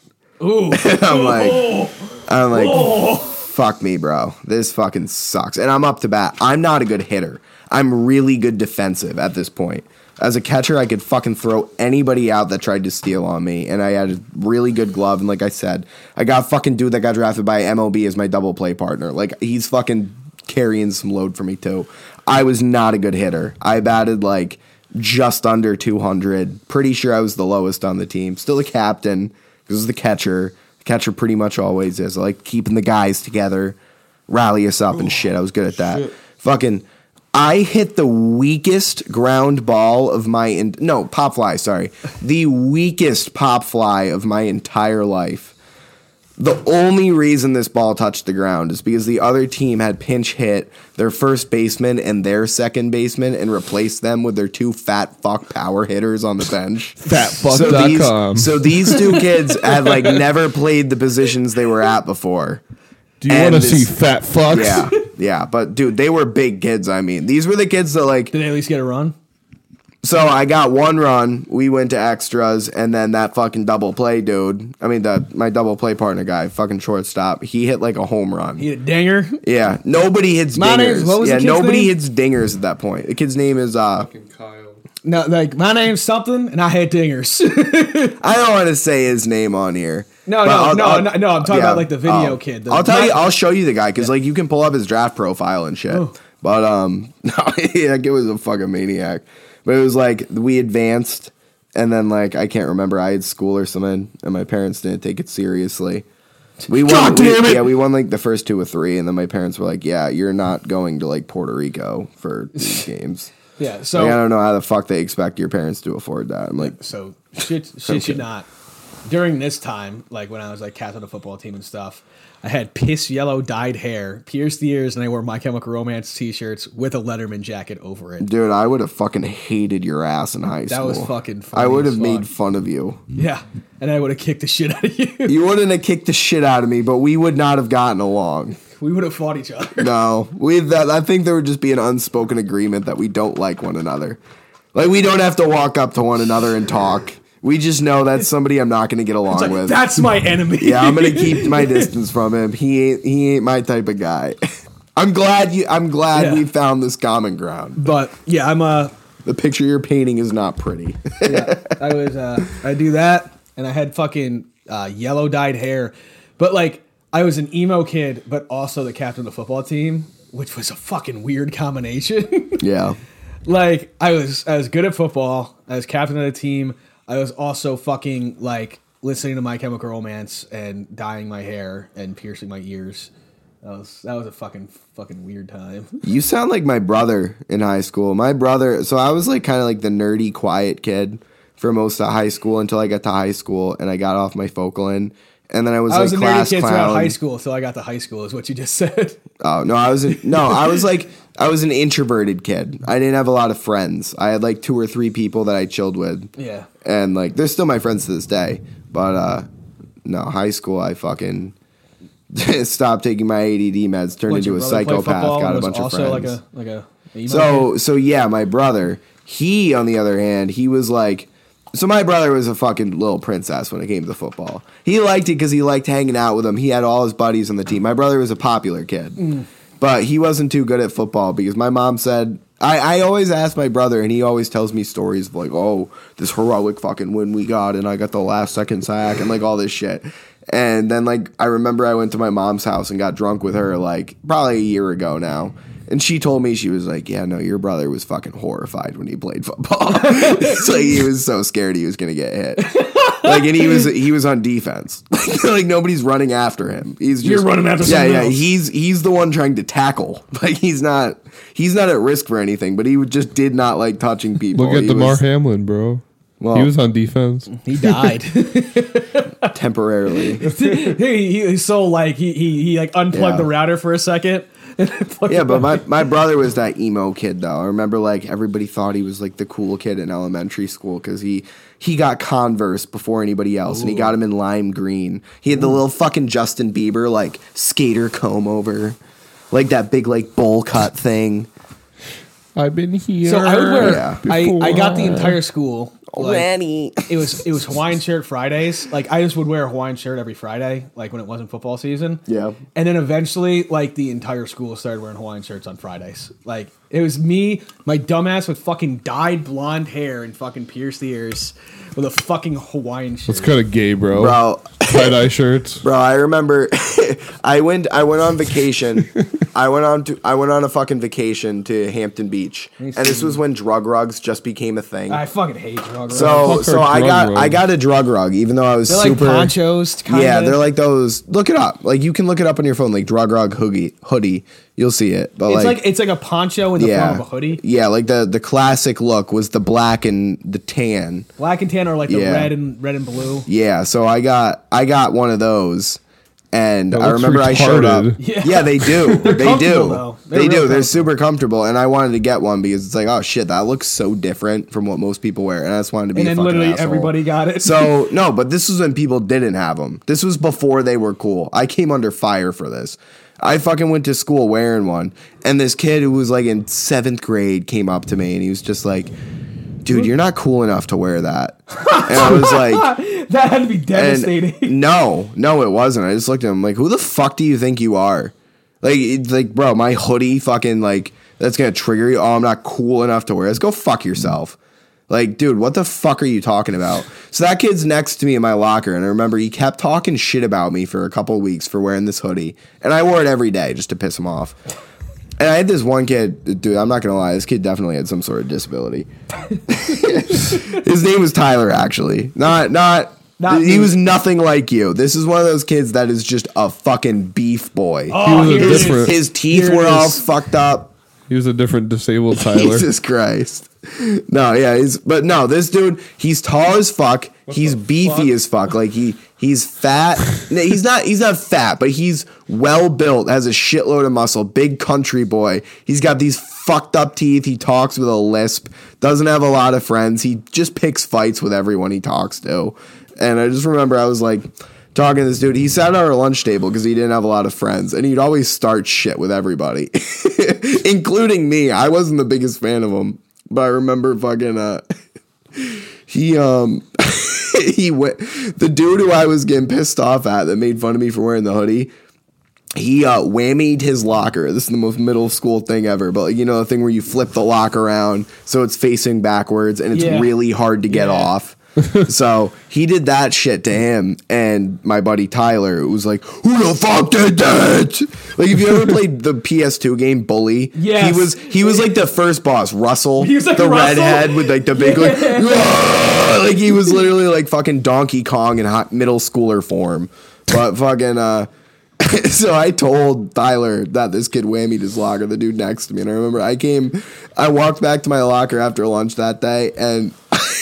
Speaker 8: Ooh. I'm like, I'm like, fuck me, bro. This fucking sucks. And I'm up to bat. I'm not a good hitter. I'm really good defensive at this point. As a catcher, I could fucking throw anybody out that tried to steal on me. And I had a really good glove. And like I said, I got a fucking dude that got drafted by MLB as my double play partner. Like he's fucking carrying some load for me too. I was not a good hitter. I batted like just under 200. Pretty sure I was the lowest on the team. Still the captain because was the catcher. The catcher pretty much always is. I like keeping the guys together, rally us up and shit. I was good at that. Fucking, I hit the weakest ground ball of my in- no pop fly. Sorry, the weakest pop fly of my entire life. The only reason this ball touched the ground is because the other team had pinch hit their first baseman and their second baseman and replaced them with their two fat fuck power hitters on the bench.
Speaker 5: Fatfuck.com.
Speaker 8: these, so these two kids had like never played the positions they were at before.
Speaker 5: Do you want to
Speaker 8: and
Speaker 5: see
Speaker 8: this-
Speaker 5: fat fucks?
Speaker 8: Yeah, yeah, but dude, they were big kids. I mean, these were the kids that like
Speaker 7: Did they at least get a run?
Speaker 8: So I got one run. We went to extras, and then that fucking double play dude. I mean, the my double play partner guy, fucking shortstop. He hit like a home run.
Speaker 7: He a dinger.
Speaker 8: yeah, nobody hits
Speaker 7: My
Speaker 8: dingers.
Speaker 7: name's- what was the
Speaker 8: yeah,
Speaker 7: kid's
Speaker 8: nobody
Speaker 7: name?
Speaker 8: hits dingers at that point. The kid's name is uh,
Speaker 7: No, like my name's something, and I had dingers.
Speaker 8: I don't want to say his name on here.
Speaker 7: No,
Speaker 8: But
Speaker 7: no, no, no, no, I'm talking about, like, the video kid, the-
Speaker 8: Oh. I'll tell
Speaker 7: not-
Speaker 8: you. I'll show you the guy because like you can pull up his draft profile and shit. But um, no, like, it was a fucking maniac. But it was like we advanced, and then like I can't remember. I had school or something, and my parents didn't take it seriously. We won,
Speaker 7: God
Speaker 8: we-
Speaker 7: damn it!
Speaker 8: Yeah, we won like the first two or three, and then my parents were like, "Yeah, you're not going to like Puerto Rico for these games."
Speaker 7: yeah.
Speaker 8: like, I
Speaker 7: So
Speaker 8: don't know how the fuck they expect your parents to afford that. I'm like,
Speaker 7: so shit, shit, you not. During this time, like when I was like cast on the football team and stuff, I had piss yellow dyed hair, pierced the ears, and I wore My Chemical Romance t-shirts with a Letterman jacket over it.
Speaker 8: Dude, I would have fucking hated your ass in high
Speaker 7: That
Speaker 8: school.
Speaker 7: was fucking funny
Speaker 8: I would
Speaker 7: as
Speaker 8: have
Speaker 7: fuck.
Speaker 8: made fun of you.
Speaker 7: Yeah, and I would have kicked the shit out of you.
Speaker 8: You wouldn't have kicked the shit out of me, but we would not have gotten along.
Speaker 7: We would have fought each other.
Speaker 8: No, we. That, I think there would just be an unspoken agreement that we don't like one another. Like we don't have to walk up to one another and talk. We just know that's somebody I'm not going to get along
Speaker 7: It's like,
Speaker 8: with.
Speaker 7: That's my enemy.
Speaker 8: yeah, I'm going to keep my distance from him. He ain't. He ain't my type of guy. I'm glad you. I'm glad
Speaker 7: Yeah.
Speaker 8: we found this common ground.
Speaker 7: But yeah, I'm uh
Speaker 8: The picture you're painting is not pretty.
Speaker 7: yeah, I was uh, I do that, and I had fucking uh, yellow dyed hair, but like I was an emo kid, but also the captain of the football team, which was a fucking weird combination.
Speaker 8: yeah.
Speaker 7: like I was I was good at football, I was captain of the team, I was also fucking like listening to My Chemical Romance and dyeing my hair and piercing my ears. That was that was a fucking fucking weird time.
Speaker 8: You sound like my brother in high school. My brother, so I was like kind of like the nerdy, quiet kid for most of high school until I got to high school and I got off my focal end. And then I was
Speaker 7: I
Speaker 8: like
Speaker 7: was a nerdy
Speaker 8: class
Speaker 7: kid
Speaker 8: clown.
Speaker 7: throughout high school, so I got to high school, is what you just said.
Speaker 8: Oh no, I was a, no, I was like I was an introverted kid. I didn't have a lot of friends. I had like two or three people that I chilled with.
Speaker 7: Yeah.
Speaker 8: and like they're still my friends to this day. But uh no, high school I fucking stopped taking my ADD meds, turned
Speaker 7: What,
Speaker 8: into
Speaker 7: your
Speaker 8: a
Speaker 7: brother played
Speaker 8: psychopath,
Speaker 7: football and
Speaker 8: got a
Speaker 7: was
Speaker 8: bunch of
Speaker 7: also
Speaker 8: friends.
Speaker 7: Like a like a emo
Speaker 8: So so yeah, my brother. He on the other hand, he was like, so my brother was a fucking little princess when it came to football. He liked it because he liked hanging out with him. He had all his buddies on the team. My brother was a popular kid, but he wasn't too good at football because my mom said. I, I always ask my brother, and he always tells me stories of like, oh, this heroic fucking win we got, and I got the last second sack, and like all this shit. And then like I remember I went to my mom's house and got drunk with her like probably a year ago now. And she told me she was like, "Yeah, no, your brother was fucking horrified when he played football. it's like he was so scared he was gonna get hit. Like, and he was he was on defense. like nobody's running after him. He's just,
Speaker 7: You're running after
Speaker 8: Yeah,
Speaker 7: someone
Speaker 8: yeah.
Speaker 7: else.
Speaker 8: He's he's the one trying to tackle. Like he's not he's not at risk for anything. But he would- just did not like touching people.
Speaker 5: Look at
Speaker 8: Oh, He
Speaker 5: Damar
Speaker 8: was
Speaker 5: Hamlin, bro.
Speaker 8: Well-
Speaker 5: he was on defense.
Speaker 7: he died.
Speaker 8: temporarily.
Speaker 7: he, he he's so like he he, he like unplugged
Speaker 8: Yeah.
Speaker 7: the router for a second. and fucking-
Speaker 8: Yeah, but my, my brother was that emo kid though. I remember like everybody thought he was like the cool kid in elementary school because he he got Converse before anybody else, and he got him in lime green. He had the little fucking Justin Bieber like skater comb over, like that big like bowl cut thing.
Speaker 5: I've been here.
Speaker 7: so I would wear.
Speaker 8: Yeah.
Speaker 7: I, I got the entire school. Like,
Speaker 8: Granny.
Speaker 7: it was it was Hawaiian shirt Fridays. Like I just would wear a Hawaiian shirt every Friday, like when it wasn't football season.
Speaker 8: Yeah.
Speaker 7: And then eventually, like the entire school started wearing Hawaiian shirts on Fridays. Like it was me, my dumbass with fucking dyed blonde hair and fucking pierced ears, with a fucking Hawaiian shirt.
Speaker 5: It's kind of gay, bro.
Speaker 8: Bro,
Speaker 7: Oh.
Speaker 5: Tie dye shirts.
Speaker 8: bro, I remember I went I went on vacation. I went on to I went on a fucking vacation to Hampton Beach. And this was when drug rugs just became a thing.
Speaker 7: I fucking hate drug.
Speaker 8: So
Speaker 5: Fuck
Speaker 8: so
Speaker 5: our
Speaker 8: I
Speaker 5: drug
Speaker 8: got
Speaker 5: rug.
Speaker 8: I got a drug rug, even though I was
Speaker 7: they're like
Speaker 8: super.
Speaker 7: ponchos. Kinda.
Speaker 8: Yeah, they're like those. Look it up. Like you can look it up on your phone, like drug rug hoodie. Hoodie, you'll see it. But
Speaker 7: It's
Speaker 8: like,
Speaker 7: like, it's like a poncho in the
Speaker 8: yeah,
Speaker 7: form of a hoodie.
Speaker 8: Yeah, like the the classic look was the black and the tan.
Speaker 7: Black and tan are like the
Speaker 8: Yeah.
Speaker 7: red and red and blue.
Speaker 8: Yeah, so I got I got one of those, and I
Speaker 5: looks
Speaker 8: remember I showed up.
Speaker 5: retarded.
Speaker 8: Yeah, they do. they
Speaker 7: comfortable,
Speaker 8: do.
Speaker 7: though. They're
Speaker 8: They
Speaker 7: real
Speaker 8: do. They're
Speaker 7: comfortable.
Speaker 8: super comfortable, and I wanted to get one because it's like, oh shit, that looks so different from what most people wear, and I just wanted to be.
Speaker 7: And
Speaker 8: a
Speaker 7: then
Speaker 8: fucking
Speaker 7: literally
Speaker 8: asshole.
Speaker 7: everybody got it.
Speaker 8: So no, but this was when people didn't have them. This was before they were cool. I came under fire for this. I fucking went to school wearing one, and this kid who was like in seventh grade came up to me and he was just like, dude, you're not cool enough to wear that. And I was like,
Speaker 4: that had to be devastating.
Speaker 8: and no, no, it wasn't. I just looked at him like, who the fuck do you think you are? Like, it- like, bro, my hoodie, fucking, like, that's gonna trigger you. Oh, I'm not cool enough to wear this. Go fuck yourself. Like, dude, what the fuck are you talking about? So that kid's next to me in my locker, and I remember he kept talking shit about me for a couple weeks for wearing this hoodie, and I wore it every day just to piss him off. And I had this one kid, dude. I'm not gonna lie, this kid definitely had some sort of disability. His name was Tyler, actually. Not not.
Speaker 4: Not
Speaker 8: he
Speaker 4: me.
Speaker 8: was nothing like you. This is one of those kids that is just a fucking beef boy.
Speaker 5: he was a
Speaker 4: here it is.
Speaker 5: different.
Speaker 8: Oh, His teeth
Speaker 7: Here it
Speaker 8: were all
Speaker 7: is.
Speaker 8: fucked up.
Speaker 5: he was a different disabled Tyler.
Speaker 8: Jesus Christ. No, yeah, he's but no, this dude, he's tall as fuck. he's beefy as fuck. Like he he's fat. No, he's not he's not fat, but he's well built, has a shitload of muscle, big country boy. He's got these fucked up teeth. He talks with a lisp. Doesn't have a lot of friends. He just picks fights with everyone he talks to. And I just remember I was like talking to this dude. He sat at our lunch table because he didn't have a lot of friends, and he'd always start shit with everybody, including me. I wasn't the biggest fan of him, but I remember fucking uh, he um he went the dude who I was getting pissed off at that made fun of me for wearing the hoodie. He uh, whammied his locker. This is the most middle school thing ever, but like, you know the thing where you flip the lock around so it's facing backwards and it's
Speaker 7: Yeah.
Speaker 8: really hard to get off. so he did that shit to him, and my buddy Tyler was like, "Who the fuck did that?" Like, if you ever played the PS2 game Bully, yeah, he
Speaker 7: Yes.
Speaker 8: was he was like the first boss, Russell,
Speaker 4: He was like
Speaker 8: the
Speaker 4: Russell?
Speaker 8: redhead with like the big like, like he was literally like fucking Donkey Kong in hot middle schooler form. But fucking uh so I told Tyler that this kid whammied his locker, the dude next to me. And I remember I came I walked back to my locker after lunch that day and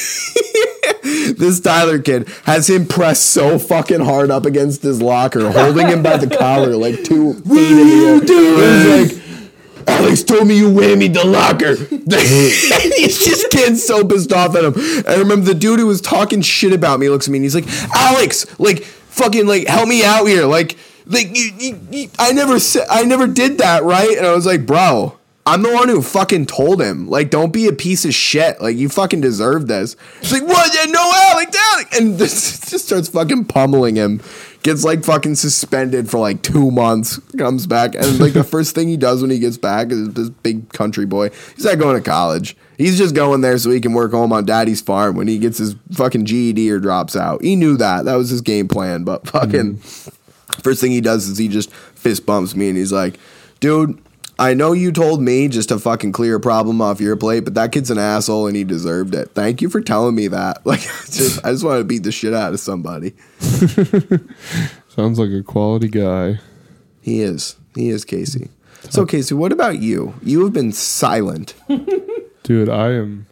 Speaker 8: This Tyler kid has him pressed so fucking hard up against his locker, holding him by the collar like two feet in the air. And he's like, Alex told me you whammied the locker. he's just getting so pissed off at him. I remember the dude who was talking shit about me looks at me and he's like, Alex, like, fucking, like, help me out here. Like, like, you, you, you, I never said, I never did that, right? And I was like, bro, I'm the one who fucking told him. Like, don't be a piece of shit. Like, you fucking deserve this. He's like, what? Yeah, no, Alex, Alex. And just just starts fucking pummeling him gets like fucking suspended for like two months, comes back, and like the first thing he does when he gets back is this big country boy. He's not going to college. He's just going there so he can work home on daddy's farm when he gets his fucking GED or drops out. He knew that. That was his game plan, but fucking first thing he does is he just fist bumps me and he's like, dude, I know you told me just to fucking clear a problem off your plate, but that kid's an asshole and he deserved it. Thank you for telling me that. Like, I just, I just want to beat the shit out of somebody.
Speaker 5: Sounds like a quality guy.
Speaker 8: He is. He is Casey. So Casey, what about you? You have been silent.
Speaker 5: Dude, I am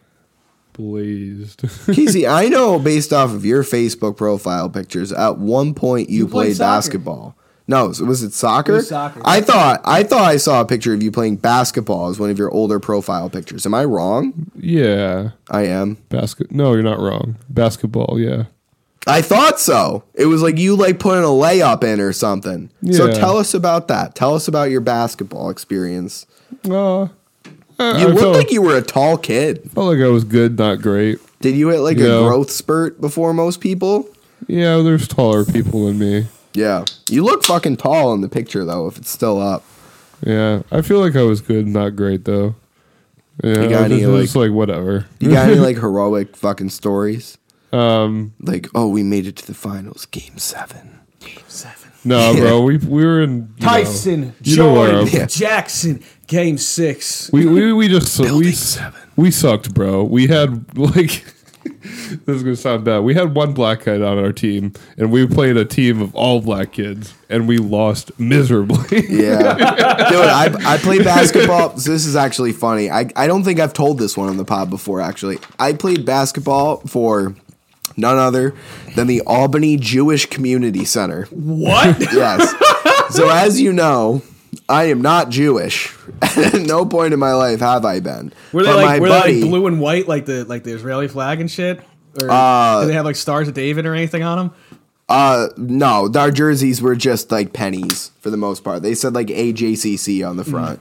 Speaker 5: blazed.
Speaker 8: Casey, I know based off of your Facebook profile pictures, at one point you,
Speaker 7: played
Speaker 8: played,
Speaker 7: soccer.
Speaker 8: basketball. No, so was it soccer?
Speaker 7: was soccer.
Speaker 8: I thought I thought I saw a picture of you playing basketball as one of your older profile pictures. Am I wrong?
Speaker 5: yeah.
Speaker 8: I am.
Speaker 5: Basket. No, you're not wrong. Basketball, yeah.
Speaker 8: I thought so. It was like you like putting a layup in or something. So
Speaker 5: Yeah.
Speaker 8: tell us about that. Tell us about your basketball experience.
Speaker 5: Uh, I,
Speaker 8: You
Speaker 5: I
Speaker 8: looked
Speaker 5: felt,
Speaker 8: like you were a tall kid.
Speaker 5: felt like I was good, not great.
Speaker 8: Did you hit like
Speaker 5: Yeah.
Speaker 8: a growth spurt before most people?
Speaker 5: Yeah, there's taller people than me.
Speaker 8: Yeah. You look fucking tall in the picture though, if it's still up.
Speaker 5: Yeah, I feel like I was good, not great though. Yeah,
Speaker 8: You
Speaker 5: I
Speaker 8: got
Speaker 5: was
Speaker 8: any,
Speaker 5: just, I was just
Speaker 8: like-
Speaker 5: like whatever.
Speaker 8: You got any like heroic fucking stories? Um like, oh we made it to the finals, game seven.
Speaker 5: No, bro, we we were in you know,
Speaker 7: Tyson,
Speaker 5: You know where I'm-
Speaker 7: Jordan,
Speaker 8: Yeah.
Speaker 7: Jackson, Game Six.
Speaker 5: we, we we just we
Speaker 8: Building
Speaker 5: s-
Speaker 8: seven.
Speaker 5: we sucked, bro. We had like this is gonna sound bad. We had one black kid on our team, and we played a team of all black kids, and we lost miserably.
Speaker 8: Yeah. Dude, I I played basketball. So this is actually funny. I, I don't think I've told this one on the pod before, actually. I played basketball for none other than the Albany Jewish Community Center.
Speaker 7: What?
Speaker 8: Yes. so as you know, I am not Jewish. At no point in my life have I been.
Speaker 7: Were they
Speaker 8: But
Speaker 7: like were they like blue and white like the like the Israeli flag and shit? Or do they have like stars of David or anything on them?
Speaker 8: Uh, no,
Speaker 7: Mm.
Speaker 8: our jerseys were just like pennies for the most part. They said like AJCC on the front,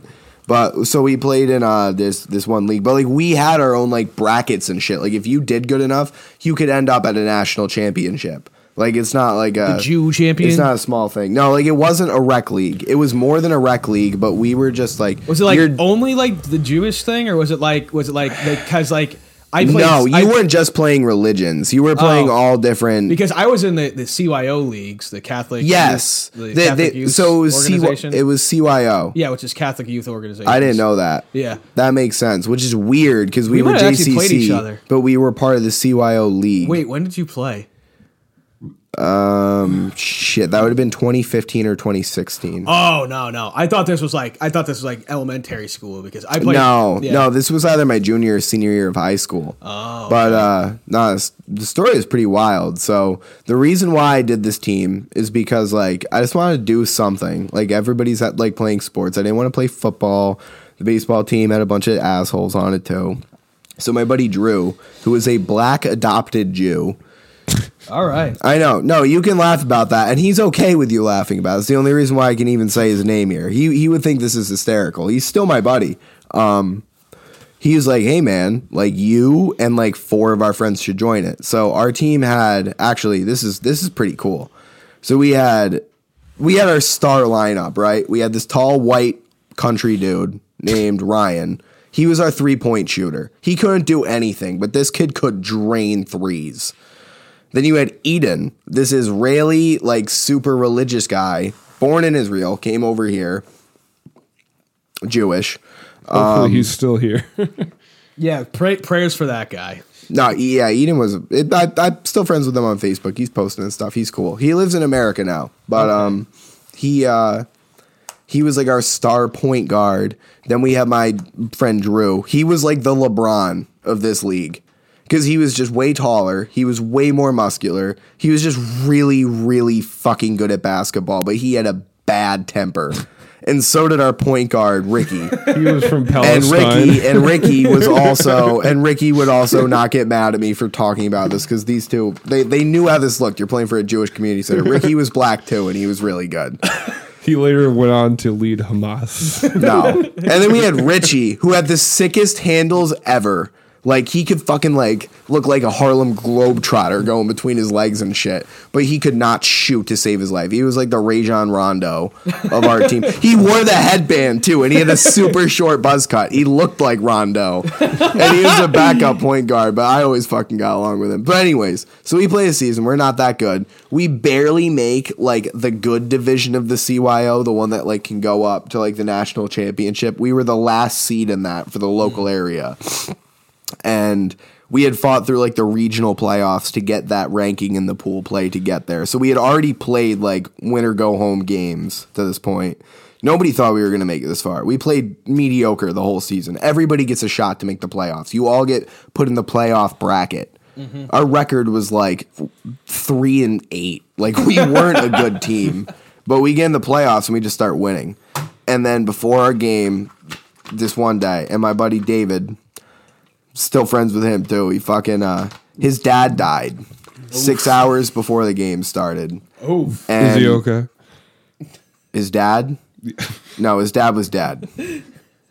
Speaker 8: But so we played in uh this this one league, but like we had our own like brackets and shit. Like if you did good enough, you could end up at a national championship. Like it's not like a
Speaker 7: The Jew champion?
Speaker 8: uh, It's not a small thing. No, like it wasn't a rec league. It was more than a rec league, but we were just like
Speaker 7: Was it like oh,
Speaker 8: you're-
Speaker 7: only like the Jewish thing, or was it like was it like because like I played
Speaker 8: no, you
Speaker 7: I-
Speaker 8: weren't just playing religions. You were playing
Speaker 7: Oh.
Speaker 8: all different.
Speaker 7: because I was in the, the CYO leagues, the Catholic
Speaker 8: yes,
Speaker 7: youth- the
Speaker 8: They-
Speaker 7: Catholic
Speaker 8: they-
Speaker 7: youth
Speaker 8: so it was, CY,
Speaker 7: organization.
Speaker 8: it was CYO.
Speaker 7: yeah, which is Catholic youth organization.
Speaker 8: I didn't know that.
Speaker 7: Yeah.
Speaker 8: that makes sense. Which is weird because we,
Speaker 7: We
Speaker 8: were
Speaker 7: might have actually played
Speaker 8: JCC,
Speaker 7: each other.
Speaker 8: but we were part of the CYO league.
Speaker 7: Wait, when did you play?
Speaker 8: um, shit, that would have been 2015 or 2016.
Speaker 7: Oh no, no. I thought this was like I thought this was like elementary school because I played.
Speaker 8: no,
Speaker 7: yeah.
Speaker 8: no, this was either my junior or senior year of high school. Oh, but uh, no, this- the story is pretty wild. So the reason why I did this team is because like I just wanted to do something. Like everybody's at like playing sports. I didn't want to play football. The baseball team had a bunch of assholes on it too. So my buddy Drew, who is a black adopted Jew,
Speaker 7: All right.
Speaker 8: I know. No, you can laugh about that, and he's okay with you laughing about it. It's the only reason why I can even say his name here. He he would think this is hysterical. He's still my buddy. Um, he was like, "Hey, man, like you and like four of our friends should join it." So our team had actually this is this is pretty cool. So we had we had our star lineup, right? We had this tall white country dude named Ryan. He was our three point shooter. He couldn't do anything, but this kid could drain threes. Then you had Eden, this Israeli, like super religious guy, born in Israel, came over here, Jewish.
Speaker 5: Hopefully he's still here.
Speaker 7: Yeah, pray, prayers for that guy.
Speaker 8: No, yeah, Eden was. It, I, I'm still friends with him on Facebook. He's posting and stuff. He's cool. He lives in America now, but um, he uh, he was like our star point guard. Then we have my friend Drew. He was like the LeBron of this league because he was just way taller. He was way more muscular. He was just really, really fucking good at basketball, but he had a bad temper. And so did our point guard, Ricky
Speaker 5: he was from
Speaker 8: and
Speaker 5: Palestine.
Speaker 8: Ricky and Ricky was also and Ricky would also not get mad at me for talking about this because these two they they knew how this looked. You're playing for a Jewish community center. Ricky was black too, and he was really good.
Speaker 5: he later went on to lead Hamas.
Speaker 8: No, and then we had Richie who had the sickest handles ever. Like he could fucking like look like a Harlem Globetrotter going between his legs and shit, but he could not shoot to save his life. He was like the Rajon Rondo of our team. He wore the headband too, and he had a super short buzz cut. He looked like Rondo, and he was a backup point guard. But I always fucking got along with him. But anyways, so we play a season. We're not that good. We barely make like the good division of the CYO, the one that like can go up to like the national championship. We were the last seed in that for the local area and we had fought through like the regional playoffs to get that ranking in the pool play to get there. So we had already played like win or go home games to this point. Nobody thought we were going to make it this far. We played mediocre the whole season. Everybody gets a shot to make the playoffs. You all get put in the playoff bracket. Our record was like three and eight. Like we weren't a good team, but we get in the playoffs and we just start winning. And then before our game, this one day, and my buddy David, still friends with him too. He fucking uh, his dad died six hours before the game started.
Speaker 7: Oh,
Speaker 5: Is
Speaker 8: And
Speaker 5: he okay?
Speaker 8: his dad? No, his dad was dad.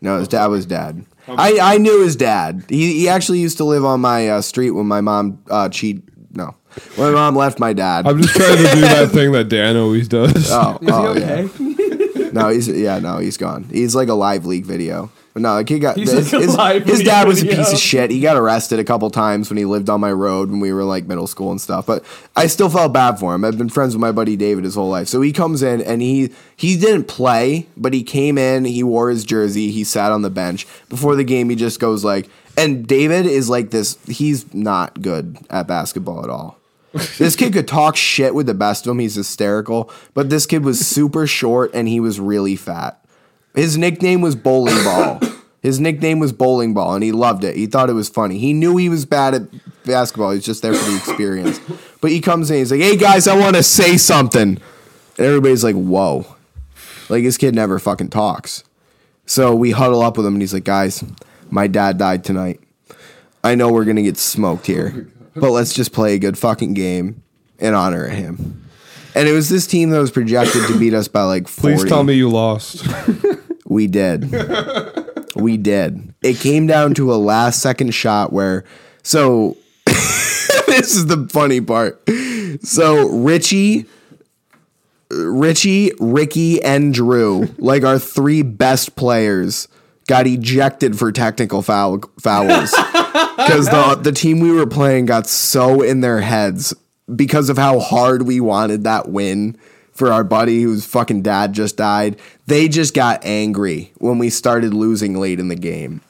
Speaker 8: No, his dad was dad. I, I knew his dad. He, he actually used to live on my uh, street when my mom uh, cheat. No, when my mom left my dad.
Speaker 5: I'm just trying to do that thing that Dan always does.
Speaker 8: oh, oh, yeah. No, he's yeah, no, he's gone. He's like a live leak video. But no, like he got
Speaker 7: He's
Speaker 8: his,
Speaker 7: like a
Speaker 8: his-
Speaker 7: live
Speaker 8: his
Speaker 7: leak
Speaker 8: dad was a
Speaker 7: video.
Speaker 8: piece of shit. He got arrested a couple times when he lived on my road when we were like middle school and stuff. But I still felt bad for him. I've been friends with my buddy David his whole life. So he comes in and he he didn't play, but he came in, he wore his jersey, he sat on the bench. Before the game, he just goes like and David is like this he's not good at basketball at all. this kid could talk shit with the best of them. He's hysterical, but this kid was super short and he was really fat. His nickname was Bowling Ball. His nickname was Bowling Ball, and he loved it. He thought it was funny. He knew he was bad at basketball. He's just there for the experience. But he comes in, he's like, "Hey guys, I want to say something," and everybody's like, "Whoa!" Like this kid never fucking talks. So we huddle up with him, and he's like, "Guys, my dad died tonight. I know we're gonna get smoked here, but let's just play a good fucking game in honor of him." And it was this team that was projected to beat us by like. 40.
Speaker 5: Please tell me you lost.
Speaker 8: We did. we did. It came down to a last second shot where so this is the funny part. So Richie Richie, Ricky, and Drew, like our three best players, got ejected for technical foul, fouls because the the team we were playing got so in their heads because of how hard we wanted that win for our buddy whose fucking dad just died. They just got angry when we started losing late in the game.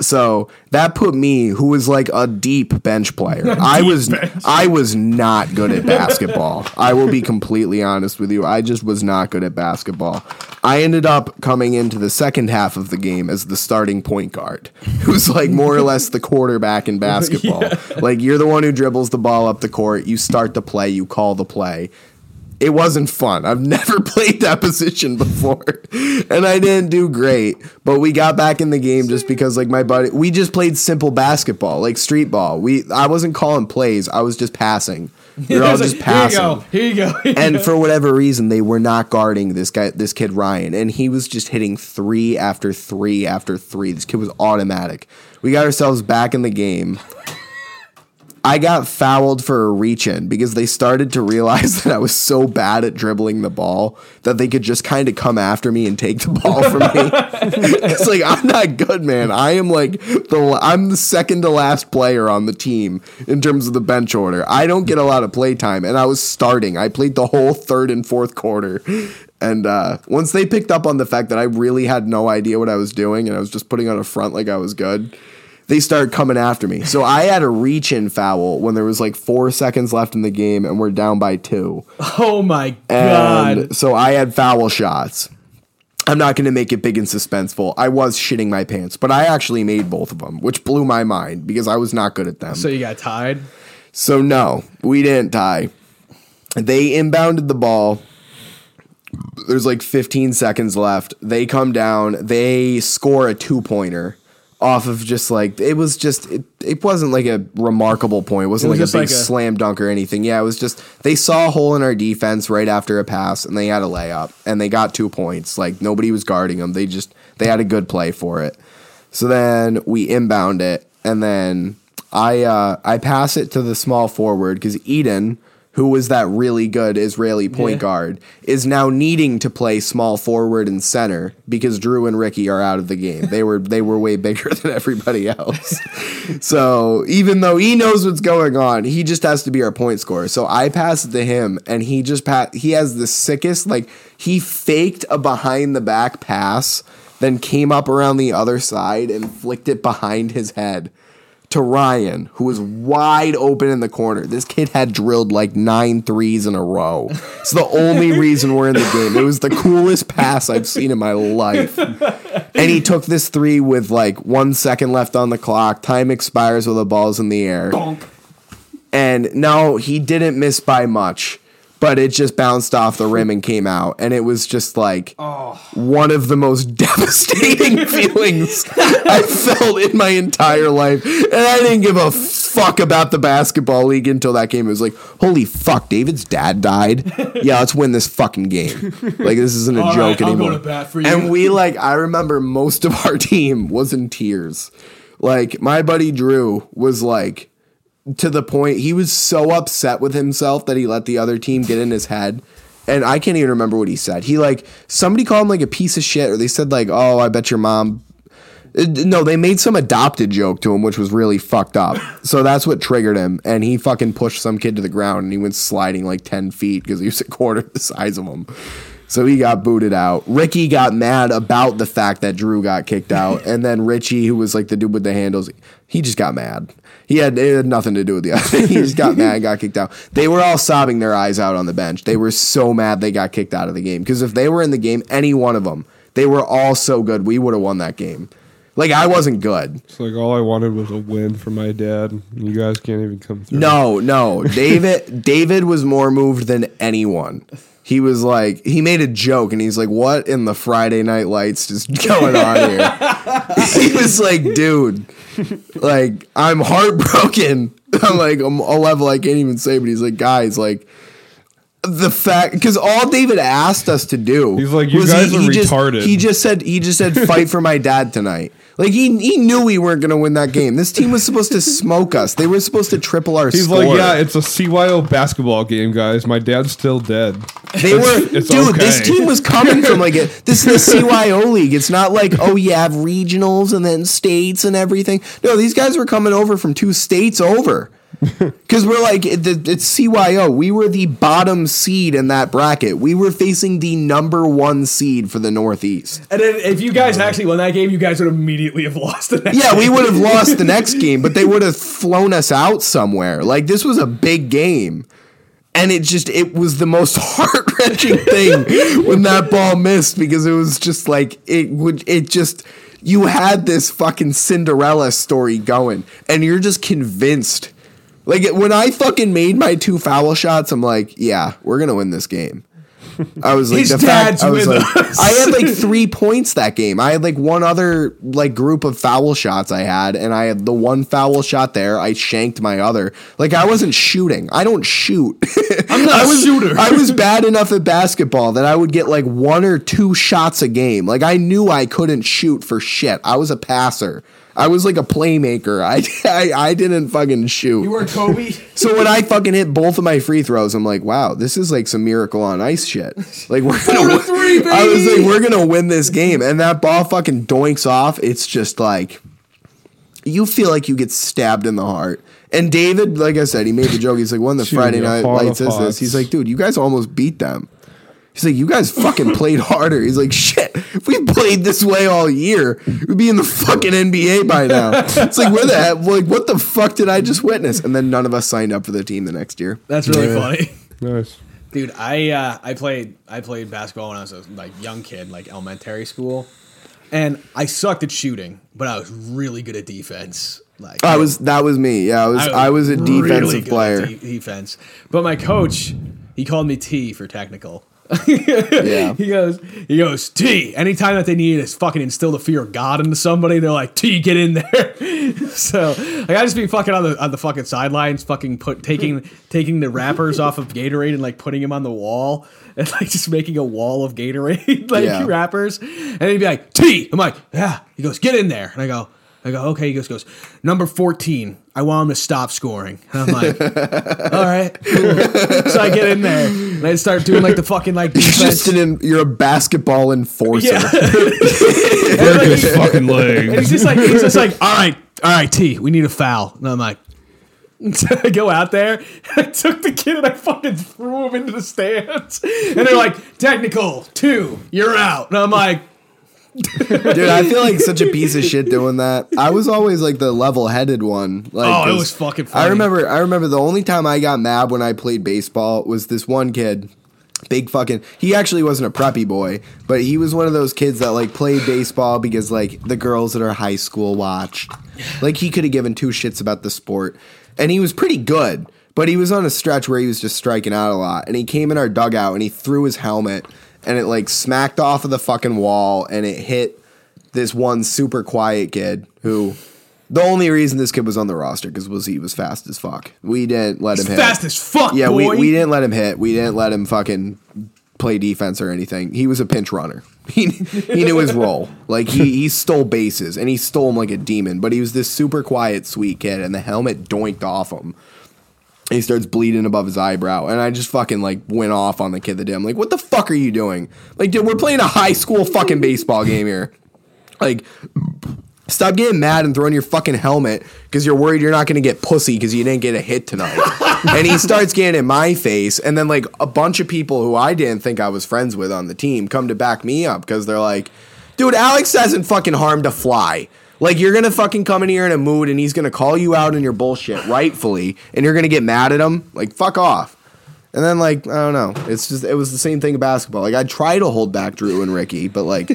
Speaker 8: So that put me, who was like a deep bench player. I was I was not good at basketball. I will be completely honest with you. I just was not good at basketball. I ended up coming into the second half of the game as the starting point guard, who's like more or less the quarterback in basketball. Like you're the one who dribbles the ball up the court, you start the play, you call the play it wasn't fun. I've never played that position before, and I didn't do great. But we got back in the game just because, like, my buddy, we just played simple basketball, like street ball. We I wasn't calling plays. I was just passing. We were all
Speaker 7: It's like,
Speaker 8: just passing
Speaker 7: Here you go. Here you go.
Speaker 8: and for whatever reason, they were not guarding this guy, this kid Ryan, and he was just hitting three after three after three. This kid was automatic. We got ourselves back in the game. I got fouled for a reach in because they started to realize that I was so bad at dribbling the ball that they could just kind of come after me and take the ball from me. it's like I'm not good, man. I am like the I'm the second to last player on the team in terms of the bench order. I don't get a lot of play time, and I was starting. I played the whole third and fourth quarter. And uh, once they picked up on the fact that I really had no idea what I was doing and I was just putting on a front like I was good, they started coming after me. So I had a reach in foul when there was like four seconds left in the game and we're down by two.
Speaker 7: oh my
Speaker 8: And
Speaker 7: god.
Speaker 8: so I had foul shots. I'm not going to make it big and suspenseful. I was shitting my pants, but I actually made both of them, which blew my mind because I was not good at them.
Speaker 7: So you got tied.
Speaker 8: So no, we didn't tie. They inbounded the ball. There's like 15 seconds left. They come down. They score a two pointer off of just like it was just it, it wasn't like a remarkable point. It wasn't
Speaker 7: was
Speaker 8: like a
Speaker 7: just
Speaker 8: big
Speaker 7: like a-
Speaker 8: slam dunk or anything. Yeah, it was just they saw a hole in our defense right after a pass and they had a layup and they got two points. Like nobody was guarding them. They just they had a good play for it. So then we inbound it, and then I uh, I pass it to the small forward because Eden, who was that really good Israeli point guard, is now needing to play small forward and center because Drew and Ricky are out of the game. They were they were way bigger than everybody else. so even though he knows what's going on, he just has to be our point scorer. So I pass it to him, and he just pa- he has the sickest like he faked a behind the back pass then came up around the other side and flicked it behind his head to Ryan, who was wide open in the corner. This kid had drilled like nine threes in a row. It's the only reason we're in the game. It was the coolest pass I've seen in my life. And he took this three with like one second left on the clock. Time expires while the ball's in the air. And no, he didn't miss by much, but it just bounced off the rim and came out. And it was just like
Speaker 7: Oh.
Speaker 8: one of the most devastating feelings I felt in my entire life. And I didn't give a fuck about the basketball league until that game. It was like, holy fuck, David's dad died. Yeah, let's win this fucking game. Like, this isn't a
Speaker 7: All
Speaker 8: joke
Speaker 7: right, I'll go
Speaker 8: anymore.
Speaker 7: to bat for you.
Speaker 8: And we, like, I remember most of our team was in tears. Like, my buddy Drew was like, to the point he was so upset with himself that he let the other team get in his head. And I can't even remember what he said. He like somebody called him like a piece of shit, or they said like, "Oh, I bet your mom." Uh, No, they made some adopted joke to him, which was really fucked up. So that's what triggered him, and he fucking pushed some kid to the ground, and he went sliding like ten feet because he was a quarter the size of him. So he got booted out. Ricky got mad about the fact that Drew got kicked out, and then Richie, who was like the dude with the handles, he just got mad. He had it had nothing to do with the other. he just got mad, and got kicked out. They were all sobbing their eyes out on the bench. They were so mad they got kicked out of the game because if they were in the game, any one of them, they were all so good, we would have won that game. Like I wasn't good.
Speaker 5: It's like all I wanted was a win for my dad. and You guys can't even come through.
Speaker 8: No, no. David David was more moved than anyone. He was like, he made a joke and he's like, what in the Friday night lights is going on here? he was like, dude, like, I'm heartbroken. I'm like, I'm a level I can't even say, but he's like, guys, like, the fact because all David asked us to do
Speaker 5: He's like, "You
Speaker 8: was
Speaker 5: guys are
Speaker 8: just,
Speaker 5: retarded."
Speaker 8: He just said he just said fight for my dad tonight. Like he he knew we weren't gonna win that game. This team was supposed to smoke us. They were supposed to triple our
Speaker 5: He's
Speaker 8: score.
Speaker 5: like, yeah, it's a CYO basketball game, guys. My dad's still dead.
Speaker 8: They were,
Speaker 5: it's
Speaker 8: dude. This
Speaker 5: okay.
Speaker 8: team was coming from like a, this is the CYO league. It's not like oh you have regionals and then states and everything. No, these guys were coming over from two states over because we're like it, it- it's CYO. We were the bottom seed in that bracket. We were facing the number one seed for the Northeast.
Speaker 7: And then if you guys actually won that game, you guys would immediately have lost the next
Speaker 8: Yeah, we would have lost the next game, but they would have flown us out somewhere. Like this was a big game. And it just it was the most heart wrenching thing when that ball missed because it was just like it would it just you had this fucking Cinderella story going and you're just convinced. Like it- when I fucking made my two foul shots, I'm like, yeah, we're gonna win this game. I was like,
Speaker 7: His
Speaker 8: the
Speaker 7: dad's
Speaker 8: fact, I was
Speaker 7: with
Speaker 8: like, I had like three points that game. I had like one other like group of foul shots I had, and I had the one foul shot there. I shanked my other. Like I wasn't shooting. I don't shoot. I'm not I was,
Speaker 7: shooter.
Speaker 8: I was bad enough at basketball that I would get like one or two shots a game. Like I knew I couldn't shoot for shit. I was a passer. I was like a playmaker. I I, I didn't fucking shoot.
Speaker 7: were Kobe.
Speaker 8: So when I fucking hit both of my free throws, I'm like, wow, this is like some miracle on ice shit. Like we're gonna, win- I was like, we're gonna win this game, and that ball fucking doinks off. It's just like, you feel like you get stabbed in the heart. And David, like I said, he made the joke. He's like, when the
Speaker 5: Gee,
Speaker 8: Friday
Speaker 5: a heart
Speaker 8: Night
Speaker 5: of
Speaker 8: Lights is this?
Speaker 5: hearts.
Speaker 8: He's like, dude, you guys almost beat them. He's like, you guys fucking played harder. He's like, shit, if we played this way all year, we'd be in the fucking NBA by now. It's like, where the heck, like, what the fuck did I just witness? And then none of us signed up for the team the next year.
Speaker 7: That's really funny.
Speaker 5: Nice.
Speaker 7: Dude, I uh, I played I played basketball when I was a like young kid, like elementary school, and I sucked at shooting, but I was really good at defense. Like
Speaker 8: I was, that was me. Yeah, I was, I was a
Speaker 7: really
Speaker 8: defensive
Speaker 7: good at
Speaker 8: player.
Speaker 7: de- defense, but my coach he called me T for technical.
Speaker 8: yeah.
Speaker 7: He goes, he goes T. Anytime that they need is fucking instill the fear of God into somebody, they're like T, get in there. so like, I just be fucking on the on the fucking sidelines, fucking put taking taking the wrappers off of Gatorade and like putting them on the wall and like just making a wall of Gatorade like
Speaker 8: Yeah.
Speaker 7: wrappers. And he'd be like T. I'm like yeah. He goes, get in there, and I go. I go, okay. He goes, goes, number 14. I want him to stop scoring. And I'm like, all right. cool." So I get in there and I start doing like the fucking like
Speaker 8: It's
Speaker 7: defense.
Speaker 8: just an, en- you're a basketball enforcer.
Speaker 5: Break his fucking
Speaker 7: And he's
Speaker 5: leg.
Speaker 7: just like, he's just like, all right, all right, T, we need a foul. And I'm like, so I go out there. I took the kid and I fucking threw him into the stands. And they're like, technical two, you're out. And I'm like,
Speaker 8: Dude, I feel like such a piece of shit doing that. I was always like the level-headed one. Like,
Speaker 7: oh, it
Speaker 8: 'cause
Speaker 7: was fucking. Funny.
Speaker 8: I remember. I remember the only time I got mad when I played baseball was this one kid. Big fucking. He actually wasn't a preppy boy, but he was one of those kids that like played baseball because like the girls at our high school watched. Like he could have given two shits about the sport, and he was pretty good. But he was on a stretch where he was just striking out a lot, and he came in our dugout and he threw his helmet, and it like smacked off of the fucking wall, and it hit this one super quiet kid who the only reason this kid was on the roster because was he was fast as fuck. We didn't let him hit.
Speaker 7: fast as fuck.
Speaker 8: yeah,
Speaker 7: boy.
Speaker 8: we, we didn't let him hit. We didn't let him fucking play defense or anything. He was a pinch runner. He, he knew his role. Like he, he stole bases and he stole him like a demon. But he was this super quiet, sweet kid, and the helmet doinked off him. And he starts bleeding above his eyebrow, and I just fucking like went off on the kid that did. I'm like, "What the fuck are you doing? Like, dude, we're playing a high school fucking baseball game here. Like, Stop getting mad and throwing your fucking helmet because you're worried you're not going to get pussy because you didn't get a hit tonight. and he starts getting in my face. And then, like, a bunch of people who I didn't think I was friends with on the team come to back me up because they're like, dude, Alex hasn't fucking harmed a fly. Like, you're going to fucking come in here in a mood and he's going to call you out on your bullshit, rightfully. And you're going to get mad at him. Like, fuck off. And then like I don't know, it's just it was the same thing in basketball. Like I try to hold back Drew and Ricky, but like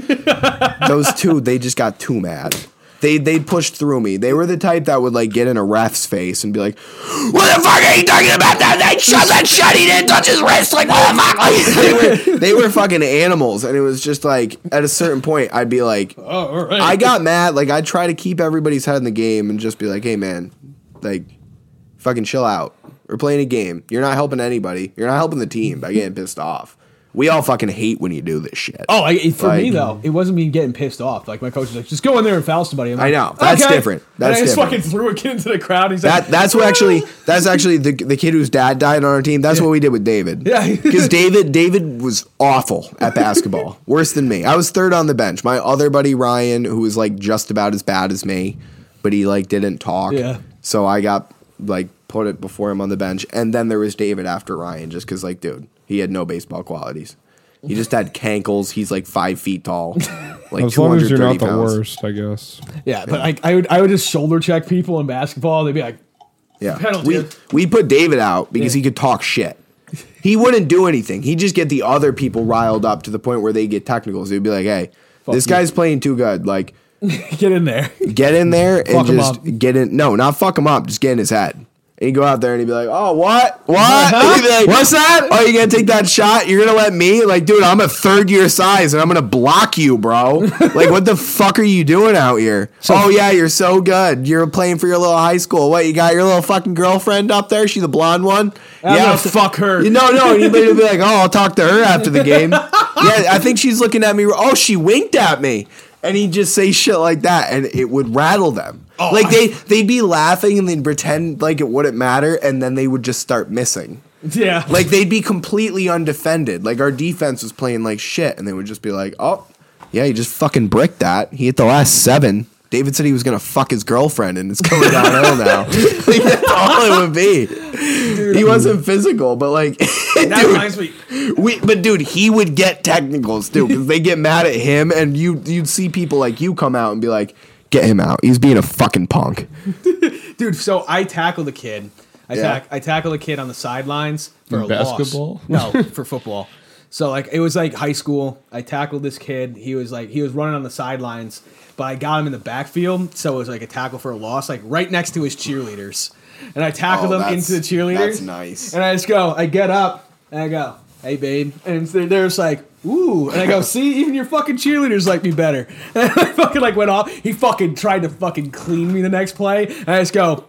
Speaker 8: those two, they just got too mad. They they pushed through me. They were the type that would like get in a ref's face and be like, "What the fuck are you talking about? That that shot, that shot, he didn't touch his wrist. Like what the fuck?" Like, they were they were fucking animals, and it was just like at a certain point, I'd be like,
Speaker 7: Oh, all right.
Speaker 8: I got mad. Like I try to keep everybody's head in the game and just be like, "Hey man, like fucking chill out." We're playing a game. You're not helping anybody. You're not helping the team by getting pissed off. We all fucking hate when you do this shit.
Speaker 7: Oh, I, it- for me
Speaker 8: Like-
Speaker 7: though, it wasn't me getting pissed off. Like my coach was like, "Just go in there and foul somebody." I'm
Speaker 8: I
Speaker 7: like,
Speaker 8: know. That's different.
Speaker 7: and
Speaker 8: That's
Speaker 7: I just
Speaker 8: different.
Speaker 7: fucking threw a kid into the crowd. He's
Speaker 8: That
Speaker 7: like,
Speaker 8: that's what actually that's actually the the kid whose dad died on our team. That's what we did with David.
Speaker 7: Yeah.
Speaker 8: because David David was awful at basketball, worse than me. I was third on the bench. My other buddy Ryan, who was like just about as bad as me, but he like didn't talk.
Speaker 7: Yeah.
Speaker 8: So I got like put it before him on the bench, and then there was David after Ryan, just because like dude, he had no baseball qualities. He just had cankles. He's like five feet tall. Like
Speaker 5: As long as you're not
Speaker 8: 230
Speaker 5: the
Speaker 8: pounds.
Speaker 5: worst, I guess.
Speaker 7: yeah, but like I would, I would just shoulder check people in basketball. They'd be like,
Speaker 8: Yeah.
Speaker 7: Penalty.
Speaker 8: We we put David out because he could talk shit. He wouldn't do anything. He'd just get the other people riled up to the point where they get technicals. He'd be like, "Hey, this
Speaker 7: you."
Speaker 8: guy's playing too good. Like,
Speaker 7: "Get in there."
Speaker 8: get in there and
Speaker 7: Fuck him
Speaker 8: just
Speaker 7: up.
Speaker 8: get in. No, not fuck him up. Just get in his head." And he'd go out there and he'd be like, "Oh, what? What? And he'd be like, What's that? Oh, you gonna take that shot? You're gonna let me? Like, dude, I'm a third year size and I'm gonna block you, bro. like, what the fuck are you doing out here? oh yeah, you're so good. You're playing for your little high school. What? You got your little fucking girlfriend up there? She's a blonde one.
Speaker 7: I'm gonna fuck her.
Speaker 8: You no, no. And he'd be like, "Oh, I'll talk to her after the game." yeah, I think she's looking at me. Oh, she winked at me, and he'd just say shit like that, and it would rattle them.
Speaker 7: Oh,
Speaker 8: like they they'd be laughing and they'd pretend like it wouldn't matter, and then they would just start missing.
Speaker 7: Yeah,
Speaker 8: Like they'd be completely undefended. Like our defense was playing like shit, and they would just be like, "Oh, yeah, he just fucking bricked that. He hit the last seven. David said he was gonna fuck his girlfriend, and it's coming downhill now. like, that's all it would be. he wasn't physical, but like,
Speaker 7: that
Speaker 8: dude,
Speaker 7: reminds me.
Speaker 8: we, but dude, he would get technicals too because they get mad at him, and you you'd see people like you come out and be like, "Get him out. He's being a fucking punk."
Speaker 7: dude. So I tackled a kid. I
Speaker 8: Yeah.
Speaker 7: tack, I tackled a kid on the sidelines for
Speaker 5: In
Speaker 7: a
Speaker 5: basketball?
Speaker 7: Loss. No, for football. So like it was like high school. I tackled this kid. He was like he was running on the sidelines, but I got him in the backfield. So it was like a tackle for a loss, like right next to his cheerleaders. And I tackled
Speaker 8: Oh,
Speaker 7: him
Speaker 8: that's-
Speaker 7: into the cheerleaders.
Speaker 8: that's nice.
Speaker 7: And I just go, I get up and I go, hey babe, and they're, they're just like. Ooh, and I go, see, even your fucking cheerleaders like me better. And I fucking like went off. He fucking tried to fucking clean me the next play. And I just go,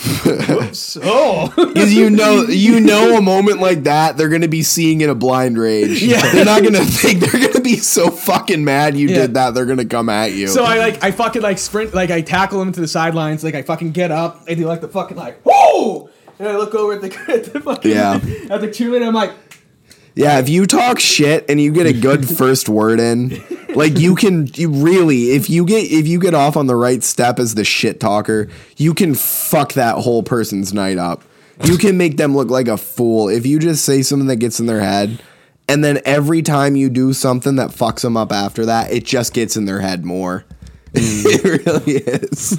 Speaker 7: Oh,
Speaker 8: Because you know, you know, a moment like that, they're gonna be seeing in a blind rage.
Speaker 7: Yeah.
Speaker 8: they're not gonna think they're gonna be so fucking mad you
Speaker 7: Yeah.
Speaker 8: did that. They're gonna come at you.
Speaker 7: so I like I fucking like sprint like I tackle him to the sidelines like I fucking get up I do like the fucking like whoa and I look over at the, at the fucking
Speaker 8: Yeah.
Speaker 7: at the cheerleader I'm like
Speaker 8: yeah, if you talk shit and you get a good first word in, like you can, you really, if you get if you get off on the right step as the shit talker, you can fuck that whole person's night up. You can make them look like a fool if you just say something that gets in their head. And then every time you do something that fucks them up after that, it just gets in their head more. it really is.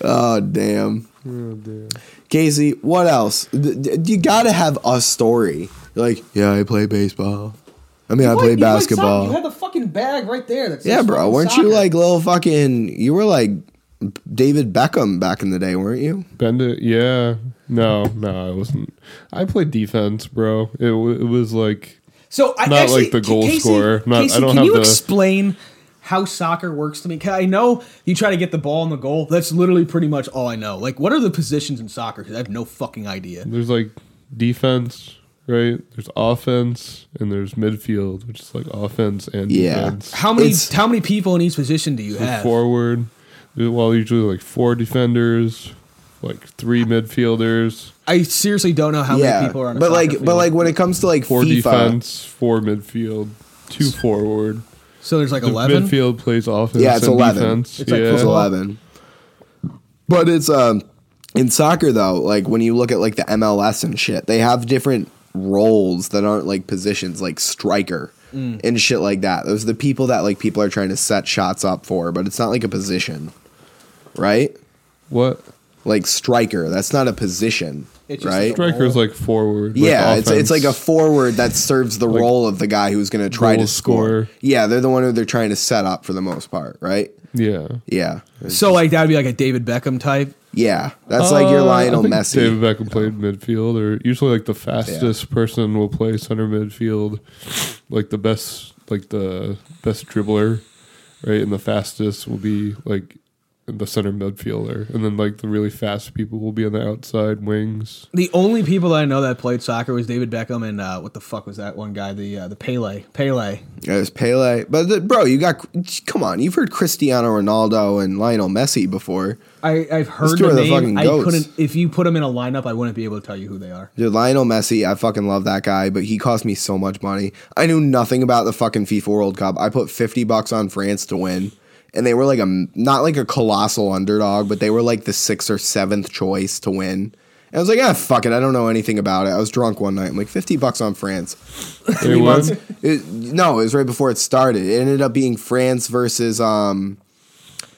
Speaker 8: oh damn.
Speaker 7: Oh,
Speaker 8: Casey, what else? D- d- you gotta have a story. You're like, yeah, I play baseball. I mean, I
Speaker 7: "What?
Speaker 8: play
Speaker 7: You like
Speaker 8: basketball.
Speaker 7: soccer? you had the fucking bag right there that says
Speaker 8: yeah, bro.
Speaker 7: fucking
Speaker 8: Weren't you
Speaker 7: soccer."
Speaker 8: like little fucking? You were like David Beckham back in the day, weren't you?
Speaker 5: Bend it. Yeah. No, no, I wasn't. I played defense, bro. It, w- it was like
Speaker 7: so I
Speaker 5: not
Speaker 7: actually,
Speaker 5: like the goal
Speaker 7: Casey,
Speaker 5: scorer. Not- I
Speaker 7: Casey,
Speaker 5: don't
Speaker 7: can
Speaker 5: have
Speaker 7: you
Speaker 5: the-
Speaker 7: explain how soccer works to me 'Cause I know you try to get the ball in the goal that's literally pretty much all I know like what are the positions in soccer because I have no fucking idea
Speaker 5: there's like defense, right? There's offense and there's midfield, which is like offense and
Speaker 8: Yeah.
Speaker 5: defense.
Speaker 7: how many
Speaker 8: It's-
Speaker 7: how many people in each position do you
Speaker 5: The
Speaker 7: have
Speaker 5: forward. Well, usually like four defenders, like three midfielders,
Speaker 7: I seriously don't know how
Speaker 8: yeah,
Speaker 7: many people are on a
Speaker 8: but
Speaker 7: soccer
Speaker 8: like,
Speaker 7: field.
Speaker 8: but like when it comes to like
Speaker 5: four
Speaker 8: FIFA,
Speaker 5: defense, four midfield, two forward.
Speaker 7: so there's like
Speaker 5: The
Speaker 7: 11
Speaker 5: midfield plays offense.
Speaker 8: Yeah, it's
Speaker 5: and
Speaker 8: 11.
Speaker 5: Defense.
Speaker 7: It's like
Speaker 5: yeah.
Speaker 8: it's eleven. But it's um in soccer though, like when you look at like the MLS and shit, they have different roles that aren't like positions, like striker
Speaker 5: Mm.
Speaker 8: and shit like that. Those are the people that like people are trying to set shots up for, but it's not like a position, right?
Speaker 5: What?
Speaker 8: Like striker, that's not a position,
Speaker 7: It's just
Speaker 8: right?
Speaker 7: like a-
Speaker 5: Striker's like forward. with
Speaker 8: yeah, it's,
Speaker 5: offense.
Speaker 8: it's like a forward that serves the role of the guy who's going to try
Speaker 5: goal
Speaker 8: to score.
Speaker 5: scorer.
Speaker 8: Yeah, they're the one who they're trying to set up for the most part, right?
Speaker 5: yeah.
Speaker 8: Yeah,
Speaker 7: So like that would be like a David Beckham type.
Speaker 8: yeah. That's like your
Speaker 5: Uh,
Speaker 8: Lionel
Speaker 5: I think
Speaker 8: Messi.
Speaker 5: David Beckham played midfield, or usually like the fastest person will play center midfield, like the best, like the best dribbler, right? And the fastest will be like the center midfielder, and then like the really fast people will be on the outside wings.
Speaker 7: The only people that I know that played soccer was David Beckham and uh, what the fuck was that one guy? The uh, the Pele, Pele.
Speaker 8: Yeah, it's Pele. But the, bro, you got come on. You've heard Cristiano Ronaldo and Lionel Messi before.
Speaker 7: I, I've heard
Speaker 8: two
Speaker 7: the
Speaker 8: are the
Speaker 7: name.
Speaker 8: fucking
Speaker 7: I
Speaker 8: goats.
Speaker 7: couldn't. If you put them in a lineup, I wouldn't be able to tell you who they are.
Speaker 8: Dude, Lionel Messi, I fucking love that guy, but he cost me so much money. I knew nothing about the fucking FIFA World Cup. I put 50 bucks on France to win, and they were like a not like a colossal underdog, but they were like the 6th or 7th choice to win. And I was like, "Ah, fuck it. I don't know anything about it." I was drunk one night. I'm like, "50 bucks on France."
Speaker 5: They was
Speaker 8: It, no, it was right before it started. It ended up being France versus um,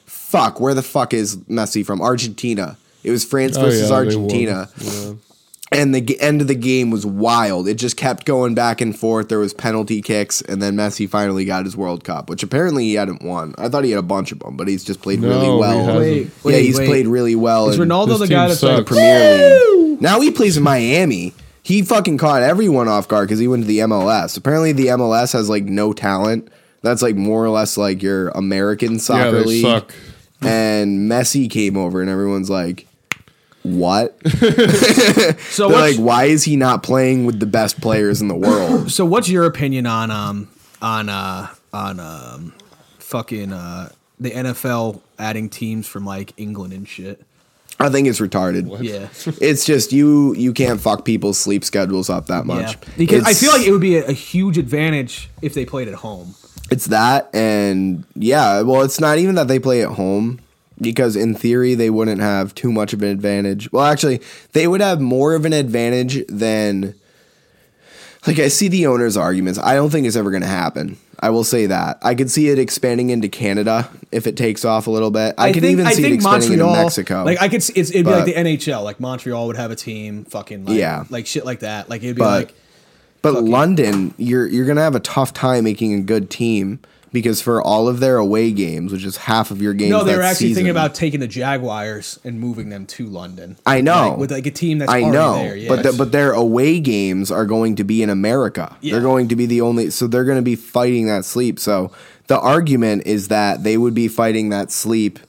Speaker 8: fuck, where the fuck is Messi from? Argentina. It was France
Speaker 5: Oh,
Speaker 8: versus Argentina, and the g- end of the game was wild. It just kept going back and forth. There was penalty kicks, and then Messi finally got his World Cup, which apparently he hadn't won. I thought he had a bunch of them, but he's just played
Speaker 5: No,
Speaker 8: really
Speaker 5: he
Speaker 8: well.
Speaker 5: hasn't.
Speaker 7: Wait,
Speaker 8: yeah,
Speaker 7: wait,
Speaker 8: he's
Speaker 7: wait.
Speaker 8: played really well.
Speaker 7: Is
Speaker 8: and-
Speaker 7: Ronaldo the
Speaker 5: This
Speaker 7: guy
Speaker 5: team
Speaker 7: that's like
Speaker 5: sucks.
Speaker 8: Premier League. Now he plays in Miami. He fucking caught everyone off guard because he went to the MLS. Apparently, the MLS has like no talent. That's like more or less like your American
Speaker 5: Yeah,
Speaker 8: soccer
Speaker 5: they
Speaker 8: league.
Speaker 5: suck.
Speaker 8: And Messi came over, and everyone's like, "What?"
Speaker 7: So
Speaker 8: They're
Speaker 7: what's,
Speaker 8: like, "Why is he not playing with the best players in the world?"
Speaker 7: so what's your opinion on um on uh on um fucking uh the NFL adding teams from like England and shit?
Speaker 8: I think it's retarded.
Speaker 7: Yeah.
Speaker 8: It's just you. You can't fuck people's sleep schedules up that much.
Speaker 7: Yeah, because I
Speaker 8: It's-
Speaker 7: feel like it would be a, a huge advantage if they played at home.
Speaker 8: It's that, and yeah, well, it's not even that they play at home because in theory they wouldn't have too much of an advantage. Well, actually, they would have more of an advantage than. Like I see the owners' arguments. I don't think it's ever going to happen. I will say that. I could see it expanding into Canada if it takes off a little bit. I, could even see it expanding into Mexico.
Speaker 7: Like I could, see, it's, it'd
Speaker 8: But-
Speaker 7: be like the NHL. Like Montreal would have a team, fucking like,
Speaker 8: Yeah.
Speaker 7: like shit like that. Like it'd be
Speaker 8: But-
Speaker 7: like
Speaker 8: But London, you're you're gonna have a tough time making a good team because for all of their away games, which is half of your games,
Speaker 7: no, they were
Speaker 8: that
Speaker 7: actually
Speaker 8: season-
Speaker 7: thinking about taking the Jaguars and moving them to London.
Speaker 8: I know.
Speaker 7: like, with like a team that's
Speaker 8: I
Speaker 7: already
Speaker 8: know,
Speaker 7: there. Yeah.
Speaker 8: but the, but their away games are going to be in America.
Speaker 7: Yeah.
Speaker 8: They're going to be the only, so they're going to be fighting that sleep. So the argument is that they would be fighting that sleep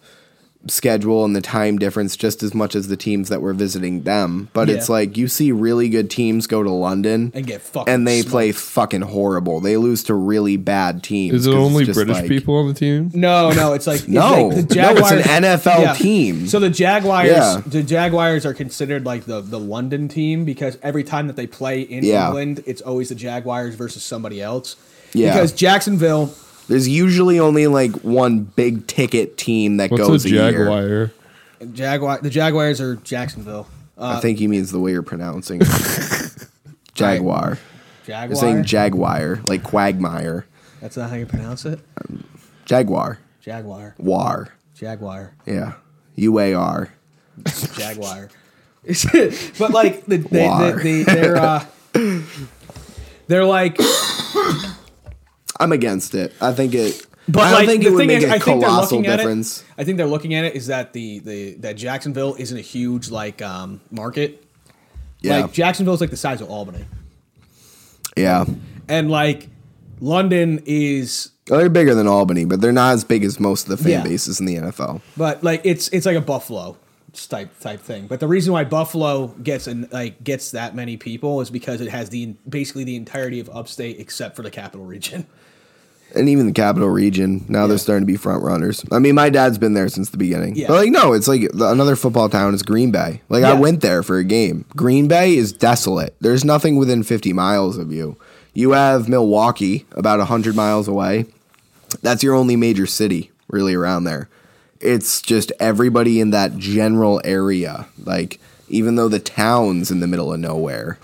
Speaker 8: schedule and the time difference just as much as the teams that were visiting them. But it's
Speaker 7: Yeah.
Speaker 8: like you see really good teams go to London
Speaker 7: And get fucking
Speaker 8: and they
Speaker 7: smoked.
Speaker 8: play fucking horrible. They lose to really bad teams.
Speaker 5: Is it
Speaker 8: 'cause it's
Speaker 5: only
Speaker 8: just
Speaker 5: British
Speaker 8: like-
Speaker 5: people on the team?
Speaker 7: no, no, it's like it's
Speaker 8: No.
Speaker 7: like the
Speaker 8: No, it's
Speaker 7: Jaguars,
Speaker 8: an NFL team.
Speaker 7: So the Jaguars,
Speaker 8: Yeah.
Speaker 7: the Jaguars are considered like the the London team because every time that they play in
Speaker 8: Yeah.
Speaker 7: England, it's always the Jaguars versus somebody else.
Speaker 8: Yeah.
Speaker 7: because Jacksonville.
Speaker 8: There's usually only like one big ticket team that
Speaker 5: What's
Speaker 8: goes
Speaker 5: a
Speaker 8: A year.
Speaker 5: jaguar?
Speaker 7: Jaguar. The Jaguars are Jacksonville. Uh,
Speaker 8: I think he means the way you're pronouncing it. Jaguar. You're
Speaker 7: Jaguar.
Speaker 8: saying Jaguar, like Quagmire.
Speaker 7: That's not how you pronounce it.
Speaker 8: Jaguar.
Speaker 7: Jaguar.
Speaker 8: War.
Speaker 7: Jaguar.
Speaker 8: Yeah. U A R.
Speaker 7: Jaguar. but like the, they,
Speaker 8: War.
Speaker 7: they, they, they're uh, they're like
Speaker 8: I'm against it. I think it.
Speaker 7: But
Speaker 8: I don't
Speaker 7: like,
Speaker 8: think
Speaker 7: the
Speaker 8: it would
Speaker 7: thing
Speaker 8: make
Speaker 7: is,
Speaker 8: a
Speaker 7: I think they're
Speaker 8: colossal
Speaker 7: looking at it-
Speaker 8: difference.
Speaker 7: I think they're looking at it is that the, the that Jacksonville isn't a huge like um, market.
Speaker 8: Yeah.
Speaker 7: Like Jacksonville's like the size of Albany,
Speaker 8: yeah.
Speaker 7: and like London is,
Speaker 8: Well, they're bigger than Albany, but they're not as big as most of the fan
Speaker 7: Yeah.
Speaker 8: bases in the NFL.
Speaker 7: but like it's it's like a Buffalo type type thing. But the reason why Buffalo gets and like gets that many people is because it has the basically the entirety of upstate except for the capital region.
Speaker 8: And even the capital region. Now they're starting to be front runners. I mean, my dad's been there since the beginning.
Speaker 7: Yeah.
Speaker 8: But like, no, it's like the, another football town is Green Bay. Like, I
Speaker 7: Yeah.
Speaker 8: went there for a game. Green Bay is desolate. There's nothing within 50 miles of you. You have Milwaukee about 100 miles away. That's your only major city really around there. It's just everybody in that general area. Like, even though the town's in the middle of nowhere.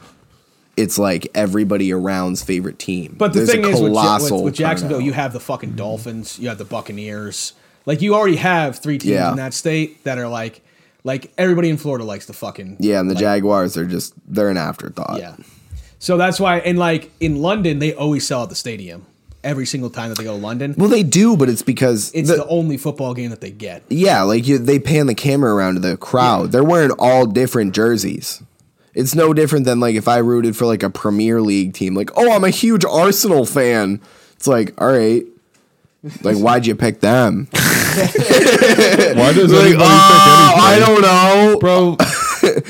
Speaker 8: It's like everybody around's favorite team.
Speaker 7: But the
Speaker 8: There's a
Speaker 7: thing is, with, Ja- with,
Speaker 8: colossal
Speaker 7: with Jacksonville,
Speaker 8: turnout.
Speaker 7: you have the fucking Dolphins, you have the Buccaneers. Like you already have three teams
Speaker 8: Yeah.
Speaker 7: in that state that are like, like everybody in Florida likes the fucking
Speaker 8: Yeah, and the
Speaker 7: like,
Speaker 8: Jaguars are just they're an afterthought.
Speaker 7: Yeah, so that's why. And like in London, they always sell out the stadium every single time that they go to London.
Speaker 8: Well, they do, but it's because
Speaker 7: it's
Speaker 8: the-
Speaker 7: the, only football game that they get.
Speaker 8: yeah, like you, they pan the camera around to the crowd. They're wearing all different jerseys. It's no different than like if I rooted for like a Premier League team. Like, oh, I'm a huge Arsenal fan. It's like, all right, Like, why'd you pick them?
Speaker 5: Why does
Speaker 8: like,
Speaker 5: anybody
Speaker 8: oh,
Speaker 5: pick
Speaker 8: I
Speaker 5: anything?
Speaker 8: don't know.
Speaker 5: Bro,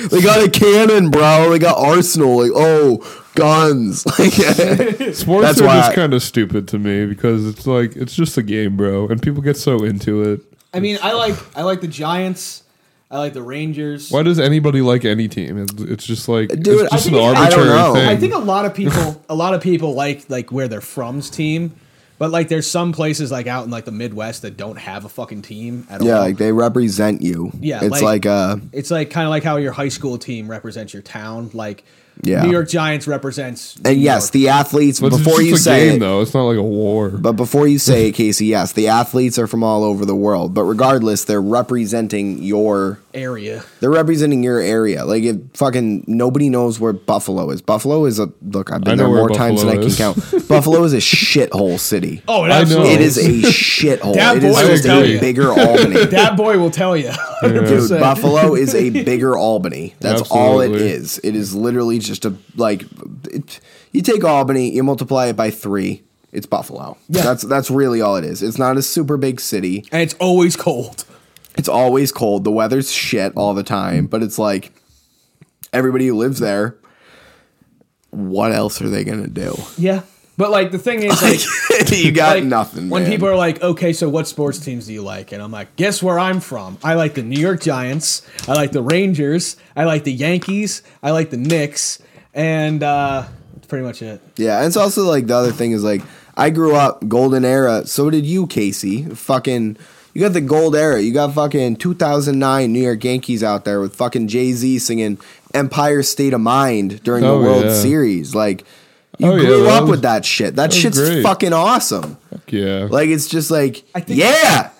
Speaker 8: They got a cannon, bro. They got arsenal. Like, oh, guns. Like,
Speaker 5: sports
Speaker 8: That's
Speaker 5: are
Speaker 8: why
Speaker 5: just
Speaker 8: I-
Speaker 5: kind of stupid to me because it's like it's just a game, bro, and people get so into it.
Speaker 7: I mean, I like I like the Giants. I like the Rangers.
Speaker 5: Why does anybody like any team? It's, it's just like
Speaker 8: Dude, I
Speaker 5: it's just an
Speaker 8: think it's- I don't
Speaker 5: arbitrary
Speaker 8: know.
Speaker 5: thing.
Speaker 7: I think a lot of people, a lot of people like like where they're from's team, but like there's some places like out in like the Midwest that don't have a fucking team at
Speaker 8: yeah,
Speaker 7: all.
Speaker 8: like they represent you.
Speaker 7: Yeah,
Speaker 8: it's
Speaker 7: like-
Speaker 8: like, uh,
Speaker 7: it's like kind of like how your high school team represents your town. Like
Speaker 8: Yeah.
Speaker 7: New York Giants represents. New
Speaker 8: and yes,
Speaker 7: York.
Speaker 8: the athletes.
Speaker 5: But
Speaker 8: before
Speaker 5: it's
Speaker 8: you
Speaker 5: just a
Speaker 8: say
Speaker 5: game,
Speaker 8: it,
Speaker 5: though. It's not like a war.
Speaker 8: But before you say it, Casey, yes, the athletes are from all over the world. But regardless, they're representing your
Speaker 7: area.
Speaker 8: they're representing your area. Like if fucking nobody knows where Buffalo is. Buffalo is a look,
Speaker 5: I
Speaker 8: I've been
Speaker 5: know
Speaker 8: there
Speaker 5: where
Speaker 8: more times than I
Speaker 5: Buffalo
Speaker 8: can
Speaker 5: is.
Speaker 8: count. Buffalo is a shithole city.
Speaker 7: Oh,
Speaker 5: I know.
Speaker 8: It is a shithole.
Speaker 7: That
Speaker 8: it is
Speaker 7: boy will
Speaker 8: just
Speaker 7: tell
Speaker 8: a
Speaker 7: you.
Speaker 8: bigger Albany.
Speaker 7: that boy will tell you.
Speaker 8: Dude, Buffalo is a bigger Albany. That's all it
Speaker 5: Absolutely.
Speaker 8: is. It is literally just a like it, you take Albany, you multiply it by 3, it's Buffalo. That's that's really all it is. It's not a super big city.
Speaker 7: and it's always cold.
Speaker 8: It's always cold. The weather's shit all the time, but it's like everybody who lives there what else are they going to do?
Speaker 7: Yeah, but like the thing is, like
Speaker 8: you got
Speaker 7: like,
Speaker 8: nothing.
Speaker 7: When
Speaker 8: man.
Speaker 7: people are like, "Okay, so what sports teams do you like?" and I'm like, "Guess where I'm from? I like the New York Giants. I like the Rangers. I like the Yankees. I like the Knicks." And uh, that's pretty much it.
Speaker 8: Yeah, and it's also like the other thing is like I grew up golden era. So did you, Casey? Fucking, you got the gold era. You got fucking 2009 New York Yankees out there with fucking Jay Z singing "Empire State of Mind" during
Speaker 5: Oh,
Speaker 8: the World
Speaker 5: yeah.
Speaker 8: Series. Like you
Speaker 5: Oh, yeah,
Speaker 8: grew
Speaker 5: that
Speaker 8: up
Speaker 5: was-
Speaker 8: with that shit. That,
Speaker 5: was
Speaker 8: shit's
Speaker 5: great.
Speaker 8: fucking awesome.
Speaker 5: yeah.
Speaker 8: Like it's just like
Speaker 7: I think-
Speaker 8: yeah.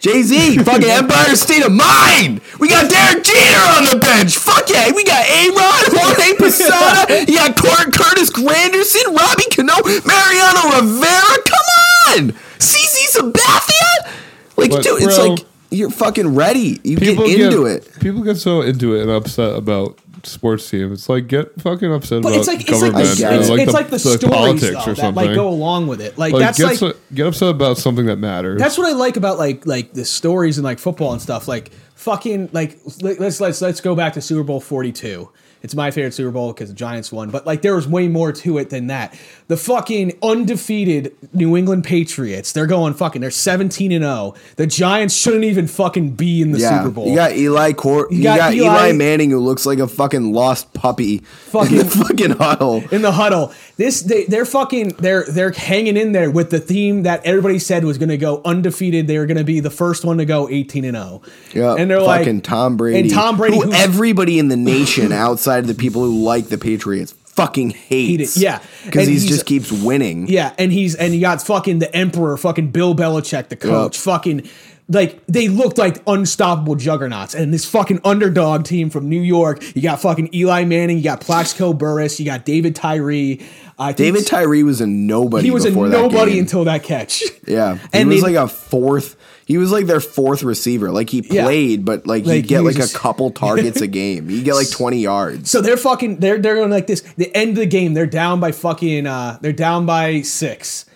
Speaker 8: Jay Z, fucking Empire State of Mind. We got Derek Jeter on the bench. Fuck yeah, we got A Rod, Jorge Posada. You got Cor- Curtis Granderson, Robbie Cano, Mariano Rivera. Come on, CC Sabathia. Like,
Speaker 5: But,
Speaker 8: dude, it's
Speaker 5: bro,
Speaker 8: like you're fucking ready. You get into it.
Speaker 5: People get so into it and upset about sports teams. It's like get fucking upset
Speaker 7: But
Speaker 5: about
Speaker 7: it's like it's like
Speaker 5: government.
Speaker 7: the, it's,
Speaker 8: I get
Speaker 7: it's
Speaker 8: it.
Speaker 7: like,
Speaker 5: the-
Speaker 7: the,
Speaker 5: the
Speaker 7: stories
Speaker 5: politics
Speaker 7: though,
Speaker 5: or
Speaker 7: that
Speaker 5: something.
Speaker 7: like go along with it. Like,
Speaker 5: Like,
Speaker 7: that's
Speaker 5: get,
Speaker 7: like
Speaker 5: so- get upset about something that matters.
Speaker 7: that's what I like about like like the stories and like football and stuff. Like fucking like let- let's let's let's go back to Super Bowl forty two. It's my favorite Super Bowl because the Giants won, but like there was way more to it than that. The fucking undefeated New England Patriots, they're going fucking, they're 17 and 0. The Giants shouldn't even fucking be in the
Speaker 8: Yeah,
Speaker 7: Super Bowl.
Speaker 8: you got Eli Cor- you,
Speaker 7: got
Speaker 8: got, Eli,
Speaker 7: Eli-
Speaker 8: Manning who looks like a fucking lost puppy.
Speaker 7: Fucking-
Speaker 8: in the fucking huddle.
Speaker 7: in the huddle. This they they're fucking they're they're hanging in there with the theme that everybody said was going to go undefeated. They were going to be the first one to go 18 and 0.
Speaker 8: Yeah,
Speaker 7: and they're
Speaker 8: fucking
Speaker 7: like
Speaker 8: Tom Brady.
Speaker 7: and Tom Brady
Speaker 8: who
Speaker 7: who's-
Speaker 8: everybody in the nation outside of the people who like the Patriots fucking hates.
Speaker 7: it, yeah.
Speaker 8: because
Speaker 7: And
Speaker 8: he
Speaker 7: he's-
Speaker 8: just keeps winning.
Speaker 7: Yeah, and he's and you got fucking the emperor, fucking Bill Belichick, the coach,
Speaker 8: Yep.
Speaker 7: fucking like they looked like unstoppable juggernauts. And this fucking underdog team from New York, you got fucking Eli Manning, you got Plaxico Burris, you got David Tyree. I think
Speaker 8: David Tyree was a nobody.
Speaker 7: he was a
Speaker 8: before that
Speaker 7: nobody
Speaker 8: game.
Speaker 7: until that catch.
Speaker 8: yeah. He
Speaker 7: and
Speaker 8: was
Speaker 7: they-
Speaker 8: like a fourth. He was like their fourth receiver. Like he
Speaker 7: Yeah.
Speaker 8: played, but like,
Speaker 7: Like,
Speaker 8: he'd
Speaker 7: he
Speaker 8: get
Speaker 7: was
Speaker 8: like
Speaker 7: just-
Speaker 8: a couple targets a game. He'd get like twenty yards.
Speaker 7: So they're fucking they're they're going like this. The end of the game, they're down by fucking uh they're down by six.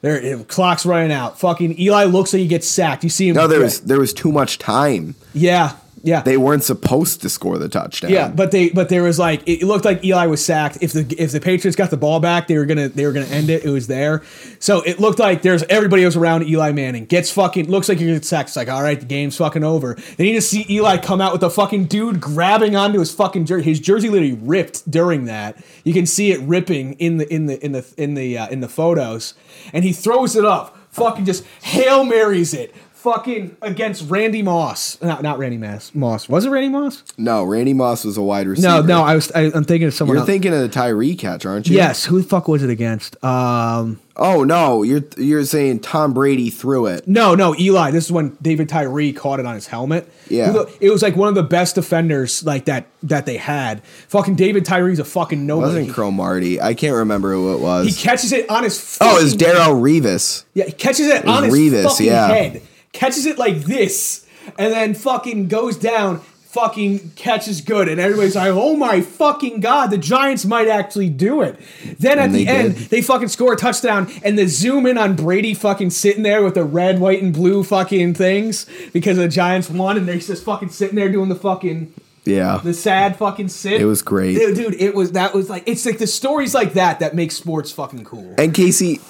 Speaker 7: They're it- clock's running out. Fucking Eli looks like he gets sacked. You see him.
Speaker 8: No, there was there was too much time.
Speaker 7: yeah, yeah.
Speaker 8: They weren't supposed to score the touchdown.
Speaker 7: yeah, but they but there was like it looked like Eli was sacked. If the if the Patriots got the ball back, they were gonna they were gonna end it. It was there, so it looked like there's everybody was around Eli Manning gets fucking looks like you're gonna get sacked. It's like all right, the game's fucking over. Then you just see Eli come out with a fucking dude grabbing onto his fucking jersey. His jersey literally ripped during that. You can see it ripping in the in the in the in the uh, in the photos, and he throws it up. Fucking just hail marys it. Fucking against Randy Moss. Not, not Randy Moss. Moss. Was it Randy Moss?
Speaker 8: no, Randy Moss was a wide receiver.
Speaker 7: No, no, I was I, I'm thinking of someone
Speaker 8: You're
Speaker 7: else.
Speaker 8: thinking of the Tyree catch, aren't you?
Speaker 7: yes, who the fuck was it against? Um,
Speaker 8: Oh no, you're you're saying Tom Brady threw it.
Speaker 7: no, no, Eli. This is when David Tyree caught it on his helmet.
Speaker 8: Yeah.
Speaker 7: it was like one of the best defenders like that that they had. Fucking David Tyree's a fucking
Speaker 8: It
Speaker 7: nobody.
Speaker 8: wasn't Cromarty. I can't remember who it
Speaker 7: He
Speaker 8: was.
Speaker 7: catches it on his.
Speaker 8: Oh, it was
Speaker 7: fucking-
Speaker 8: Daryl Revis.
Speaker 7: Yeah, he catches it on his
Speaker 8: Revis,
Speaker 7: fucking
Speaker 8: yeah.
Speaker 7: head. Catches it like this, and then fucking goes down. fucking catches good, and everybody's like, "Oh my fucking god, the Giants might actually do it." Then at
Speaker 8: And
Speaker 7: the
Speaker 8: they
Speaker 7: end,
Speaker 8: did.
Speaker 7: they fucking score a touchdown, and they zoom in on Brady fucking sitting there with the red, white, and blue fucking things because the Giants won, and they're just fucking sitting there doing the fucking
Speaker 8: Yeah.
Speaker 7: the sad fucking sit.
Speaker 8: It was great.
Speaker 7: Dude, dude, it was that was like it's like the stories like that that make sports fucking cool.
Speaker 8: And Casey,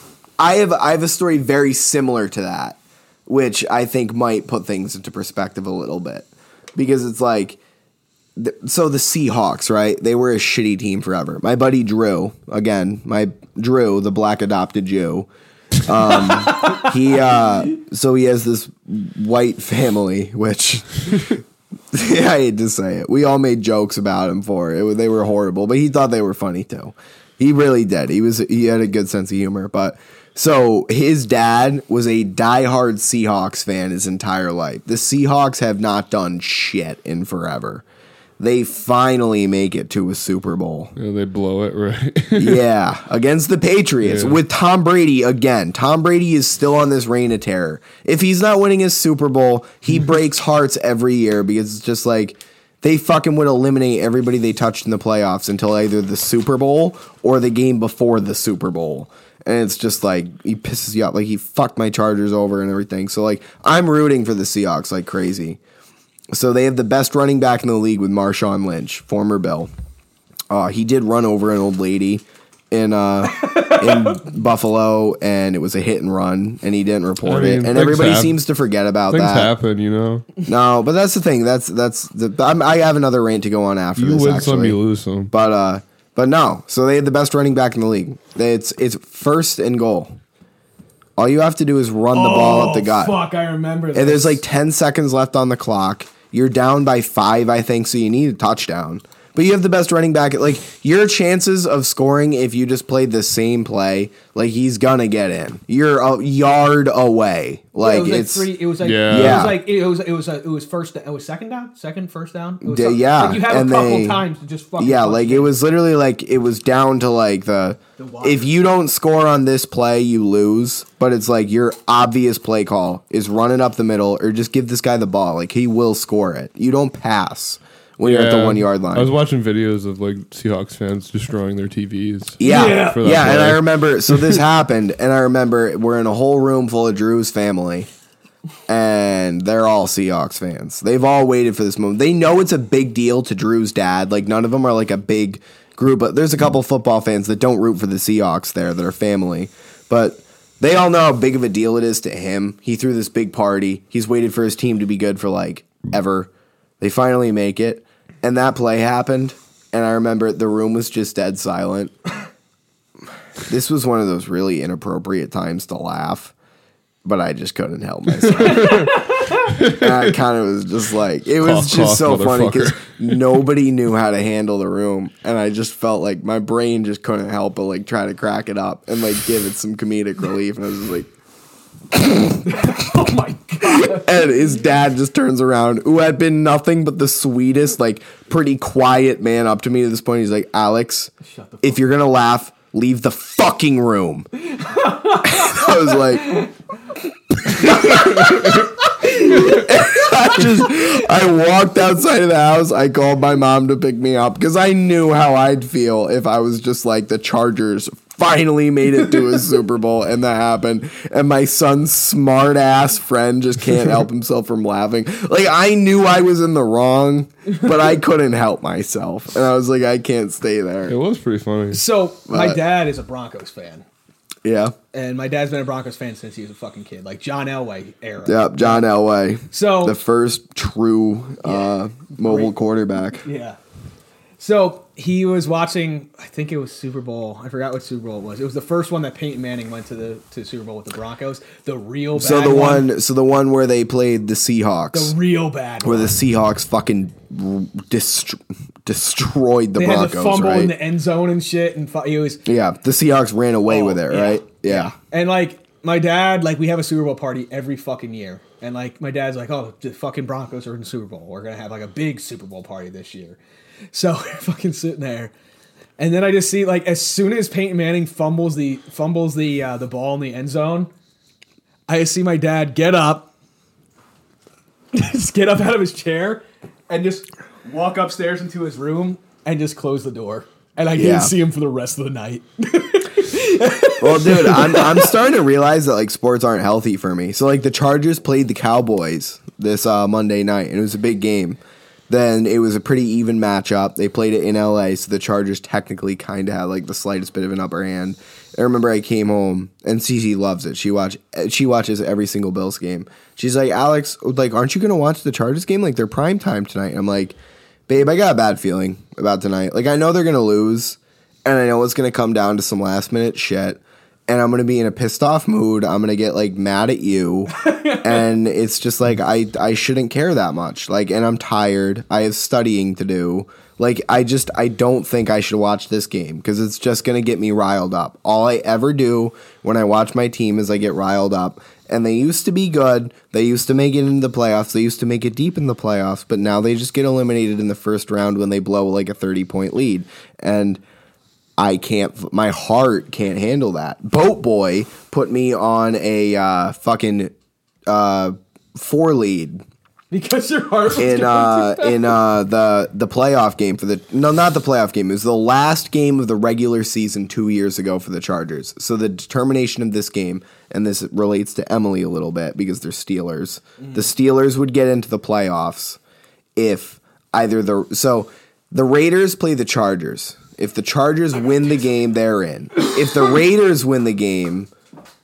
Speaker 8: I have I have a story very similar to that, which I think might put things into perspective a little bit because it's like, th- so the Seahawks, right? They were a shitty team forever. My buddy Drew, again, my Drew, the black adopted Jew. Um, he uh, so he has this white family, which. I hate to say it. We all made jokes about him for it. They were horrible, but he thought they were funny too. He really did. He was he had a good sense of humor. But so his dad was a diehard Seahawks fan his entire life. The Seahawks have not done shit in forever. They finally make it to a Super Bowl.
Speaker 5: Yeah, they blow it right.
Speaker 8: yeah, against the Patriots
Speaker 5: Yeah.
Speaker 8: with Tom Brady again. Tom Brady is still on this reign of terror. If he's not winning his Super Bowl, he breaks hearts every year because it's just like they fucking would eliminate everybody they touched in the playoffs until either the Super Bowl or the game before the Super Bowl. And it's just like he pisses you off. Like he fucked my Chargers over and everything. So like I'm rooting for the Seahawks like crazy. So they have the best running back in the league with Marshawn Lynch, former Bill. Uh, he did run over an old lady in uh, in Buffalo, and it was a hit and run, and he didn't
Speaker 5: I
Speaker 8: report
Speaker 5: mean,
Speaker 8: it.
Speaker 5: things
Speaker 8: And everybody
Speaker 5: hap-
Speaker 8: seems to forget about
Speaker 5: Things
Speaker 8: that.
Speaker 5: happen, you know.
Speaker 8: No, but that's the thing. That's that's the, I'm, I have another rant to go on after
Speaker 5: You
Speaker 8: this.
Speaker 5: win
Speaker 8: actually.
Speaker 5: some, you lose some.
Speaker 8: But uh, but no. So they had the best running back in the league. It's it's first and goal. All you have to do is run the ball up
Speaker 5: Oh,
Speaker 8: the gut.
Speaker 7: Oh, Fuck, I remember.
Speaker 8: And there's
Speaker 7: this.
Speaker 8: like 10 seconds left on the clock. You're down by five, I think, so you need a touchdown. But you have the best running back. Like, your chances of scoring if you just played the same play, like, he's going to get in. You're a yard away.
Speaker 7: it
Speaker 8: Like,
Speaker 7: was like
Speaker 8: it's.
Speaker 7: three. It was like
Speaker 5: Yeah.
Speaker 7: It
Speaker 8: Yeah.
Speaker 7: was like it was it was it was first. It was second down, second first down. It was
Speaker 8: Da-
Speaker 7: something-
Speaker 8: yeah,
Speaker 7: like you have
Speaker 8: and
Speaker 7: a couple
Speaker 8: they-
Speaker 7: times to just fucking
Speaker 8: yeah,
Speaker 7: punch
Speaker 8: like,
Speaker 7: it.
Speaker 8: it was literally like, it was down to like the.
Speaker 7: wire.
Speaker 8: If you don't score on this play, you lose. But it's like your obvious play call is running up the middle or just give this guy the ball. Like, he will score it. You don't pass when you're at the
Speaker 5: Yeah.
Speaker 8: one yard line.
Speaker 5: I was watching videos of like Seahawks fans destroying their TVs.
Speaker 8: Yeah.
Speaker 5: Yeah.
Speaker 8: Yeah.
Speaker 5: For that
Speaker 8: and I
Speaker 5: play.
Speaker 8: remember, so this happened, and I remember we're in a whole room full of Drew's family, and they're all Seahawks fans. They've all waited for this moment. They know it's a big deal to Drew's dad. Like, none of them are like a big group, but there's a couple football fans that don't root for the Seahawks there that are family. But they all know how big of a deal it is to him. He threw this big party, he's waited for his team to be good for like ever. They finally make it, and that play happened. And I remember the room was just dead silent this was one of those really inappropriate times to laugh, but I just couldn't help myself. And I kind of was just like, it was
Speaker 5: Cough,
Speaker 8: just
Speaker 5: cough,
Speaker 8: so funny because
Speaker 5: motherfucker.
Speaker 8: nobody knew how to handle the room, and I just felt like my brain just couldn't help but like try to crack it up and like give it some comedic relief, and I was just like. oh my god! And his dad just turns around, who had been nothing but the sweetest, like pretty quiet man up to me to this point. He's like, Alex, if you're gonna laugh, leave the fucking room. I was like, I just, I walked outside of the house. I called my mom to pick me up because I knew how I'd feel if I was just like the Chargers finally made it to a Super Bowl and that happened. And my son's smart ass friend just can't help himself from laughing. Like, I knew I was in the wrong, but I couldn't help myself. And I was like, I can't stay
Speaker 5: It
Speaker 8: there.
Speaker 5: was pretty funny.
Speaker 7: So my
Speaker 8: But-
Speaker 7: dad is a Broncos fan,
Speaker 8: Yeah.
Speaker 7: and my dad's been a Broncos fan since he was a fucking kid, like John Elway era.
Speaker 8: Yep. John Elway.
Speaker 7: So
Speaker 8: the first true uh, mobile quarterback.
Speaker 7: Yeah. So he was watching. I think it was Super Bowl. I forgot what Super Bowl it was. It was the first one that Peyton Manning went to the to Super Bowl with the Broncos. The real bad
Speaker 8: So the one, so the one where they played the Seahawks,
Speaker 7: the real bad
Speaker 8: where
Speaker 7: one.
Speaker 8: the Seahawks fucking dest- destroyed the
Speaker 7: they
Speaker 8: Broncos,
Speaker 7: had to fumble
Speaker 8: right?
Speaker 7: in the end zone and shit, and fu- he was
Speaker 8: yeah, the Seahawks ran away
Speaker 7: Oh,
Speaker 8: with it,
Speaker 7: yeah.
Speaker 8: right? Yeah.
Speaker 7: And like my dad, like we have a Super Bowl party every fucking year. And like my dad's like, oh, the fucking Broncos are in the Super Bowl. We're gonna have like a big Super Bowl party this year. So we're fucking sitting there, and then I just see like as soon as Peyton Manning fumbles the fumbles the uh, the ball in the end zone, I just see my dad get up, just get up out of his chair, and just walk upstairs into his room and just close the door. And I
Speaker 8: Yeah.
Speaker 7: didn't see him for the rest of the night.
Speaker 8: Well, dude, I'm, I'm starting to realize that like sports aren't healthy for me. So like the Chargers played the Cowboys this uh, Monday night, and it was a big game. Then it was a pretty even matchup. They played it in LA, so the Chargers technically kind of had like the slightest bit of an upper hand. I remember I came home and Cece loves it. She watch eh, she watches every single Bills game. She's like, Alex, like, aren't you gonna watch the Chargers game? Like they're prime time tonight. And I'm like, babe, I got a bad feeling about tonight. Like I know they're gonna lose, and I know it's gonna come down to some last minute shit. And I'm gonna be in a pissed off mood. I'm gonna get like mad at you, and it's just like I I shouldn't care that much. Like, and I'm tired. I have studying to do. Like, I just I don't think I should watch this game because it's just gonna get me riled up. All I ever do when I watch my team is I get riled up. And they used to be good. They used to make it into the playoffs. They used to make it deep in the playoffs, but now they just get eliminated in the first round when they blow like a 30 point lead. And I can't, my heart can't handle that. Boat Boy put me on a uh, fucking uh, four lead
Speaker 7: Because your heart was
Speaker 8: in uh in uh the the playoff game for the no not the playoff game it was the last game of the regular season 2 years ago for the Chargers. So the determination of this game and this relates to Emily a little bit because they're Steelers. The Steelers would get into the playoffs if either the so the Raiders play the Chargers. If the Chargers win the game, they're in. If the Raiders win the game,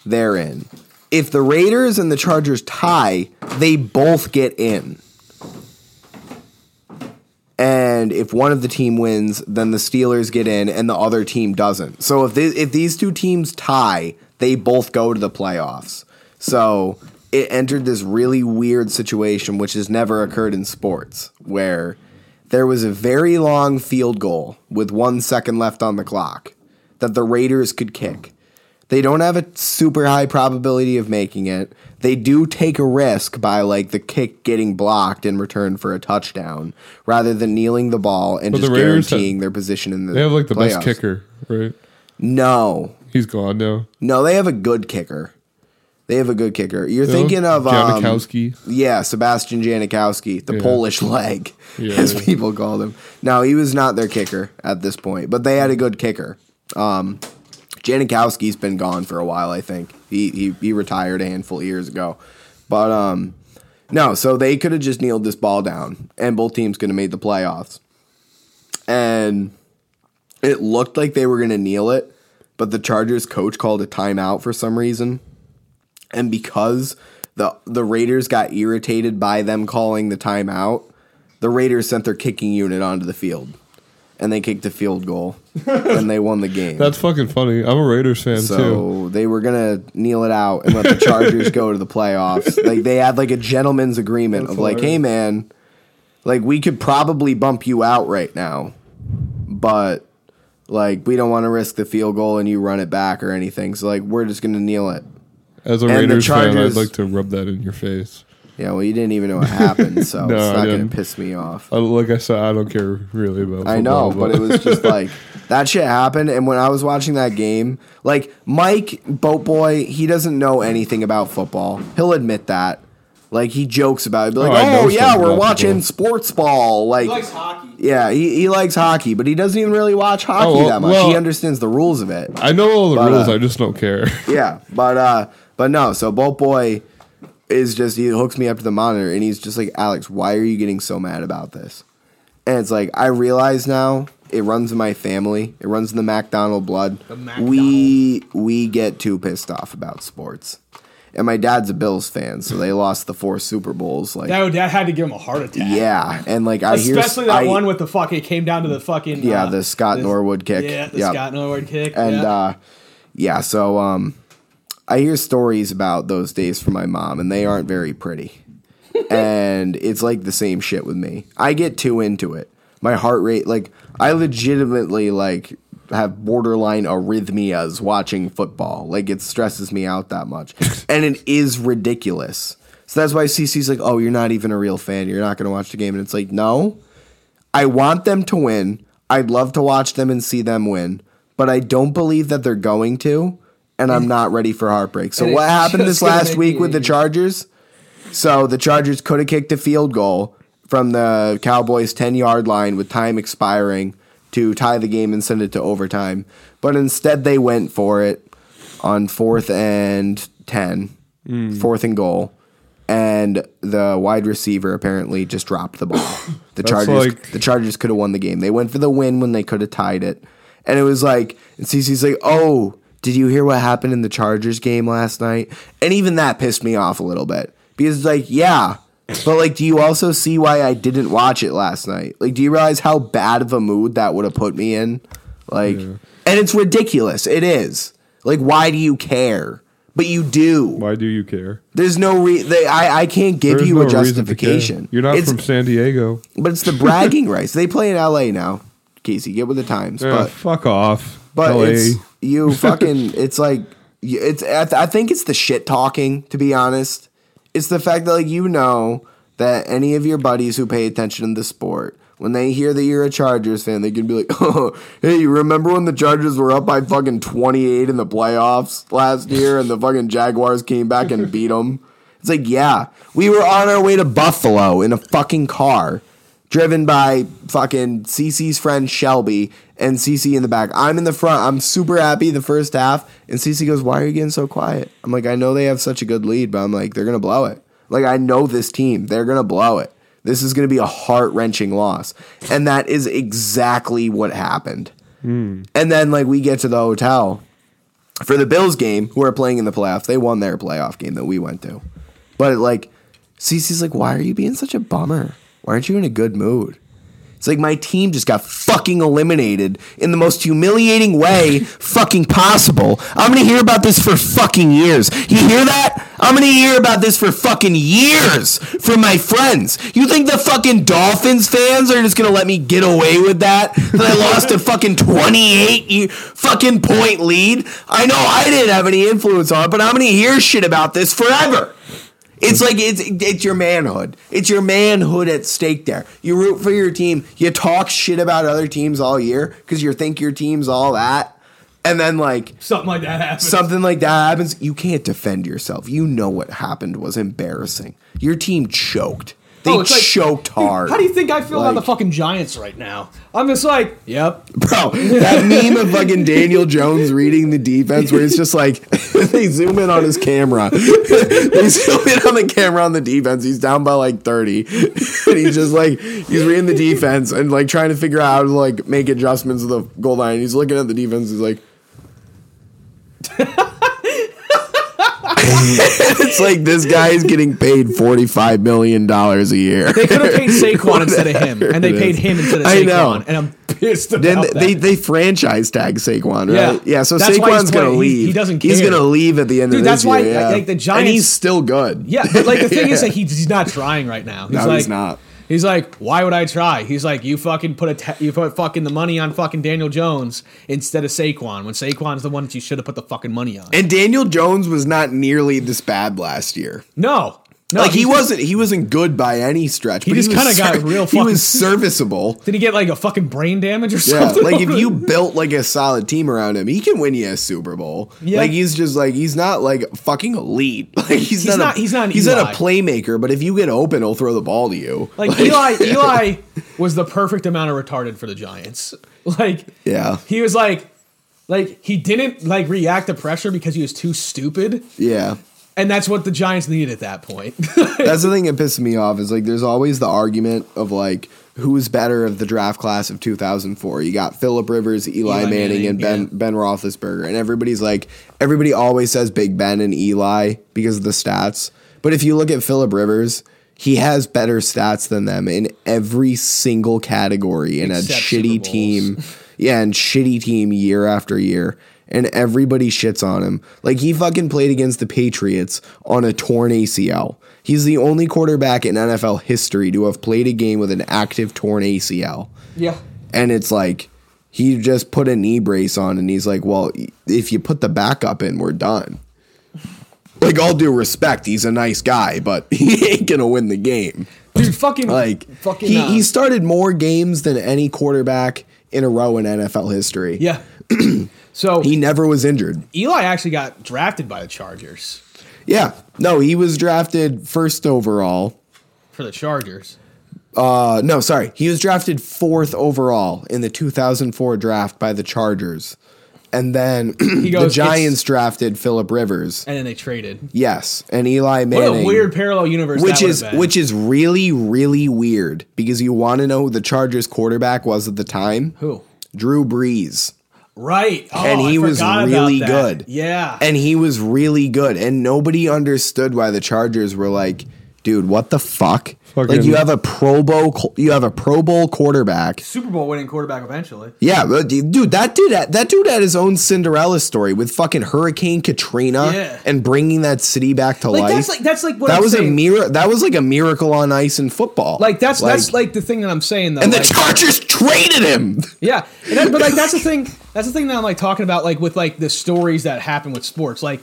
Speaker 8: they're in. If the Raiders and the Chargers tie, they both get in. And if one of the team wins, then the Steelers get in and the other team doesn't. So if they, if these two teams tie, they both go to the playoffs. So it entered this really weird situation which has never occurred in sports where there was a very long field goal with 1 second left on the clock that the Raiders could kick. They don't have a super high probability of making it. They do take a risk by like the kick getting blocked in return for a touchdown, rather than kneeling the ball and
Speaker 5: But
Speaker 8: just
Speaker 5: the Raiders
Speaker 8: guaranteeing their position in the.
Speaker 5: They have like the best
Speaker 8: playoffs.
Speaker 5: kicker, right?
Speaker 8: No,
Speaker 5: He's gone now.
Speaker 8: no, they have a good kicker. They have a good kicker. You're thinking of um,
Speaker 5: Janikowski.
Speaker 8: yeah, Sebastian Janikowski, the
Speaker 5: Yeah.
Speaker 8: Polish leg,
Speaker 5: Yeah.
Speaker 8: as people called him. No, he was not their kicker at this point, but they had a good kicker. Um, Janikowski's been gone for a while, I think. He he, he retired a handful of years ago, but um, no, so they could have just kneeled this ball down, and both teams could have made the playoffs. And it looked like they were going to kneel it, but the Chargers coach called a timeout for some reason and because the the Raiders got irritated by them calling the timeout, the Raiders sent their kicking unit onto the field, and they kicked a field goal, and they won the game.
Speaker 5: That's fucking funny. I'm a Raiders fan too.
Speaker 8: so they were gonna kneel it out and let the Chargers go to the playoffs. Like they had like a gentleman's agreement of like, hey man, like we could probably bump you out right now, but like we don't want to risk the field goal and you run it back or anything. So like we're just gonna kneel it.
Speaker 5: As a
Speaker 8: the
Speaker 5: Raiders fan, I'd
Speaker 8: Chargers-
Speaker 5: like to rub that in your face.
Speaker 8: Yeah, well, you didn't even know what happened, so
Speaker 5: No,
Speaker 8: it's
Speaker 5: I
Speaker 8: not going
Speaker 5: didn't.
Speaker 8: to piss me off.
Speaker 5: I, like I said, I don't care really about.
Speaker 8: I know,
Speaker 5: football,
Speaker 8: but it was just like that shit happened. And when I was watching that game, like Mike Boatboy, he doesn't know anything about football. He'll admit that. Like he jokes about it, He'll be
Speaker 5: Oh,
Speaker 8: like,
Speaker 5: I know
Speaker 8: "Oh, yeah,
Speaker 5: something
Speaker 8: we're
Speaker 5: about
Speaker 8: watching
Speaker 5: football."
Speaker 8: sports ball." Like,
Speaker 7: hockey.
Speaker 8: yeah, he, he likes hockey, but he doesn't even really watch hockey
Speaker 5: Oh, well-
Speaker 8: that much. he
Speaker 5: well-
Speaker 8: understands the rules of it.
Speaker 5: I know all the
Speaker 8: But,
Speaker 5: rules.
Speaker 8: uh,
Speaker 5: I just don't care.
Speaker 8: yeah, but uh, but no. So Bolt Boy is just he hooks me up to the monitor and he's just like, Alex, why are you getting so mad about this? And it's like I realize now it runs in my family. It runs in the McDonald blood. We we get too pissed off about sports. And my dad's a Bills fan, so they lost the four Super Bowls. Like,
Speaker 7: That, that had to give him a heart attack.
Speaker 8: yeah, and like I hear,
Speaker 7: Especially that
Speaker 8: I-
Speaker 7: one with the fuck. It came down to the fucking.
Speaker 8: yeah,
Speaker 7: uh,
Speaker 8: the Scott
Speaker 7: this-
Speaker 8: Norwood kick.
Speaker 7: Yeah, the
Speaker 8: Yep
Speaker 7: Scott Norwood kick.
Speaker 8: and
Speaker 7: yeah.
Speaker 8: uh yeah so um i hear stories about those days from my mom and they aren't very pretty and it's like the same shit with me i get too into it my heart rate like i legitimately like have borderline arrhythmias watching football like it stresses me out that much and it is ridiculous so that's why cc's like oh you're not even a real fan you're not going to watch the game and it's like no I want them to win. I'd love to watch them and see them win, but I don't believe that they're going to, and I'm not ready for heartbreak. So
Speaker 7: And
Speaker 8: what
Speaker 7: it's
Speaker 8: happened
Speaker 7: just
Speaker 8: this
Speaker 7: gonna
Speaker 8: last
Speaker 7: make
Speaker 8: week
Speaker 7: me
Speaker 8: with the
Speaker 7: angry.
Speaker 8: Chargers? So the Chargers could have kicked a field goal, from the Cowboys 10 yard line with time expiring to tie the game and send it to overtime. But instead, they went for it on fourth and 10,
Speaker 5: Hmm.
Speaker 8: fourth and goal. And the wide receiver apparently just dropped the ball. The
Speaker 5: That's
Speaker 8: Chargers,
Speaker 5: like-
Speaker 8: the Chargers could have won the game. They went for the win when they could have tied it, and it was like, and CC's like, "Oh, did you hear what happened in the Chargers game last night?" And even that pissed me off a little bit because, it's like, yeah, but like, do you also see why I didn't watch it last night? Like, do you realize how bad of a mood that would have put me in? Like, and it's ridiculous. It is. Like, why do you care? But you do.
Speaker 5: Why do you care?
Speaker 8: There's no re. They, I I can't give
Speaker 5: There's
Speaker 8: you a
Speaker 5: no reason to care.
Speaker 8: justification.
Speaker 5: You're not
Speaker 8: It's-
Speaker 5: from San Diego.
Speaker 8: but it's the bragging rights. They play in LA now. Casey, get with the times.
Speaker 5: Yeah,
Speaker 8: but
Speaker 5: fuck off.
Speaker 8: but
Speaker 5: LA.
Speaker 8: it's you fucking it's like you- it's I, th- I think it's the shit talking to be honest. It's the fact that like you know that any of your buddies who pay attention to the sport when they hear that you're a Chargers fan, they can be like, "Oh, hey, you remember when the Chargers were up by fucking 28 in the playoffs last year, and the fucking Jaguars came back and beat them?" It's like, yeah, we were on our way to Buffalo in a fucking car, driven by fucking CC's friend Shelby and CC in the back. I'm in the front. I'm super happy the first half, and CC goes, "Why are you getting so quiet?" I'm like, "I know they have such a good lead, but I'm like, they're gonna blow it. Like, I know this team. They're gonna blow it. This is gonna be a heart wrenching loss." And that is exactly what happened. And then like we get to the hotel for the Bills game, who are playing in the playoffs. They won their playoff game that we went to. But like Cece's like, why are you being such a bummer? Why aren't you in a good mood? It's like my team just got fucking eliminated in the most humiliating way fucking possible. I'm gonna hear about this for fucking years. You hear that? I'm gonna hear about this for fucking years from my friends. You think the fucking Dolphins fans are just gonna let me get away with that? That I lost a fucking 28 ye- fucking point lead? I know I didn't have any influence on it, but I'm gonna hear shit about this forever. It's like it's it's your manhood. It's your manhood at stake there. You root for your team. You talk shit about other teams all year because you think your team's all that, and then like
Speaker 7: Something like that happens.
Speaker 8: something like that happens, you can't defend yourself. You know what happened was embarrassing. Your team choked. They
Speaker 7: Oh, it's like-
Speaker 8: choked hard.
Speaker 7: How do you think I feel about the
Speaker 8: Like-
Speaker 7: fucking Giants right now? I'm just like, yep.
Speaker 8: Bro, that meme of fucking Daniel Jones reading the defense where it's just like they zoom in on his camera. they zoom in on the camera on the defense. He's down by like 30. and he's just like he's reading the defense and like trying to figure out how to like make adjustments to the goal line. He's looking at the defense, he's like It's like this guy is getting paid forty five million dollars a year.
Speaker 7: They could have paid Saquon instead of him, and they
Speaker 8: It
Speaker 7: paid
Speaker 8: is.
Speaker 7: him instead of
Speaker 8: I
Speaker 7: Saquon.
Speaker 8: know.
Speaker 7: And I'm pissed about
Speaker 8: Then
Speaker 7: that.
Speaker 8: they, they franchise tag Saquon, right?
Speaker 7: Yeah.
Speaker 8: Yeah, so
Speaker 7: That's why he's
Speaker 8: Saquon's gonna
Speaker 7: playing. He-
Speaker 8: leave.
Speaker 7: he doesn't
Speaker 8: He's
Speaker 7: care.
Speaker 8: gonna leave at the end
Speaker 7: Dude,
Speaker 8: of this
Speaker 7: that's why,
Speaker 8: year, yeah.
Speaker 7: like, the
Speaker 8: and
Speaker 7: Giants-
Speaker 8: he's still good.
Speaker 7: yeah, but like the thing is that he, he's not trying right now. He's
Speaker 8: No,
Speaker 7: like,
Speaker 8: he's not.
Speaker 7: He's like, why would I try? He's like, you fucking put a ta- you put fucking the money on fucking Daniel Jones instead of Saquon when Saquon's the one that you should have put the fucking money on.
Speaker 8: And Daniel Jones was not nearly this bad last year.
Speaker 7: no, no,
Speaker 8: like he
Speaker 7: he's-
Speaker 8: wasn't, he wasn't good by any stretch. He
Speaker 7: just
Speaker 8: was
Speaker 7: kinda got
Speaker 8: ser-
Speaker 7: real
Speaker 8: He
Speaker 7: fucking-
Speaker 8: was serviceable.
Speaker 7: Did he get like a fucking brain damage or
Speaker 8: Yeah,
Speaker 7: something?
Speaker 8: like if you built like a solid team around him, he can win you a Super Bowl.
Speaker 7: Yeah.
Speaker 8: Like he's just like he's not like fucking elite. Like he's,
Speaker 7: He's
Speaker 8: not,
Speaker 7: not-
Speaker 8: a,
Speaker 7: he's not an
Speaker 8: he's
Speaker 7: Eli.
Speaker 8: not a playmaker. But if you get open, he'll throw the ball to you.
Speaker 7: Like Eli, Eli was the perfect amount of retarded for the Giants. Like,
Speaker 8: Yeah.
Speaker 7: he was like, like he didn't like react to pressure because he was too stupid,
Speaker 8: yeah.
Speaker 7: and that's what the Giants needed at that point.
Speaker 8: That's the thing that pisses me off is like there's always the argument of like who's better of the draft class of 2004. You got Philip Rivers, Eli,
Speaker 7: Eli
Speaker 8: Manning,
Speaker 7: Manning,
Speaker 8: and Ben
Speaker 7: yeah.
Speaker 8: Ben Roethlisberger, and everybody's like everybody always says Big Ben and Eli because of the stats. But if you look at Philip Rivers, he has better stats than them in every single category in a
Speaker 7: Except
Speaker 8: shitty
Speaker 7: Super Bowls.
Speaker 8: team. Yeah, and shitty team year after year. And everybody shits on him. Like he fucking played against the Patriots on a torn ACL. He's the only quarterback in NFL history to have played a game with an active torn ACL.
Speaker 7: yeah,
Speaker 8: And it's like he just put a knee brace on and he's like, "Well, if you put the backup in, we're done." Like all due respect, he's a nice guy, but he ain't gonna win the game.
Speaker 7: dude, fucking
Speaker 8: Like
Speaker 7: fucking.
Speaker 8: he,
Speaker 7: uh,
Speaker 8: he started more games than any quarterback in a row in NFL history.
Speaker 7: yeah. so
Speaker 8: He never was injured.
Speaker 7: Eli actually got drafted by the Chargers
Speaker 8: Yeah. No, he was drafted first overall.
Speaker 7: for the Chargers.
Speaker 8: Uh, no, sorry. He was drafted fourth overall in the 2004 draft by the Chargers. And then the
Speaker 7: goes,
Speaker 8: Giants drafted Philip Rivers.
Speaker 7: and then they traded.
Speaker 8: Yes, and Eli
Speaker 7: What
Speaker 8: Manning.
Speaker 7: a weird parallel universe.
Speaker 8: which
Speaker 7: that
Speaker 8: is which is really really weird because you want to know who the Chargers quarterback was at the time?
Speaker 7: who
Speaker 8: Drew Brees.
Speaker 7: right? Oh,
Speaker 8: And
Speaker 7: I
Speaker 8: he was
Speaker 7: forgot about
Speaker 8: really
Speaker 7: that.
Speaker 8: good.
Speaker 7: Yeah,
Speaker 8: And he was really good and nobody understood why the Chargers were like, dude, what the fuck?
Speaker 5: Fucking-
Speaker 8: like you have a Pro Bowl you have a Pro Bowl quarterback.
Speaker 7: Super Bowl winning quarterback eventually.
Speaker 8: Yeah, but d- dude, that dude had, that dude had his own Cinderella story with fucking Hurricane Katrina
Speaker 7: Yeah.
Speaker 8: and bringing that city back to
Speaker 7: Like
Speaker 8: life.
Speaker 7: that's like that's like what
Speaker 8: that
Speaker 7: I'm
Speaker 8: was a
Speaker 7: saying.
Speaker 8: mir- that was like a miracle on ice in football.
Speaker 7: Like that's that's like the thing that I'm saying though.
Speaker 8: and the
Speaker 7: like-
Speaker 8: Chargers traded him.
Speaker 7: Yeah, and that, but like that's the thing. That's the thing that I'm like talking about, like with like the stories that happen with sports. Like,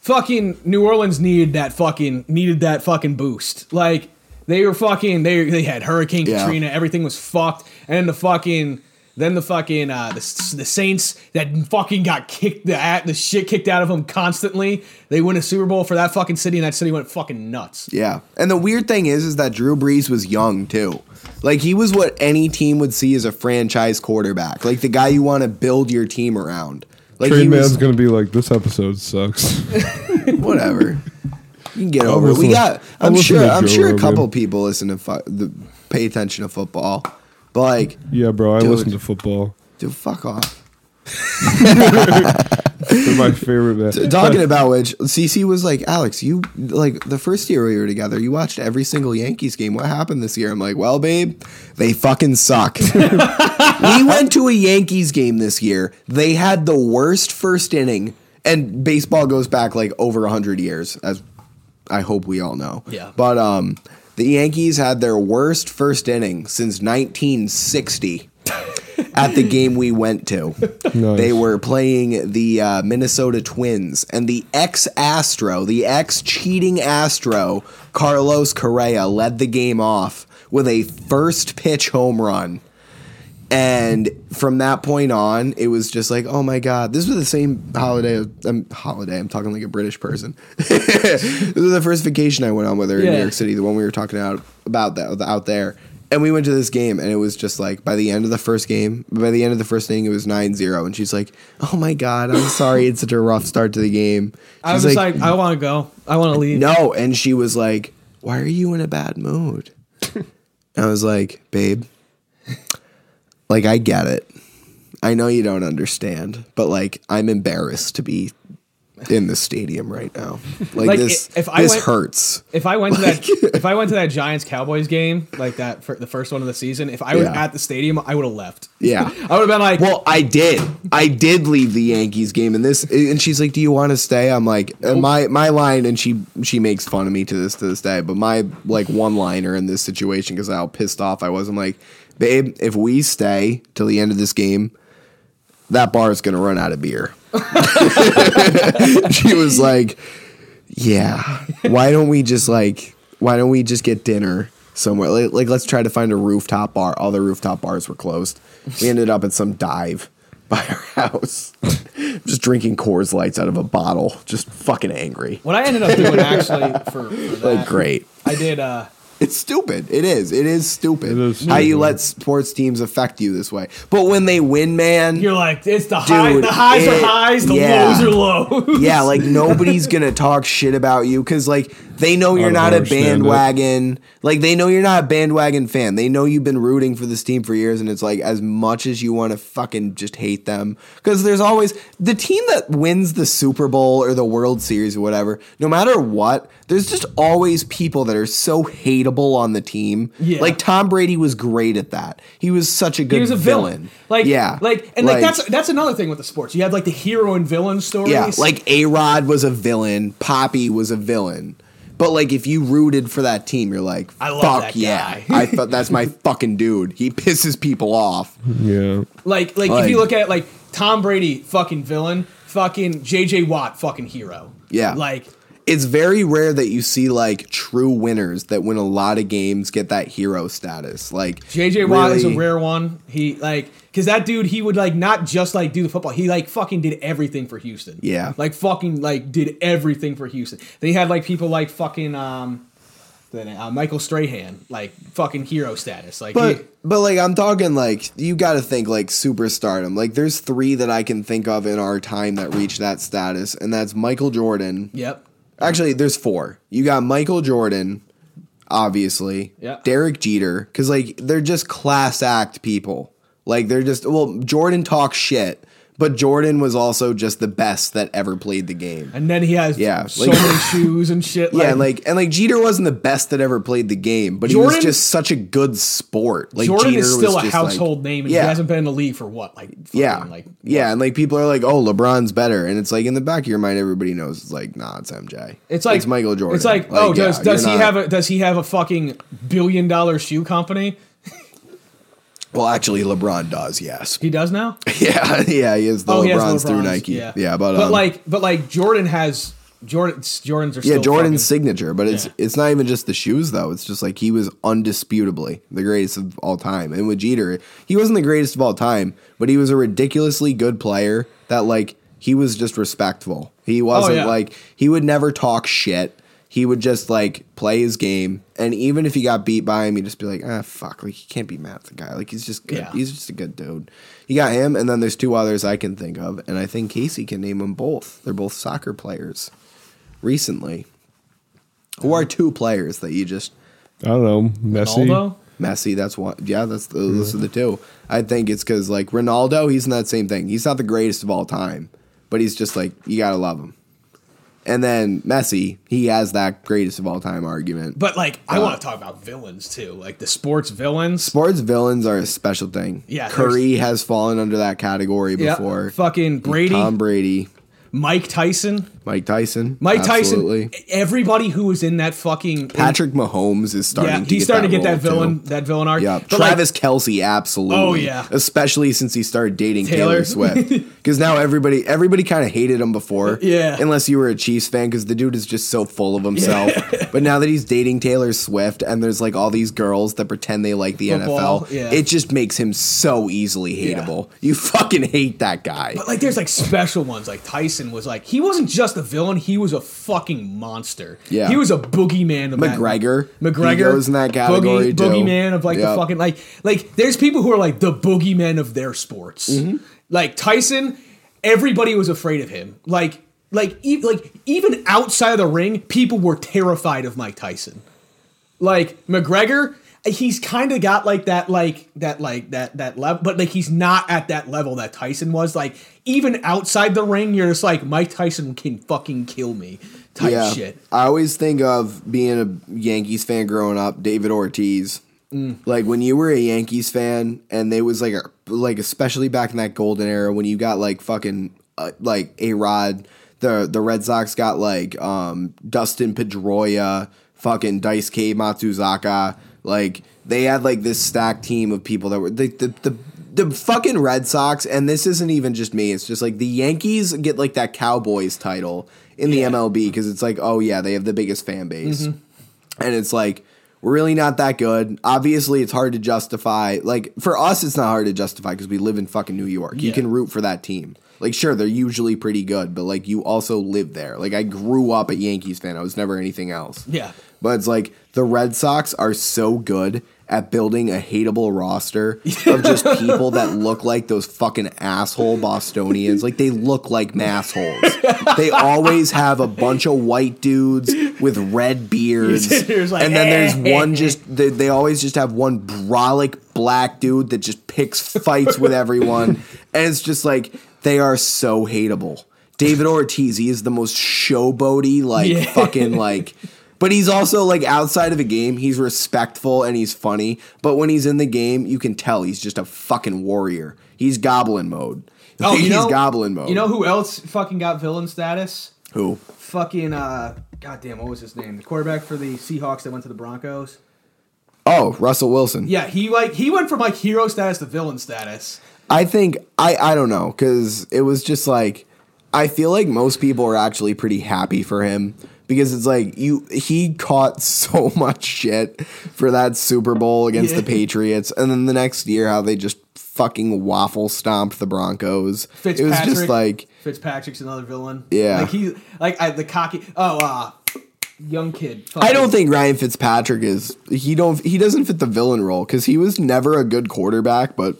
Speaker 7: fucking New Orleans needed that fucking needed that fucking boost. Like they were fucking they they had Hurricane
Speaker 8: Yeah.
Speaker 7: Katrina, everything was fucked, and the fucking then the fucking uh the, S- the Saints that fucking got kicked the at the shit kicked out of them constantly. They win a Super Bowl for that fucking city, and that city went fucking nuts.
Speaker 8: Yeah, and the weird thing is, is that Drew Brees was young too. Like he was what any team would see as a franchise quarterback, like the guy you want to build your team around. Like
Speaker 5: Trade
Speaker 8: he
Speaker 5: man's
Speaker 8: was,
Speaker 5: gonna be like, this episode sucks.
Speaker 8: whatever. You can get over it.
Speaker 5: listen-
Speaker 8: We got.
Speaker 5: I'll
Speaker 8: I'm
Speaker 5: listen
Speaker 8: sure.
Speaker 5: to
Speaker 8: I'm
Speaker 5: Joe
Speaker 8: sure a
Speaker 5: Rogan.
Speaker 8: couple people listen to fu- the pay attention to football, but like,
Speaker 5: yeah, bro, I
Speaker 8: Dude.
Speaker 5: listen to football.
Speaker 8: dude, fuck off.
Speaker 5: They're my favorite man.
Speaker 8: Talking about which, CC was like, Alex, you like the first year we were together, you watched every single Yankees game. What happened this year? I'm like, well, babe, they fucking suck. we went to a Yankees game this year. They had the worst first inning, and baseball goes back like over 100 years, as I hope we all know.
Speaker 7: Yeah.
Speaker 8: But um, the Yankees had their worst first inning since 1960 at the game we went to.
Speaker 5: Nice.
Speaker 8: They were playing the uh, Minnesota Twins, and the ex Astro, the ex cheating Astro, Carlos Correa led the game off with a first pitch home run. And from that point on, it was just like, oh my god, this was the same holiday. Um, holiday. I'm talking like a British person. this was the first vacation I went on with her in New
Speaker 7: Yeah.
Speaker 8: York City, the one we were talking out about that out there. And we went to this game, and it was just like by the end of the first game, by the end of the first inning, it was 9-0. and she's like, "Oh my god, I'm sorry, it's such a rough start to the game."
Speaker 7: I was
Speaker 8: She's
Speaker 7: just like, I want to go, I want to leave.
Speaker 8: no. And she was like, Why are you in a bad mood? I was like, Babe, like, I get it. I know you don't understand, but like, I'm embarrassed to be in the stadium right now. Like,
Speaker 7: Like,
Speaker 8: this,
Speaker 7: i- if I
Speaker 8: this
Speaker 7: went-
Speaker 8: hurts.
Speaker 7: If I went to that, if I went to that Giants Cowboys game, like that for the first one of the season, if I was
Speaker 8: Yeah.
Speaker 7: at the stadium, I would have left.
Speaker 8: Yeah.
Speaker 7: I would have been like,
Speaker 8: Well, I did. I did leave the Yankees game, and this, and she's like, "Do you want to stay?" I'm like, and my my line, and she she makes fun of me to this to this day. But my like one liner in this situation because how pissed off I was. I'm like, babe, if we stay till the end of this game, that bar is gonna run out of beer. she was like, yeah. Why don't we just like why don't we just get dinner somewhere? Like, like, let's try to find a rooftop bar. All the rooftop bars were closed. We ended up at some dive by our house. just drinking Coors lights out of a bottle. Just fucking angry.
Speaker 7: what I ended up doing actually for, for that,
Speaker 8: Like great.
Speaker 7: I did. uh
Speaker 8: It's stupid. It is. It is stupid.
Speaker 5: It is
Speaker 8: How you
Speaker 5: stupid.
Speaker 8: let sports teams affect you this way. But when they win, man,
Speaker 7: You're like, it's the high,
Speaker 8: Dude,
Speaker 7: the highs
Speaker 8: it-
Speaker 7: are highs, the
Speaker 8: yeah.
Speaker 7: lows are lows.
Speaker 8: Yeah, like nobody's gonna talk shit about you because like they know you're
Speaker 5: don't
Speaker 8: not a
Speaker 5: understand it.
Speaker 8: bandwagon. Like they know you're not a bandwagon fan. They know you've been rooting for this team for years, and it's like as much as you want to fucking just hate them because there's always the team that wins the Super Bowl or the World Series or whatever. No matter what, there's just always people that are so hateable on the team.
Speaker 7: Yeah.
Speaker 8: like Tom Brady was great at that. He was such a good.
Speaker 7: He was a villain. Like,
Speaker 8: yeah,
Speaker 7: like, and like, that's that's another thing with the sports. You had like the hero and villain stories.
Speaker 8: yeah, like A Rod was a villain, Poppy was a villain. But like, if you rooted for that team, you're like,
Speaker 7: I love
Speaker 8: fuck
Speaker 7: that
Speaker 8: yeah,
Speaker 7: guy."
Speaker 8: I thought that's my fucking dude. He pisses people off.
Speaker 5: Yeah.
Speaker 7: like, like, if
Speaker 8: like-
Speaker 7: you look at it, like Tom Brady, fucking villain, fucking JJ Watt, fucking hero.
Speaker 8: Yeah.
Speaker 7: like.
Speaker 8: It's very rare that you see like true winners that win a lot of games get that hero status. Like
Speaker 7: JJ Watt is a
Speaker 8: really-
Speaker 7: rare one. He like because that dude he would like not just like do the football. He like fucking did everything for Houston.
Speaker 8: Yeah.
Speaker 7: like fucking like did everything for Houston. They had like people like fucking um than uh, Michael Strahan, like fucking hero status. Like,
Speaker 8: But
Speaker 7: he-
Speaker 8: but like I'm talking like you got to think like superstardom. Like there's three that I can think of in our time that reached that status, and that's Michael Jordan.
Speaker 7: yep,
Speaker 8: Actually, there's four. You got Michael Jordan, obviously.
Speaker 7: Yeah.
Speaker 8: Derek Jeter, because like they're just class act people. Like they're just well, Jordan talks shit, but Jordan was also just the best that ever played the game.
Speaker 7: and then he has
Speaker 8: Yeah,
Speaker 7: so
Speaker 8: like-
Speaker 7: many shoes and shit.
Speaker 8: Yeah, and like and like Jeter wasn't the best that ever played the game, but he
Speaker 7: Jordan-
Speaker 8: was just such a good sport. Like
Speaker 7: Jordan
Speaker 8: Jeter
Speaker 7: is
Speaker 8: was
Speaker 7: still a
Speaker 8: just, like-
Speaker 7: household name, and
Speaker 8: yeah.
Speaker 7: he hasn't been in the league for what, like, fucking,
Speaker 8: Yeah,
Speaker 7: like
Speaker 8: yeah, and like people are like, "Oh, LeBron's better," and it's like in the back of your mind, everybody knows. It's like, nah, it's MJ.
Speaker 7: It's like
Speaker 8: it's Michael Jordan.
Speaker 7: It's like, oh,
Speaker 8: yeah,
Speaker 7: does does he
Speaker 8: you're not-
Speaker 7: have a does he have a fucking billion dollar shoe company?
Speaker 8: Well, actually, LeBron does. Yes.
Speaker 7: He does now.
Speaker 8: Yeah, yeah, he is the
Speaker 7: oh, he has
Speaker 8: LeBrons, through
Speaker 7: LeBrons,
Speaker 8: Nike. Yeah, but
Speaker 7: but
Speaker 8: um,
Speaker 7: like but like Jordan has Jordan's Jordan's are
Speaker 8: yeah,
Speaker 7: still
Speaker 8: Jordan's
Speaker 7: fucking-
Speaker 8: signature. But it's
Speaker 7: Yeah.
Speaker 8: it's not even just the shoes though. It's just like he was undisputably the greatest of all time. And with Jeter, he wasn't the greatest of all time, but he was a ridiculously good player that like he was just respectful. He wasn't
Speaker 7: Oh, yeah.
Speaker 8: like he would never talk shit. He would just like play his game, and even if he got beat by him, he'd just be like, "Ah, fuck! Like he can't be mad at the guy. Like he's just good.
Speaker 7: Yeah.
Speaker 8: He's just a good dude." You got him, and then there's two others I can think of, and I think Casey can name them both. They're both soccer players recently? Who are two players that you just
Speaker 5: I don't know. Messi.
Speaker 7: Ronaldo?
Speaker 8: Messi? That's one. Yeah, that's the, those are the two. I think it's because like Ronaldo, he's in that same thing. He's not the greatest of all time, but he's just like you gotta love him. And then Messi, he has that greatest of all time argument.
Speaker 7: But like,
Speaker 8: Uh,
Speaker 7: I want to talk about villains too, like the sports villains.
Speaker 8: sports villains are a special thing.
Speaker 7: Yeah,
Speaker 8: Curry has fallen under that category
Speaker 7: Yeah,
Speaker 8: before.
Speaker 7: fucking Brady,
Speaker 8: Tom Brady,
Speaker 7: Mike Tyson,
Speaker 8: Mike Tyson,
Speaker 7: Mike
Speaker 8: absolutely.
Speaker 7: Tyson, everybody who was in that fucking
Speaker 8: Patrick Mahomes is starting.
Speaker 7: Yeah,
Speaker 8: to
Speaker 7: he's
Speaker 8: get
Speaker 7: starting to
Speaker 8: that
Speaker 7: get that
Speaker 8: role, too.
Speaker 7: villain, that villain arc.
Speaker 8: Yeah,
Speaker 7: But, like,
Speaker 8: Travis Kelsey, absolutely.
Speaker 7: Oh, yeah.
Speaker 8: especially since he started dating Taylor,
Speaker 7: Taylor.
Speaker 8: Swift. Because now everybody, everybody kind of hated him before.
Speaker 7: Yeah.
Speaker 8: unless you were a Chiefs fan, because the dude is just so full of himself. but now that he's dating Taylor Swift, and there's like all these girls that pretend they like the
Speaker 7: Football,
Speaker 8: NFL,
Speaker 7: yeah.
Speaker 8: it just makes him so easily hateable. You fucking hate that guy.
Speaker 7: But like, there's like special ones. Like Tyson was like, he wasn't just a villain; he was a fucking monster.
Speaker 8: Yeah.
Speaker 7: he was a boogeyman. Of that-
Speaker 8: McGregor.
Speaker 7: McGregor
Speaker 8: He goes in that category, too.
Speaker 7: Boogeyman of like
Speaker 8: Yep.
Speaker 7: the fucking like like. There's people who are like the boogeyman of their sports.
Speaker 8: Mm-hmm.
Speaker 7: Like Tyson, everybody was afraid of him. Like like e- like even outside of the ring, people were terrified of Mike Tyson. Like McGregor. He's kind of got like that, like that, like that, that level, but like he's not at that level that Tyson was. Like even outside the ring, you're just like Mike Tyson can fucking kill me, type shit.
Speaker 8: I always think of being a Yankees fan growing up, David Ortiz. Like when you were a Yankees fan, and they was like a like especially back in that golden era when you got like fucking uh, like a Rod, the the Red Sox got like um Dustin Pedroia, fucking Dice K Matsuzaka. Like they had like this stacked team of people that were the the. the the fucking Red Sox, and this isn't even just me. It's just like the Yankees get like that Cowboys title in the MLB because it's like, oh yeah, they have the biggest fan base, and it's like we're really not that good. Obviously, it's hard to justify. Like for us, it's not hard to justify because we live in fucking New York. You
Speaker 7: Yeah.
Speaker 8: can root for that team. Like sure, they're usually pretty good, but like you also live there. Like I grew up a Yankees fan. I was never anything else.
Speaker 7: Yeah.
Speaker 8: But it's like the Red Sox are so good at building a hateable roster of just people that look like those fucking asshole Bostonians. Like they look like massholes. they always have a bunch of white dudes with red beards.
Speaker 7: There's like,
Speaker 8: and then there's one just they, they always just have one brolic black dude that just picks fights with everyone. And it's just like they are so hateable. David Ortiz, he is the most showboaty, like
Speaker 7: Yeah.
Speaker 8: fucking like but he's also like outside of a game, he's respectful and he's funny. But when he's in the game, you can tell he's just a fucking warrior. He's goblin mode. he's goblin mode.
Speaker 7: You Oh, know who else fucking got villain status?
Speaker 8: who?
Speaker 7: Fucking uh, goddamn, what was his name? The quarterback for the Seahawks that went to the Broncos.
Speaker 8: Oh, Russell Wilson.
Speaker 7: Yeah, he like he went from like hero status to villain status.
Speaker 8: I think I I don't know because it was just like I feel like most people are actually pretty happy for him because it's like you he caught so much shit for that Super Bowl against the
Speaker 7: Yeah.
Speaker 8: Patriots and then the next year how they just fucking waffle stomped the Broncos. It was just
Speaker 7: Fitzpatrick.
Speaker 8: like
Speaker 7: Fitzpatrick's another villain.
Speaker 8: Yeah.
Speaker 7: like he like I, the cocky. Oh, uh, young kid.
Speaker 8: I don't think Ryan Fitzpatrick is he don't he doesn't fit the villain role because he was never a good quarterback, but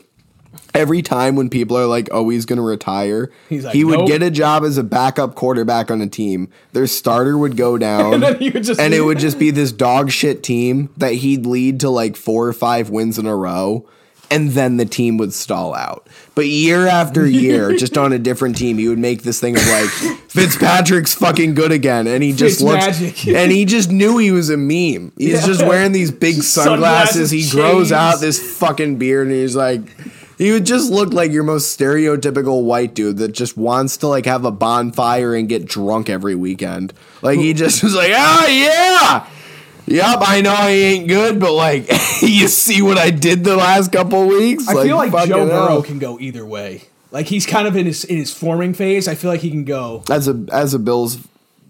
Speaker 8: every time when people are like, "Oh, he's going to retire,"
Speaker 7: He's like,
Speaker 8: he would
Speaker 7: "Nope."
Speaker 8: get a job as a backup quarterback on a team. Their starter would go down,
Speaker 7: then you would just
Speaker 8: and it
Speaker 7: leave.
Speaker 8: would just be this dog shit team that he'd lead to like four or five wins in a row. And then the team would stall out. But year after year, just on a different team, he would make this thing of like, Fitzpatrick's fucking good again. And he just looks,
Speaker 7: Fitzmagic.
Speaker 8: and he just knew he was a meme. He's just wearing these big sunglasses.
Speaker 7: Sunglasses,
Speaker 8: he grows
Speaker 7: shades.
Speaker 8: out this fucking beard, and he's like, he would just look like your most stereotypical white dude that just wants to like have a bonfire and get drunk every weekend. Like he just was like, oh yeah. Yep, I know I ain't good, but like, you see what I did the last couple weeks.
Speaker 7: I feel like
Speaker 8: fucking
Speaker 7: Joe Burrow
Speaker 8: hell.
Speaker 7: can go either way. Like he's kind of in his in his forming phase. I feel like he can go.
Speaker 8: as a as a Bills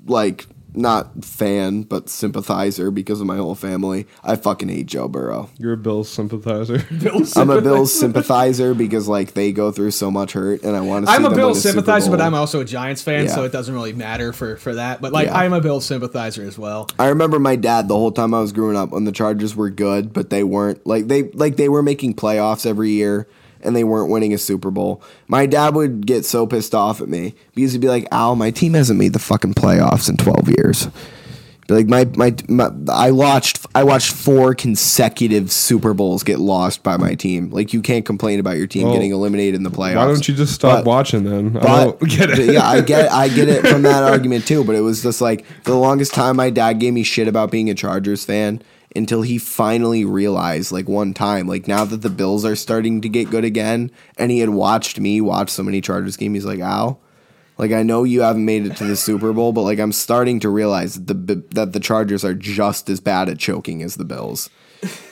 Speaker 8: like not fan but sympathizer because of my whole family. I fucking hate Joe Burrow.
Speaker 5: You're a Bills sympathizer.
Speaker 8: I'm a Bills sympathizer because like they go through so much hurt, and I want to.
Speaker 7: I'm
Speaker 8: see
Speaker 7: a
Speaker 8: them
Speaker 7: Bills
Speaker 8: win Super
Speaker 7: sympathizer, but
Speaker 8: Bowl.
Speaker 7: I'm also a Giants fan,
Speaker 8: Yeah.
Speaker 7: so it doesn't really matter for for that. But like
Speaker 8: Yeah.
Speaker 7: I'm a Bills sympathizer as well.
Speaker 8: I remember my dad the whole time I was growing up when the Chargers were good, but they weren't like they like they were making playoffs every year and they weren't winning a Super Bowl. My dad would get so pissed off at me because he'd be like, "Al, my team hasn't made the fucking playoffs in 12 years." Like my, my my I watched I watched four consecutive Super Bowls get lost by my team. Like you can't complain about your team
Speaker 5: Well,
Speaker 8: getting eliminated in the playoffs.
Speaker 5: Why don't you just stop
Speaker 8: But-
Speaker 5: watching then? I
Speaker 8: but
Speaker 5: don't get it.
Speaker 8: yeah, I get I get it from that argument too. But it was just like for the longest time my dad gave me shit about being a Chargers fan until he finally realized like one time like now that the Bills are starting to get good again and he had watched me watch so many Chargers games he's like ow like I know you haven't made it to the Super Bowl but like I'm starting to realize that the B- that the Chargers are just as bad at choking as the Bills.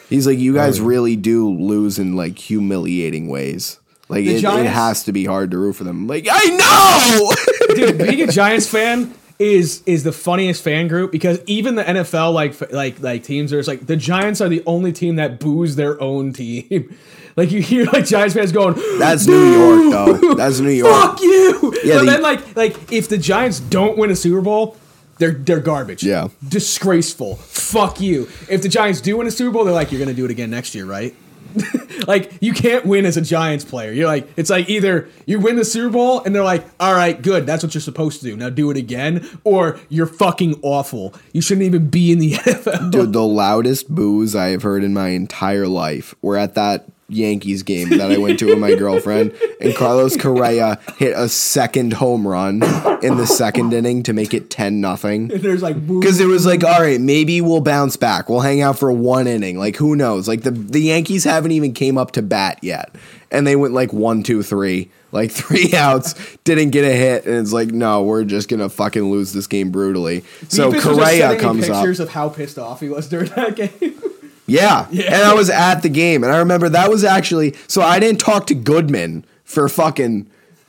Speaker 8: He's like you
Speaker 7: Oh,
Speaker 8: guys really do lose in like humiliating ways. Like
Speaker 7: The
Speaker 8: it, it
Speaker 7: Giants-
Speaker 8: has to be hard to root for them. I'm like I know.
Speaker 7: Dude, being a Giants fan is is the funniest fan group because even the NFL like f- like like teams are just like the Giants are the only team that boos their own team. Like you hear like Giants fans going,
Speaker 8: That's New York, though. That's New York.
Speaker 7: "Fuck you!"
Speaker 8: Yeah,
Speaker 7: but
Speaker 8: the-
Speaker 7: then like like if the Giants don't win a Super Bowl, they're they're garbage.
Speaker 8: Yeah.
Speaker 7: disgraceful. Fuck you. If the Giants do win a Super Bowl, they're like, "You're gonna do it again next year, right?" like you can't win as a Giants player. You're like it's like either you win the Super Bowl and they're like, "All right, good. That's what you're supposed to do. Now do it again," or you're fucking awful. You shouldn't even be in the NFL.
Speaker 8: Dude, the loudest boos I have heard in my entire life were at that Yankees game that I went to with my girlfriend, and Carlos Correa hit a second home run in the second inning to make it 10 nothing.
Speaker 7: There's like boo.
Speaker 8: Because it was like, all right, maybe we'll bounce back. We'll hang out for one inning. Like, who knows? Like, the, the Yankees haven't even came up to bat yet. And they went like one, two, three, like three outs, didn't get a hit. And it's like, no, we're just going to fucking lose this game brutally. So
Speaker 7: Beepus was just sending
Speaker 8: Correa
Speaker 7: me
Speaker 8: comes up.
Speaker 7: pictures of how pissed off he was during that game.
Speaker 8: Yeah.
Speaker 7: Yeah.
Speaker 8: And I was at the game. And I remember that was actually so I didn't talk to Goodman for fucking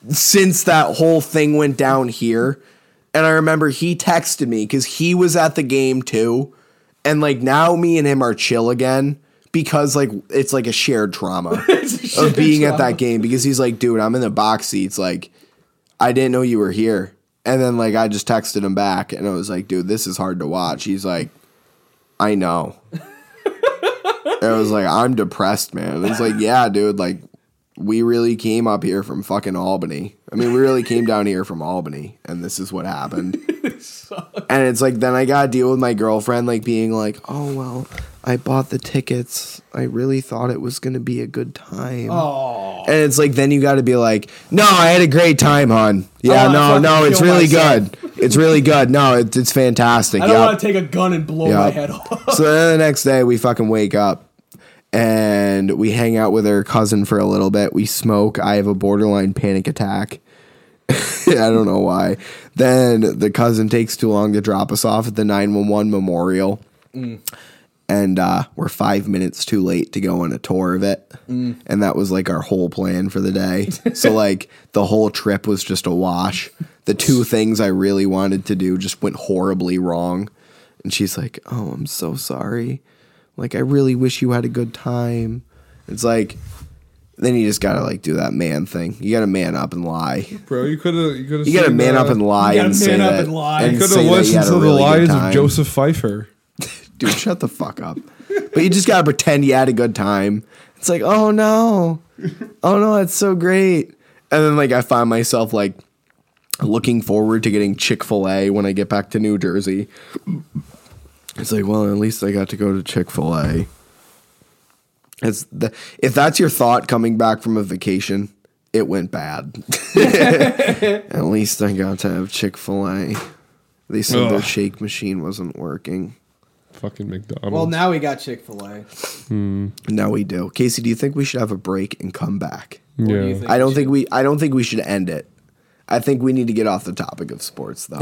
Speaker 8: since that whole thing went down here. And I remember he texted me because he was at the game too. And like now me and him are chill again because like it's like a shared trauma of being at that game because he's like, dude, I'm in the box seats. Like, I didn't know you were here. And then like I just texted him back and I was like, dude, this is hard to watch. He's like, I know. I was like, I'm depressed, man. It's like, yeah, dude, like we really came up here from fucking Albany. I mean, we really came down here from Albany, and this is what happened. and it's like, then I got to deal with my girlfriend, like being like, oh, well, I bought the tickets. I really thought it was going to be a good time. And it's like, then you got to be like, no, I had a great time, hon. Yeah,
Speaker 7: Oh, I
Speaker 8: no,
Speaker 7: wanna
Speaker 8: no,
Speaker 7: fucking
Speaker 8: it's
Speaker 7: kill
Speaker 8: really
Speaker 7: myself."
Speaker 8: good. It's really good. No, it's, it's fantastic.
Speaker 7: I don't
Speaker 8: Yep
Speaker 7: want to take a gun and blow my head off.
Speaker 8: so then the next day we fucking wake up and we hang out with her cousin for a little bit. We smoke. I have a borderline panic attack. I don't know why. Then the cousin takes too long to drop us off at the 911 memorial. And uh, we're five minutes too late to go on a tour of it.
Speaker 7: Mm.
Speaker 8: And that was like our whole plan for the day. so, like, the whole trip was just a wash. The two things I really wanted to do just went horribly wrong. And she's like, Oh, I'm so sorry. Like, I really wish you had a good time. It's like, Then you just gotta like do that man thing. You gotta man up and lie.
Speaker 5: bro. You could have. You could have.
Speaker 8: You gotta man up and lie
Speaker 7: You gotta
Speaker 8: and say
Speaker 7: man up
Speaker 8: that.
Speaker 7: and lie.
Speaker 5: You could have
Speaker 8: say that you
Speaker 5: listened
Speaker 8: had a
Speaker 5: to the
Speaker 8: really good
Speaker 5: lies of
Speaker 8: time.
Speaker 5: Joseph Pfeiffer.
Speaker 8: Dude, shut the fuck up. But you just gotta pretend you had a good time. It's like, oh no, oh no, it's so great. And then like I find myself like looking forward to getting Chick Fil A when I get back to New Jersey. It's like, well, at least I got to go to Chick Fil A. It's the, if that's your thought coming back from a vacation, it went bad. at least I got to have Chick Fil A. They said their
Speaker 5: Ugh.
Speaker 8: shake machine wasn't working.
Speaker 5: Fucking McDonald's.
Speaker 7: Well, now we got Chick Fil A.
Speaker 8: No, we do. Casey, do you think we should have a break and come back?
Speaker 5: yeah.
Speaker 7: you think?
Speaker 8: I don't think we. I don't think we should end it. I think we need to get off the topic of sports though,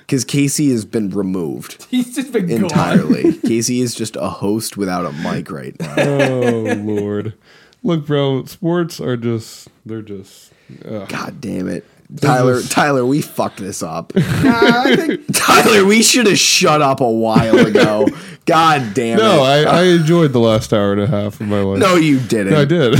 Speaker 8: because Casey has been removed
Speaker 7: He's just been
Speaker 8: entirely. Casey is just a host without a mic right now.
Speaker 5: oh lord. Look, bro. Sports are just. They're just.
Speaker 8: God damn it, Tyler.
Speaker 5: is-
Speaker 8: Tyler, we fucked this up. Tyler, we should have shut up a while ago. God damn
Speaker 5: No,
Speaker 8: it.
Speaker 5: I, I enjoyed the last hour and a half of my life.
Speaker 8: uh, no, you didn't.
Speaker 5: No, I did.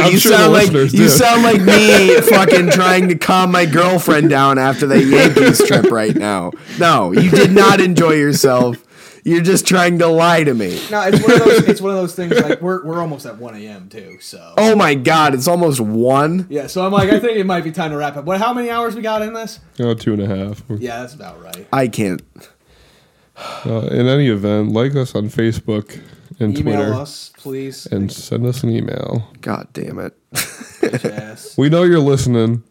Speaker 5: I'm
Speaker 8: you
Speaker 5: sure the
Speaker 8: sound like
Speaker 5: listeners
Speaker 8: you
Speaker 5: did.
Speaker 8: sound like me fucking trying to calm my girlfriend down after that Yankees trip right now. No, you did not enjoy yourself. You're just trying to lie to me.
Speaker 7: No, it's one of those. It's one of those things. Like we're we're almost at one a.m. too. So
Speaker 8: Oh my god, it's almost one.
Speaker 7: yeah. So I'm like, I think it might be time to wrap up. What? How many hours we got in this?
Speaker 5: Oh, two and a half.
Speaker 7: Yeah, that's about right.
Speaker 8: I can't.
Speaker 5: Uh, in any event, like us on Facebook and
Speaker 7: Email
Speaker 5: Twitter,
Speaker 7: us, please.
Speaker 5: and send us an email.
Speaker 8: God damn it.
Speaker 7: Yes.
Speaker 5: We know you're listening.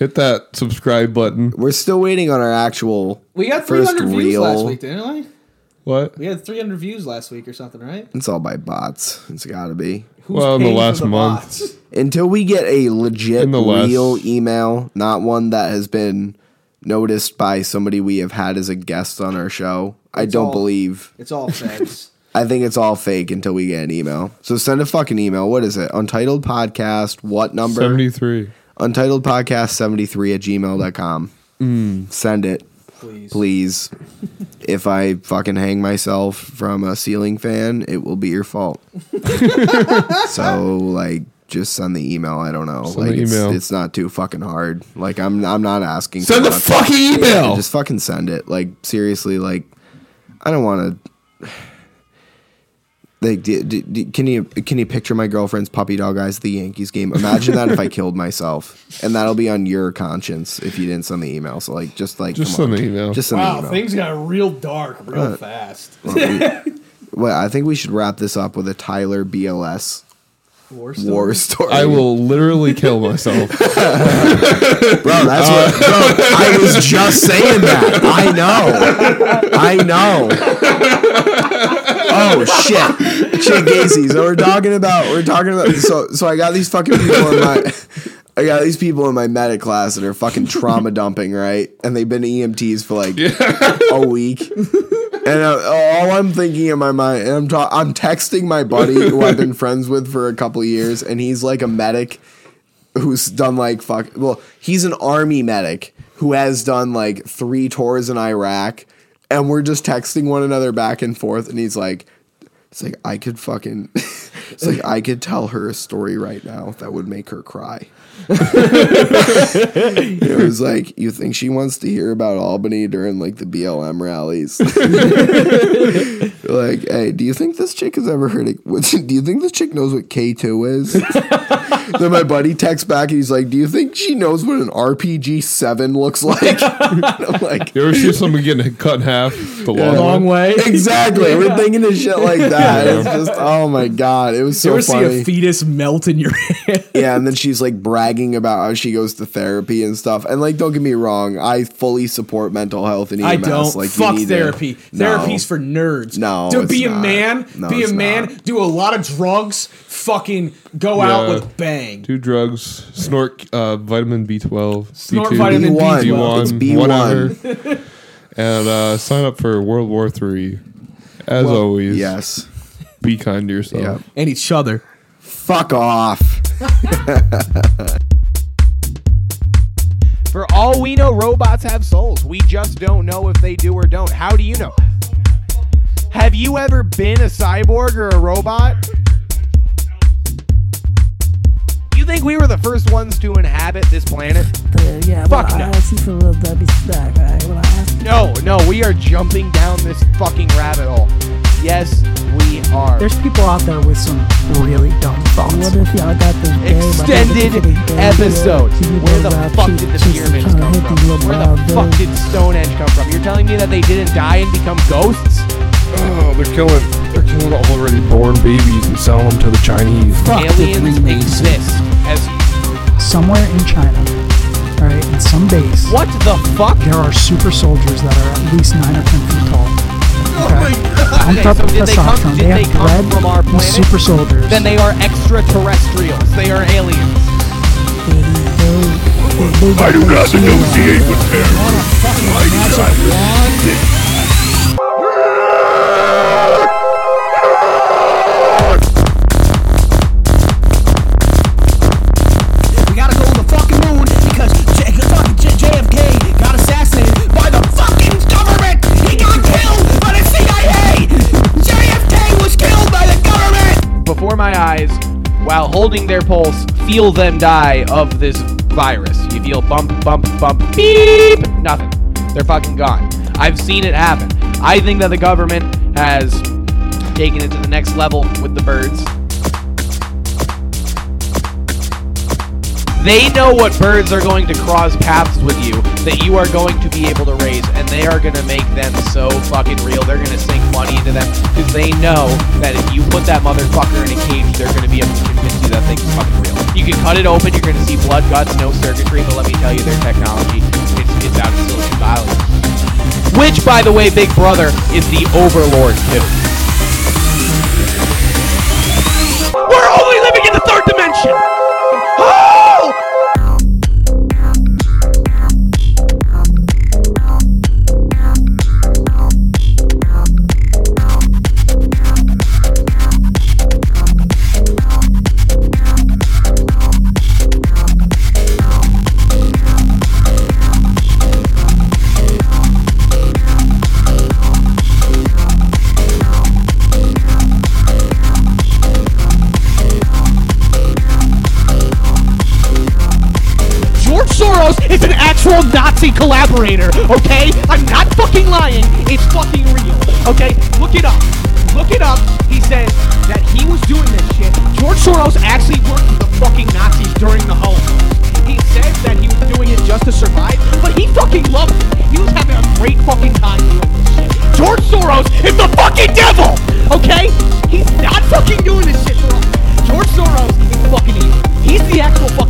Speaker 5: Hit that subscribe button.
Speaker 8: We're still waiting on our actual.
Speaker 7: We got
Speaker 8: First
Speaker 7: 300 views last
Speaker 8: real-
Speaker 7: week, didn't we?
Speaker 5: What?
Speaker 7: We had 300 views last week or something, right?
Speaker 8: It's all by bots. It's got to be
Speaker 7: Who's
Speaker 5: Well, in the
Speaker 7: paying for
Speaker 5: last month.
Speaker 7: bots?
Speaker 8: until we get a legit
Speaker 5: In the last-
Speaker 8: real email, not one that has been noticed by somebody we have had as a guest on our show. I
Speaker 7: It's
Speaker 8: don't
Speaker 7: all-
Speaker 8: believe.
Speaker 7: It's all fakes.
Speaker 8: I think it's all fake until we get an email. So send a fucking email. What is it? Untitled podcast, what number?
Speaker 5: Seventy three.
Speaker 8: Untitled podcast 73 at gmail.com. Mm. Send it,
Speaker 7: Please.
Speaker 8: please. if I fucking hang myself from a ceiling fan, it will be your fault. so, like, just send the email. I don't know.
Speaker 5: the
Speaker 8: like, it's,
Speaker 5: email.
Speaker 8: it's not too fucking hard. Like, I'm, I'm not asking.
Speaker 5: Send
Speaker 8: for
Speaker 5: the
Speaker 8: much.
Speaker 5: fucking email.
Speaker 8: Just fucking send it. Like seriously, like I don't want to. Like, d d d- can you can you picture my girlfriend's puppy dog eyes at the Yankees game? Imagine that if I killed myself, and that'll be on your conscience if you didn't send the email. So like, just like
Speaker 5: Just
Speaker 8: come
Speaker 5: send
Speaker 8: on.
Speaker 5: the email.
Speaker 8: Just send the
Speaker 7: Wow,
Speaker 8: email.
Speaker 7: things got real dark real
Speaker 5: Uh,
Speaker 7: fast.
Speaker 8: well, I think we should wrap this up with a Tyler BLS
Speaker 7: War
Speaker 8: war story.
Speaker 5: I will literally kill myself.
Speaker 8: bro. That's what bro, I was just saying that. I know. I know. Oh shit, shit, Gacy. So we're talking about we're talking about so so I got these fucking people in my. I got these people in my medic class that are fucking trauma dumping, right? And they've been EMTs for like a week. And uh, all I'm thinking in my mind, and I'm ta- I'm texting my buddy who I've been friends with for a couple years, and he's like a medic who's done like fuck. Well, he's an army medic who has done like three tours in Iraq, and we're just texting one another back and forth, and he's like, "It's like I could fucking." It's like I could tell her a story right now that would make her cry. it was like you think she wants to hear about Albany during like the BLM rallies. like, hey, do you think this chick has ever heard? Of, what, do you think this chick knows what K two is? then my buddy texts back and he's like, "Do you think she knows what an RPG seven looks like?" And I'm like,
Speaker 5: You ever see someone getting cut in half? The long,
Speaker 4: Long way.
Speaker 5: one?
Speaker 8: exactly. We're thinking of shit like that. It's just, oh my god, it was so
Speaker 7: you ever see
Speaker 8: funny.
Speaker 7: a fetus melt in your hand?
Speaker 8: yeah, and then she's like bragging about how she goes to therapy and stuff. And like, don't get me wrong, I fully support mental health and EMS.
Speaker 7: I don't.
Speaker 8: Like, you
Speaker 7: Fuck
Speaker 8: need to-
Speaker 7: therapy.
Speaker 8: No.
Speaker 7: Therapy's for nerds.
Speaker 8: No,
Speaker 7: To
Speaker 8: it's
Speaker 7: be a
Speaker 8: not.
Speaker 7: man,
Speaker 8: No,
Speaker 7: be a
Speaker 8: it's
Speaker 7: man,
Speaker 8: not.
Speaker 7: do a lot of drugs, fucking go out
Speaker 5: Yeah.
Speaker 7: with bang.
Speaker 5: Two drugs. Snort uh, vitamin B twelve.
Speaker 7: Snort vitamin
Speaker 8: B1.
Speaker 5: B
Speaker 7: B12.
Speaker 8: It's
Speaker 5: one.
Speaker 8: B1.
Speaker 5: Whatever. and uh, sign up for World War Three. As always,
Speaker 8: Yes.
Speaker 5: be kind to yourself.
Speaker 8: Yep.
Speaker 7: And each other.
Speaker 8: Fuck off.
Speaker 2: For all we know, robots have souls. We just don't know if they do or don't. How do you know? Have you ever been a cyborg or a robot? you think we were the first ones to inhabit this planet?
Speaker 3: yeah,
Speaker 2: Fuck
Speaker 3: well,
Speaker 2: no.
Speaker 3: I see some little Debbie stuff. I will ask.
Speaker 2: No, no, we are jumping down this fucking rabbit hole. Yes, we are.
Speaker 4: There's people out there with some really dumb
Speaker 3: What
Speaker 4: thoughts.
Speaker 3: if y'all got the game?
Speaker 2: Extended episode. Where the fuck did the pyramids come from? Where the fuck did Stonehenge come from? You're telling me that they didn't die and become ghosts?
Speaker 5: Oh, they're killing, they're killing already born babies and selling them to the Chinese.
Speaker 4: Fuck the
Speaker 2: Aliens exist. As
Speaker 4: somewhere in China, all right, in some base,
Speaker 2: what the fuck?
Speaker 4: there are super soldiers that are at least nine or ten feet tall. Okay. Pumped
Speaker 2: Okay,
Speaker 4: up
Speaker 2: so
Speaker 4: with
Speaker 2: did they come-
Speaker 4: testosterone.
Speaker 2: did
Speaker 4: They
Speaker 2: they
Speaker 4: have
Speaker 2: come
Speaker 4: red
Speaker 2: from our
Speaker 4: and
Speaker 2: planet?
Speaker 4: super soldiers.
Speaker 2: Then they are extraterrestrials. They are aliens.
Speaker 3: I do not
Speaker 9: negotiate
Speaker 3: with
Speaker 6: We gotta go to the fucking moon because J- fucking J- JFK got assassinated by the fucking government. He got killed by the CIA. JFK was killed by the government.
Speaker 2: before my eyes while holding their pulse feel them die of this virus you feel bump bump bump beep nothing they're fucking gone i've seen it happen i think that the government has taken it to the next level with the birds They know what birds are going to cross paths with you that you are going to be able to raise, and they are going to make them so fucking real. They're going to sink money into them because they know that if you put that motherfucker in a cage, they're going to be able to convince you that thing's fucking real. You can cut it open, you're going to see blood, guts, no circuitry, but let me tell you, their technology it's, it's out of Silicon Valley. Which, by the way, Big Brother is the overlord too. We're only living in the third dimension. Oh!
Speaker 7: George Soros is an actual Nazi collaborator, okay? I'm not fucking lying. It's fucking real, okay? Look it up. Look it up. He says that he was doing this shit. George Soros actually worked with the fucking Nazis during the Holocaust. He says that he was doing it just to survive, but he fucking loved it. He was having a great fucking time doing this shit. George Soros is the fucking devil, okay? He's not fucking doing this shit for us. George Soros is fucking evil. He's the actual fucking "Oh,